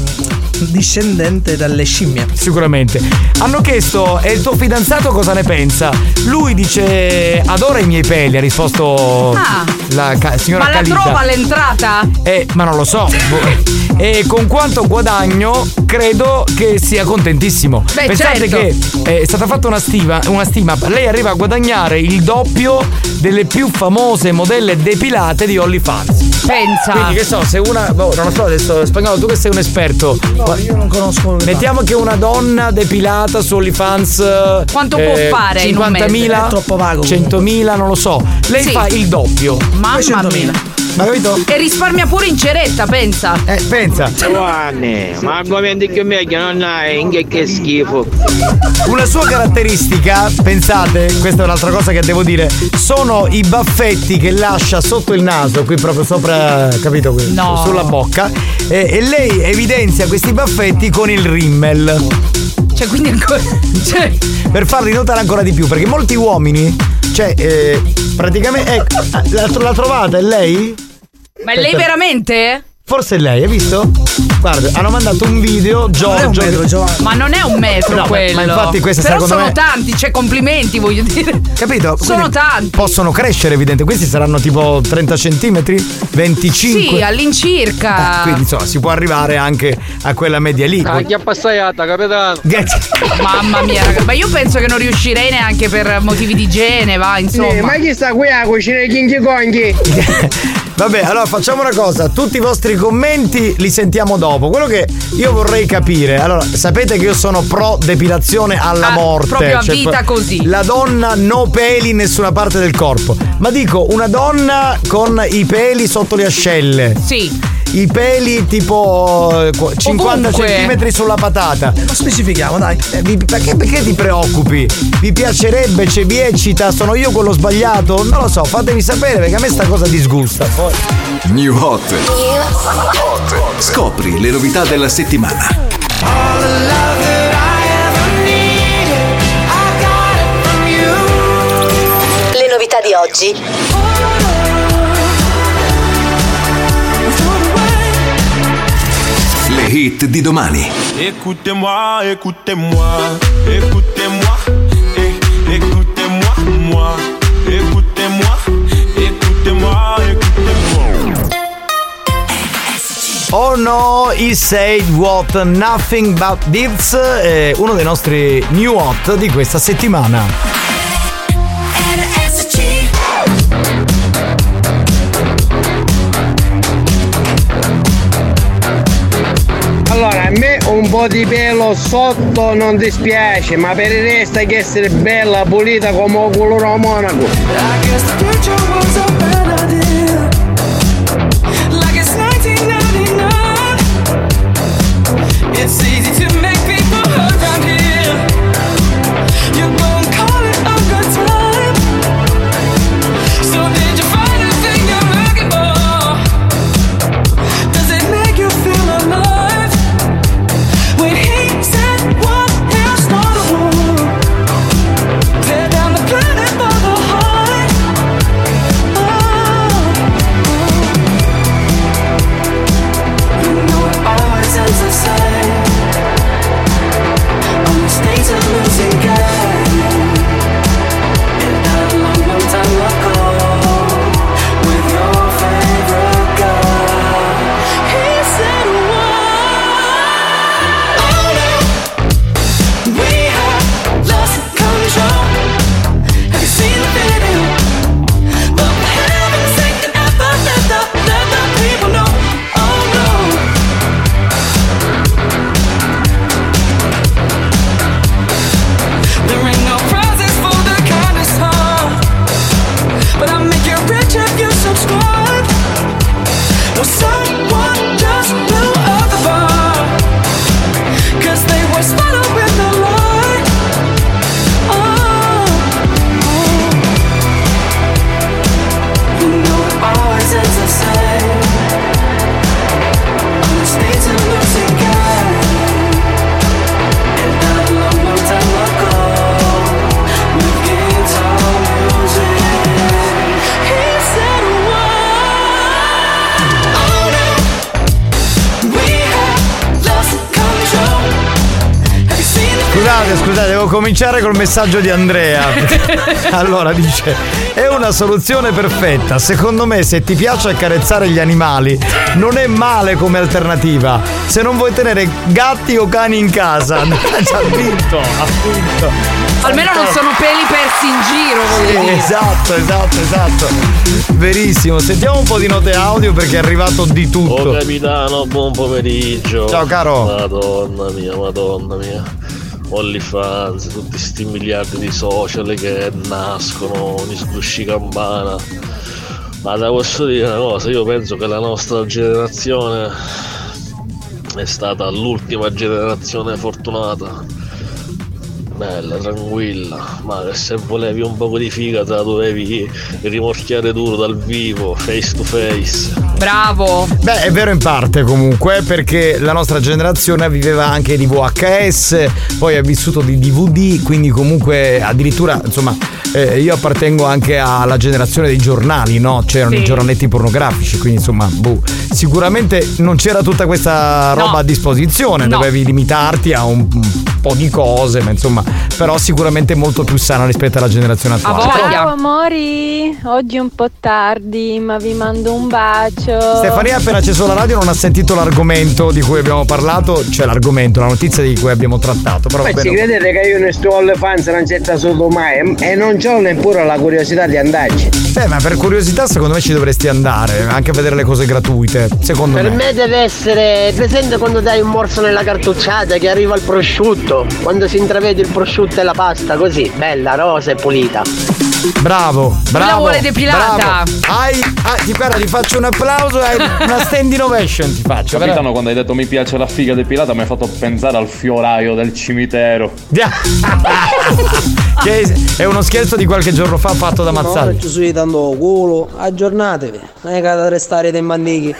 discendente dalle scimmie.
Sicuramente. Hanno chiesto, e il tuo fidanzato cosa ne pensa? Lui dice, adora i miei peli, ha risposto
Ah.
la ca- Oh, signora
Ma la
Calita.
trova all'entrata?
Eh, ma non lo so. Boh. E con quanto guadagno credo che sia contentissimo.
Beh,
Pensate
certo.
che eh, è stata fatta una, stiva- una stima. Lei arriva a guadagnare il doppio delle più famose modelle depilate di OnlyFans.
Pensa.
Quindi che so, se una. boh, non lo so adesso, spagnolo, tu che sei un esperto.
No, io non conosco.
Mettiamo che una donna depilata su OnlyFans. eh,
Quanto può fare in un mese?
50.000?
È troppo
100.000, non lo so. Lei
Sì.
fa il doppio.
Mamma mia.
200.000. Ma capito?
E risparmia pure in ceretta, pensa.
Eh, pensa.
Giovanni, ma argomenti che meglio non hai, in che, che schifo.
Una sua caratteristica, pensate, questa è un'altra cosa che devo dire, sono i baffetti che lascia sotto il naso, qui proprio sopra, capito? Qui,
No.
Sulla bocca. E, e lei evidenzia questi baffetti con il rimmel.
Cioè, quindi ancora. [laughs] Cioè.
Per farli notare ancora di più, perché molti uomini, cioè, eh, praticamente. ecco, la, la trovata, è lei?
Ma è lei veramente?
Forse è lei, hai visto? Guarda, hanno mandato un video, Giorgio. che-
Ma non è un metro
No, ma-
quello.
ma infatti questa
Però
secondo
sono
me-
tanti, cioè complimenti, voglio dire.
Capito?
Sono
Quindi
tanti.
Possono crescere, evidente. Questi saranno tipo 30 centimetri, 25.
Sì, all'incirca.
Ah, Quindi insomma si può arrivare anche a quella media lì.
appassagliata, capitano.
Mamma mia, raga. Ma io penso che non riuscirei neanche per motivi di igiene, va, insomma.
Eh, ma
chi
sta qui a cucinare i kinky conghi?
Vabbè, allora facciamo una cosa, tutti i vostri commenti li sentiamo dopo. Quello che io vorrei capire, allora, sapete che io sono pro depilazione alla
Ah,
morte. cioè
proprio a vita
pro-
così.
La donna no peli in nessuna parte del corpo. Ma dico, una donna con i peli sotto le ascelle.
Sì.
I peli tipo eh, qu- 50
Ovunque.
cm sulla patata.
Lo specifichiamo, dai.
Eh, vi- perché, perché ti preoccupi? Vi piacerebbe, c'è vi eccita, sono io quello sbagliato? Non lo so, fatemi sapere perché a me sta cosa disgusta. Poi.
New Hot. Scopri le novità della settimana.
Le novità di oggi.
Le hit di domani.
Écoutez-moi, écoutez-moi, écoutez-moi, eh, écoutez-moi, moi, écoutez-moi, écoutez-moi, écoutez-moi.
Oh no, he said what nothing but this è uno dei nostri new hot di questa settimana.
Allora, a me un po' di pelo sotto non dispiace, ma per il resto hai che essere bella, pulita come un culo da monaco.
Oh. Oh, Oh,
Scusate, scusate, devo cominciare col messaggio di Andrea. Allora dice: È una soluzione perfetta. Secondo me, se ti piace accarezzare gli animali, non è male come alternativa. Se non vuoi tenere gatti o cani in casa, [laughs] ha vinto, ha vinto.
Almeno
Eh.
non sono peli persi in giro, voglio dire.
Esatto, esatto, esatto. Verissimo. Sentiamo un po' di note audio perché è arrivato di tutto.
Oh capitano, buon pomeriggio. Eh,
Ciao, caro.
Madonna mia, madonna mia. OnlyFans, tutti sti miliardi di social che nascono, di sgusci campana. Ma te posso dire una cosa, io penso che la nostra generazione è stata l'ultima generazione fortunata. Bella, tranquilla, ma che se volevi un poco di figa te la dovevi rimorchiare duro dal vivo, face to face.
Bravo.
Beh, è vero in parte comunque, perché la nostra generazione viveva anche di VHS, poi ha vissuto di DVD, quindi comunque addirittura, insomma, eh, io appartengo anche alla generazione dei giornali, no? C'erano
Sì.
i giornaletti pornografici, quindi insomma, boh, sicuramente non c'era tutta questa roba a disposizione,
No.
dovevi limitarti a un, un po' di cose, ma insomma, però sicuramente molto più sana rispetto alla generazione attuale.
Ciao amori, oggi un po' tardi ma vi mando un bacio.
Stefania ha appena acceso la radio non ha sentito l'argomento di cui abbiamo parlato, cioè l'argomento, la notizia di cui abbiamo trattattato. Però
Ma
va
ci
bene.
credete che io ne sto alle fans non c'è sotto mai eh, e non ho neppure la curiosità di andarci.
Eh, ma per curiosità secondo me ci dovresti andare, anche a vedere le cose gratuite, secondo
Per
me.
me deve essere presente quando dai un morso nella cartocciata che arriva il prosciutto, quando si intravede il prosciutto e la pasta, così, bella, rosa e pulita.
Bravo, bravo.
vuole depilata.
bravo. Hai, hai- ti, guarda, ti faccio un applauso, hai una standing ovation ti faccio.
Capitano, quando hai detto mi piace la figa depilata, mi hai fatto pensare al fioraio del cimitero.
[laughs] Che è uno scherzo di qualche giorno fa fatto da Mazzali.
ci stai dando culo, aggiornatevi, non è che da restare dei mandichi.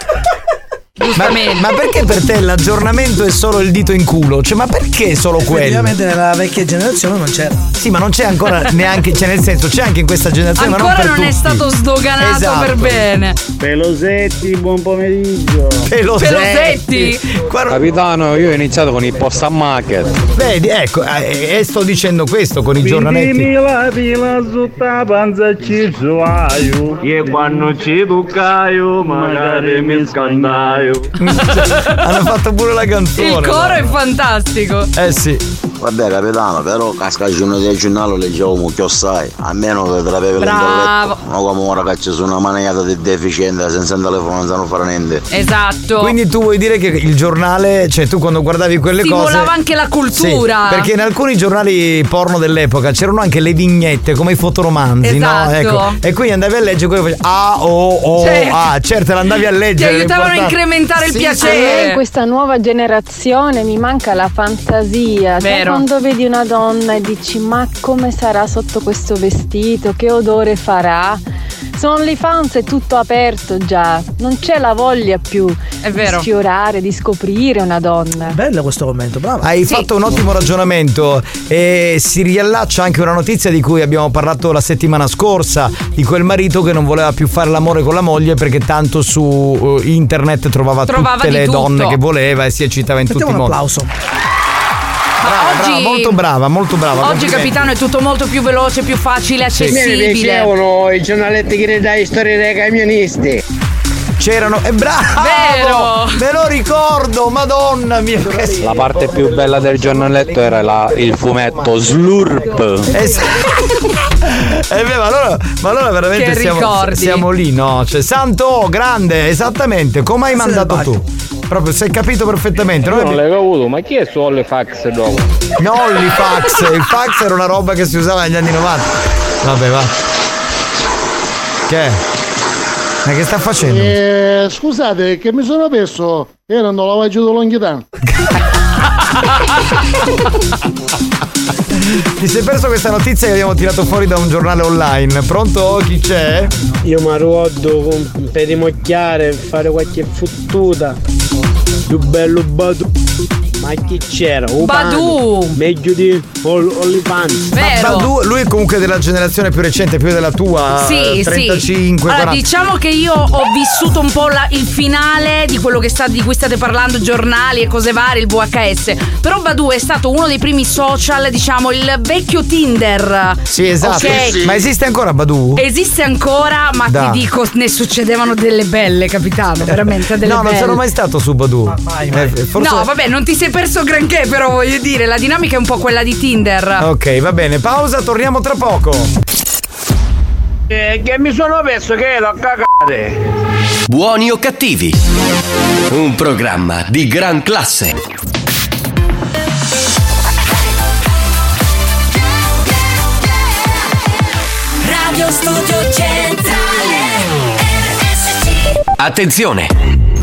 Ma, ma perché per te l'aggiornamento è solo il dito in culo? Cioè, ma perché solo quello?
Effettivamente nella vecchia generazione non c'era.
Sì, ma non c'è ancora neanche, cioè nel senso, c'è anche in questa generazione, ma
Ancora
non per
non, è
tutti.
stato sdoganato
Esatto.
per bene.
Pelosetti, buon pomeriggio.
Pelosetti.
Capitano, io ho iniziato con il post a market.
Vedi, ecco, eh, eh, sto dicendo questo con i giornaletti.
la pila sutta panza ci suaio E quando ci toccaio magari mi scandaio
[laughs] Hanno fatto pure la canzone.
Il coro è
guarda.
fantastico.
Eh sì.
Vabbè capitano, però casca giorno del giornale leggiamo che sai, almeno che te l'avevi
Bravo.
l'intelletto. Ma come ora che c'è su una maniata di deficiente senza il telefono non sanno fare niente.
Esatto.
Quindi tu vuoi dire che il giornale, cioè tu quando guardavi quelle
Ti
cose.
volava anche la cultura.
Sì, perché in alcuni giornali porno dell'epoca c'erano anche le vignette come i fotoromanzi, no?
Esatto.
Ecco. E quindi andavi a leggere quello che facevi A, O, O,
Sì.
A. Certo, l'andavi a leggere.
Ti aiutavano a
l'importante-
incrementare il
Sì,
A me in
piacere.
questa nuova generazione mi manca la fantasia. Sai
Vero.
quando vedi una donna e dici ma come sarà sotto questo vestito, che odore farà? Sono le fans è tutto aperto già, non c'è la voglia più
vero.
di sfiorare, di scoprire una donna.
Bello questo commento, brava.
Hai fatto un ottimo ragionamento e si riallaccia anche una notizia di cui abbiamo parlato la settimana scorsa, di quel marito che non voleva più fare l'amore con la moglie perché tanto su eh, internet trovava,
Trovava
tutte
di
le
tutto.
donne che voleva e si eccitava in
Sentiamo
tutti i
un
modi.
applauso.
Brava, brava, molto brava, molto brava.
Oggi,
complimenti.
capitano, è tutto molto più veloce, più facile,
Mi
accessibile.
piacevano i giornaletti che ne dai storie dei camionisti.
C'erano. E bravo!
Vero!
Me lo ricordo, madonna mia! Che...
La parte più bella del giornaletto era la- il fumetto Slurp.
Eh, sì.
[laughs]
Eh, beh, ma allora, ma allora veramente
Che
siamo,
ricordi.
siamo lì, no? Cioè, santo grande, esattamente come hai mandato tu. Proprio, sei capito perfettamente.
Io non l'hai avuto, ma chi è su Olifax dopo?
No, il
[laughs]
fax. Il fax era una roba che si usava negli anni 90. Vabbè, va. Che? è? Ma che sta facendo?
Eh, scusate, che mi sono perso. Era un lavaggio dell'onghitano.
Ti sei perso questa notizia che abbiamo tirato fuori da un giornale online. Pronto? Chi c'è?
Io mi arruodo per rimocchiare, fare qualche fottuta. Più bello Badu. Ma chi c'era?
Badu.
Meglio di Ol- Olifanz.
Ma Badu, lui è comunque della generazione più recente, più della tua. eh,
Sì,
35,
sì. Allora,
40.
diciamo che io ho vissuto un po' la- il finale di quello che sta- di cui state parlando, giornali e cose varie, il VHS. Però Badu è stato uno dei primi social, diciamo, il vecchio Tinder.
Sì, esatto.
Ok?
Ma esiste ancora Badu?
Esiste ancora, ma
Da. Eh.
ti dico, ne succedevano delle belle, capitano, veramente delle
no, non
belle.
sono mai stato su Badu. Eh, forse-
No, vabbè, non ti sei perso granché, però voglio dire, la dinamica è un po' quella di Tinder.
Ok, va bene, pausa, torniamo tra poco.
Eh, che mi sono perso che ero a cagare.
Buoni o cattivi? Un programma di gran classe.
Radio Studio Centrale RSC
Attenzione!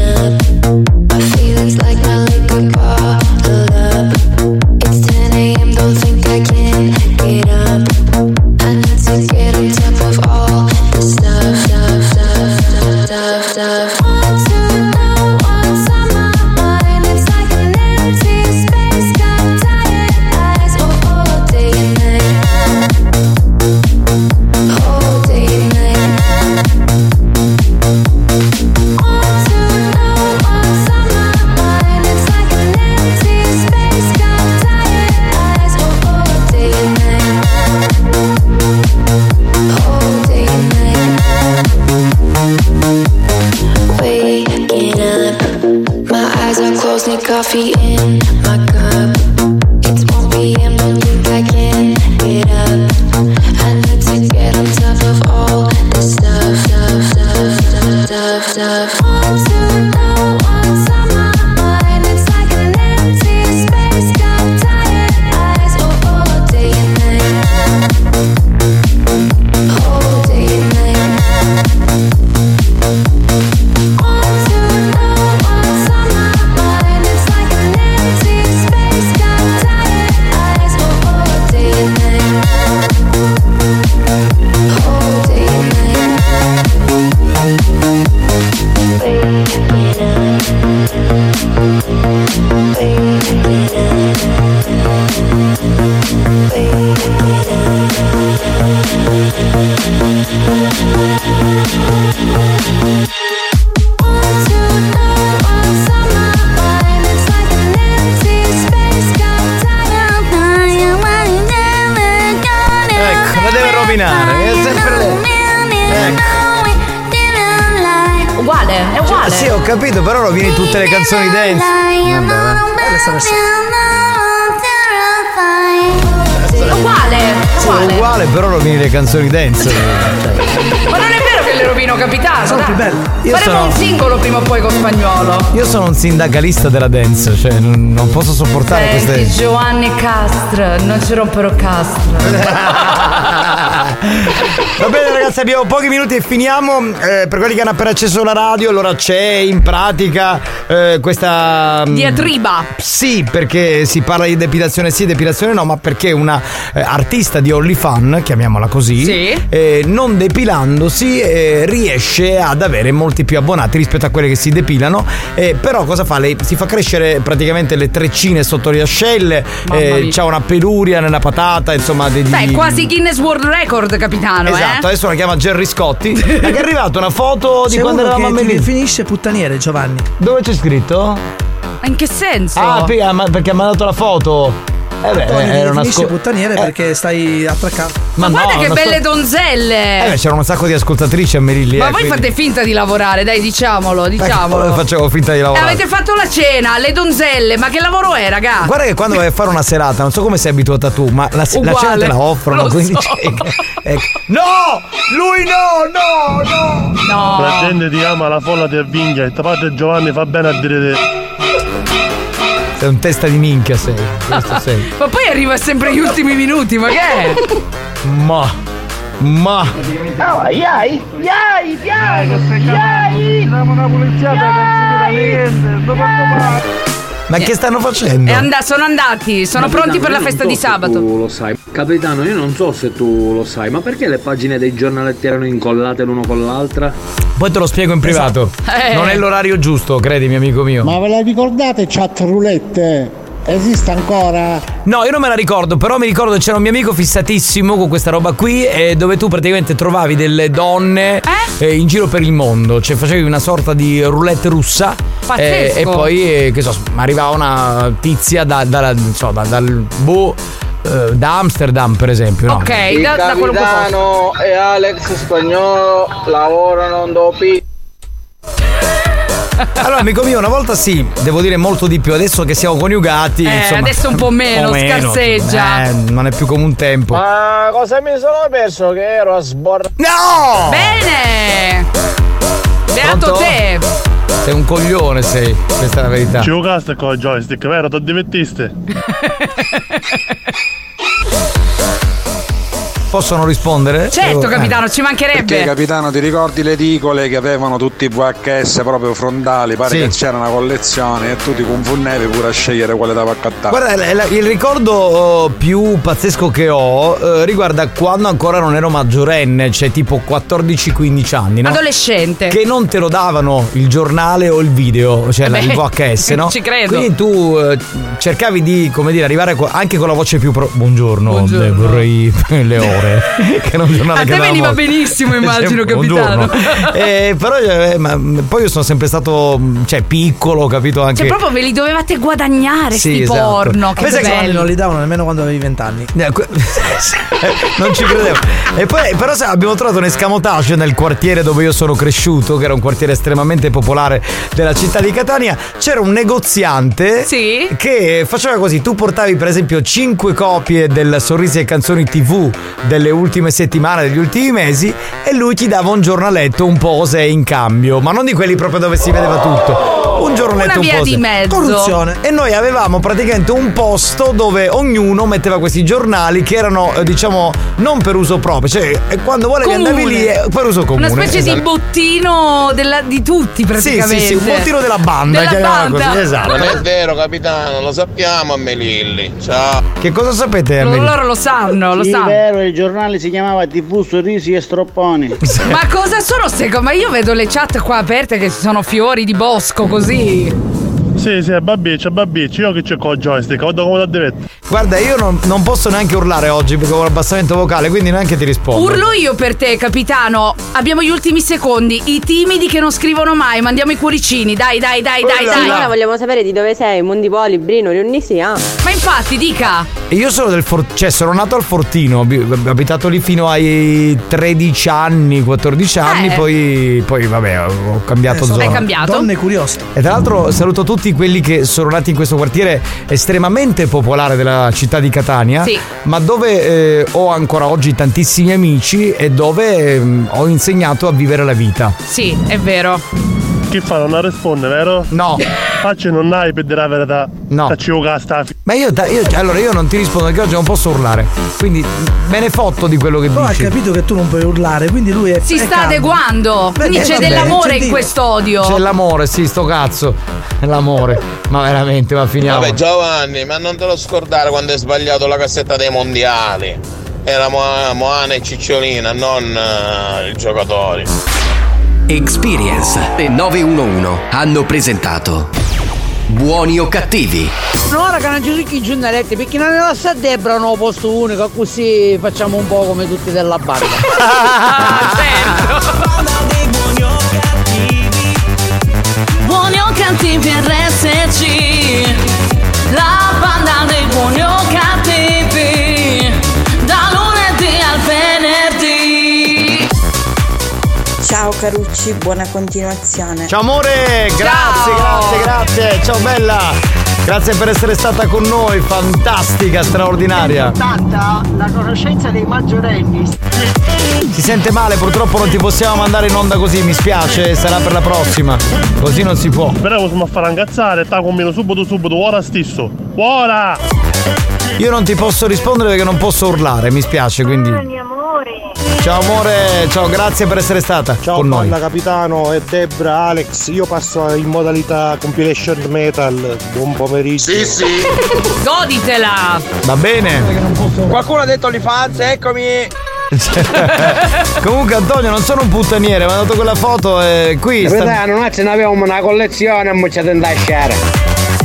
up My feelings like my liquor bottled up It's 10 a.m. Don't think I can get up I need to get on top of all the stuff Stuff, stuff, stuff, stuff, stuff Want to know what's on my mind It's like an empty space Got tired eyes all day and night All day
Ecco, la deve rovinare. È sempre lei. Ecco. Ah.
Uguale, è uguale.
Sì, ho capito, però rovini tutte le canzoni dance. Vabbè, va.
Uguale,
Sì,
uguale.
uguale, però rovini le canzoni dance.
Ma non è vero che le rovino capitato.
Sono
dai.
più belle. Io
Faremo
sono-
un singolo prima o poi con spagnolo.
Io sono un sindacalista della dance, cioè non, non posso sopportare
Senti,
queste.
Giovanni Castro, non ci rompero Castro.
[laughs] Va bene ragazzi, abbiamo pochi minuti e finiamo. Eh, per quelli che hanno appena acceso la radio, allora c'è in pratica eh, questa... mm,
Diatriba.
Sì, perché si parla di depilazione sì, depilazione no, ma perché una eh, artista di OnlyFan, chiamiamola così, eh, non depilandosi eh, riesce ad avere molti più abbonati rispetto a quelli che si depilano, eh, però cosa fa lei? Si fa crescere praticamente le treccine sotto le ascelle, eh, c'ha una peluria nella patata, insomma... Di, di-
Beh, quasi Guinness World Record, capitano,
Esatto,
eh.
adesso la chiama Gerry Scotti. Ma che è arrivata una foto Oh, di
C'è
quando
uno
eravamo a
che ti
Melilla.
definisce puttaniere, Giovanni.
Dove c'è scritto?
Ma In che senso?
Ah, perché, ma- perché ha mandato la foto. Eh beh,
Antonio, ti
era una
definisce
sco- eh.
puttaniere perché stai attraccando.
Ma
Guarda
no,
che
non
belle
sto-
donzelle.
Eh, beh, c'erano un sacco di ascoltatrici a Merilli.
Ma
eh,
voi
quindi- [laughs]
fate finta di lavorare, dai, diciamolo,
Eh,
diciamolo.
Facevo finta di
Eh,
lavorare.
avete fatto la cena, le donzelle, ma che lavoro è, raga?
Guarda che quando vai a fare una serata, non so come sei abituata tu, ma la, la
Uguale.
cena te la offrono,
Lo
quindi
so.
c'è- ecco.
[laughs]
No! Lui no, no, no!
La gente ti ama, la folla ti avvinghia e tuo padre Giovanni fa bene a dire
Sei un testa di minchia sei.
[laughs]
Questo sei.
Ma poi arriva sempre agli ultimi minuti, ma che è?
Ma. Ma.
Oh,
Ah,
Iai, iai, iai, iai. una
Ma che stanno facendo?
È and- sono andati, sono pronti per la festa di sabato.
Tu lo sai. Capitano, io non so se tu lo sai, ma perché le pagine dei giornaletti erano incollate l'uno con l'altra?
Poi te lo spiego in
Esatto.
privato.
Eh.
Non è l'orario giusto, credimi, amico mio.
Ma ve la ricordate chat roulette? Esiste ancora?
No, io non me la ricordo, però mi ricordo che c'era un mio amico fissatissimo con questa roba qui, eh, dove tu praticamente trovavi delle donne eh, in giro per il mondo, cioè facevi una sorta di roulette russa. eh,
Pazzesco.
e poi, eh, che so, arrivava una tizia da, dalla- non so, da- dal boh, eh, da Amsterdam, per esempio. no?
il capitano e Alex Spagnolo lavorano in doppio.
Allora, amico mio, una volta sì, devo dire molto di più. Adesso che siamo coniugati,
Eh,
insomma,
adesso un po' meno, scarseggia.
Eh, non è più come un tempo.
Ma cosa mi sono perso che ero a sborrare?
No!
Bene! Beato
Pronto?
te!
Sei un coglione, sei. Questa è la verità.
Ci giocaste con il joystick, vero? Ti divertiste?
Possono rispondere?
Certo,
Devo- eh.
capitano, ci
Perché
mancherebbe.
capitano ti ricordi le edicole che avevano tutti i VHS proprio frontali? Pare
Sì.
che c'era una collezione e tu ti confondevi pure a scegliere quale da accattare.
Ah.
Guarda, la- la- il ricordo eh, più pazzesco che ho eh, riguarda quando ancora non ero maggiorenne, cioè tipo 14-15 anni, no?
Adolescente. Cioè,
Che non te lo davano il giornale o il video, cioè la-
Eh beh,
il VHS, no?
[laughs] ci credo.
Quindi tu eh, cercavi di, come dire, arrivare co- anche con la voce più pro- Buongiorno,
Buongiorno.
eh, vorrei [laughs] le
[laughs]
ore. che era un giornale
A
che
te
andava
veniva
molto.
benissimo,
Eh,
immagino,
sì, [laughs]
capitano.
buongiorno. Eh, però eh, ma- poi io sono sempre stato, mh, cioè, piccolo, capito? Anche
Cioè, proprio ve li dovevate guadagnare,
Sì,
sti
esatto.
porno. Che
Pensa che
belli.
Non li davano nemmeno quando avevi vent'anni.
Eh, que- [laughs] non ci credevo. E poi, però, sai, abbiamo trovato un escamotage nel quartiere dove io sono cresciuto, che era un quartiere estremamente popolare della città di Catania. C'era un negoziante che faceva così: tu portavi, per esempio, 5 copie del Sorrisi e Canzoni TV delle ultime settimane, degli ultimi mesi, e lui ti dava un giornaletto un po' osè in cambio, ma non di quelli proprio dove si vedeva tutto. Un giornaletto un
Una via
po'
di
osè.
mezzo.
Corruzione. E noi avevamo praticamente un posto dove ognuno metteva questi giornali che erano, eh, diciamo, non per uso proprio. Cioè, eh, quando volevi
Comune.
andavi lì, eh, per uso comune.
Una specie di
esatto.
bottino della- di tutti,
Sì,
praticamente.
sì, sì, un bottino della banda,
Della
chiamiamola
banda.
così, esatto.
Non è vero, capitano, lo sappiamo a Melilli. Ciao.
Che cosa sapete,
Lo-
Emily?
Loro lo sanno, lo
Sì,
sanno.
vero, il giornale si chiamava TV Sorrisi
[laughs]
e Stropponi.
Ma cosa sono secondo? Ma io vedo le chat qua aperte che ci sono fiori di bosco così.
Sì, sì, babbiccio, babbiccio, io che c'ho col joystick, vado come da diretto.
Guarda, io non, non posso neanche urlare oggi perché ho l'abbassamento vocale, quindi neanche ti rispondo.
Urlo io per te, capitano. Abbiamo gli ultimi secondi. I timidi che non scrivono mai, mandiamo i cuoricini. Dai, dai, dai, dai,
Allora,
dai.
vogliamo sapere di dove sei, Mondipoli, Brino, Leonisia.
Ma infatti, dica.
E io sono del For- cioè sono nato al Fortino, bi- abitato lì fino ai 13 anni, 14 anni,
Eh.
poi, poi vabbè ho ho cambiato zona.
Hai cambiato? Donne
curiose.
E tra l'altro saluto tutti quelli che sono nati in questo quartiere estremamente popolare della città di Catania,
Sì.
ma dove eh, ho ancora oggi tantissimi amici e dove ehm, ho insegnato a vivere la vita.
Sì, è vero.
Che fa? Non risponde, vero? Ah,
No.
Faccio non hai per dire la verità.
No.
Faccio un casta.
Ma io, ta- io- cioè, allora io non ti rispondo perché oggi non posso urlare, quindi me ne fotto di quello che
Però ha
dici.
capito che tu non puoi urlare, quindi lui è.
Si
è
sta
calmo.
adeguando.
Eh, Beh,
Quindi
eh,
c'è
vabbè,
dell'amore
incentivo.
in quest'odio.
C'è l'amore, sì, sto cazzo. L'amore. Ma veramente, ma finiamo.
Vabbè Giovanni, ma non te lo scordare quando hai sbagliato la cassetta dei mondiali. Era Mo- Moana e Cicciolina, non eh, il giocatore.
Experience e 911 hanno presentato Buoni o cattivi?
No, raga, non ci sono i giornaletti perché non è la sta Debra un posto unico, così facciamo un po' come tutti della barca.
Buoni o cattivi RSC La banda dei buoni o cattivi Da lunedì al venerdì
Ciao Carucci, buona continuazione.
Ciao amore, grazie, grazie, grazie. Ciao bella. Grazie per essere stata con noi, fantastica, straordinaria.
la conoscenza dei maggiorenni.
Si sente male, purtroppo non ti possiamo mandare in onda così, mi spiace, sarà per la prossima. Così non si può.
Però possiamo far incazzare, sta combino subito subito, ora stesso. Ora!
Io non ti posso rispondere perché non posso urlare, mi spiace, quindi. Ciao amore, ciao, grazie per essere stata con noi.
Ciao capitano e Debra Alex, io passo in modalità compilation metal. Buon pomeriggio. Sì, sì.
Goditela.
Va bene.
[laughs] Qualcuno ha detto OnlyFans, eccomi!
[laughs] Comunque Antonio non sono un puttaniere, mi ha dato quella foto e qui sta-
Capitano, noi ce n'avevamo una collezione e mo ci tende a lasciare.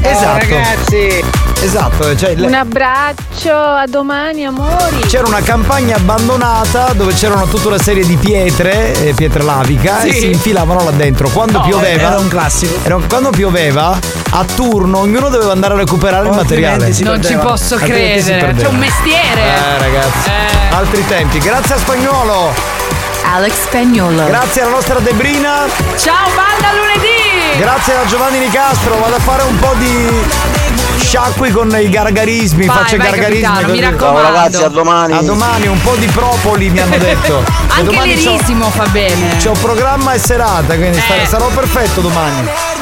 Esatto.
Oh, ragazzi.
Esatto, cioè, le-
Un abbraccio, a domani amori.
C'era una campagna abbandonata dove c'erano tutta una serie di pietre, eh, pietre lavica, e
Sì.
si infilavano là dentro. Quando
No,
pioveva.
era un classico.
era un- quando pioveva, a turno ognuno doveva andare a recuperare il materiale.
si Non perdeva. ci posso
Altrimenti si
credere,
perdeva.
c'è un mestiere.
Eh, ragazzi. Altri tempi. Grazie a Spagnolo.
Alex Spagnolo.
Grazie alla nostra Debrina.
Ciao banda lunedì.
Grazie a Giovanni Nicastro. Vado a fare un po' di sciacqui con i gargarismi.
Vai,
Faccio i
vai,
gargarismi.
capitano, mi
così.
raccomando. Ciao, ragazzi, a domani.
A domani, un po' di propoli mi hanno detto.
[laughs]
E
Anche
domani c'ho-
l'erisimo fa bene.
C'ho programma e serata, quindi sta-
Eh.
sarò perfetto domani.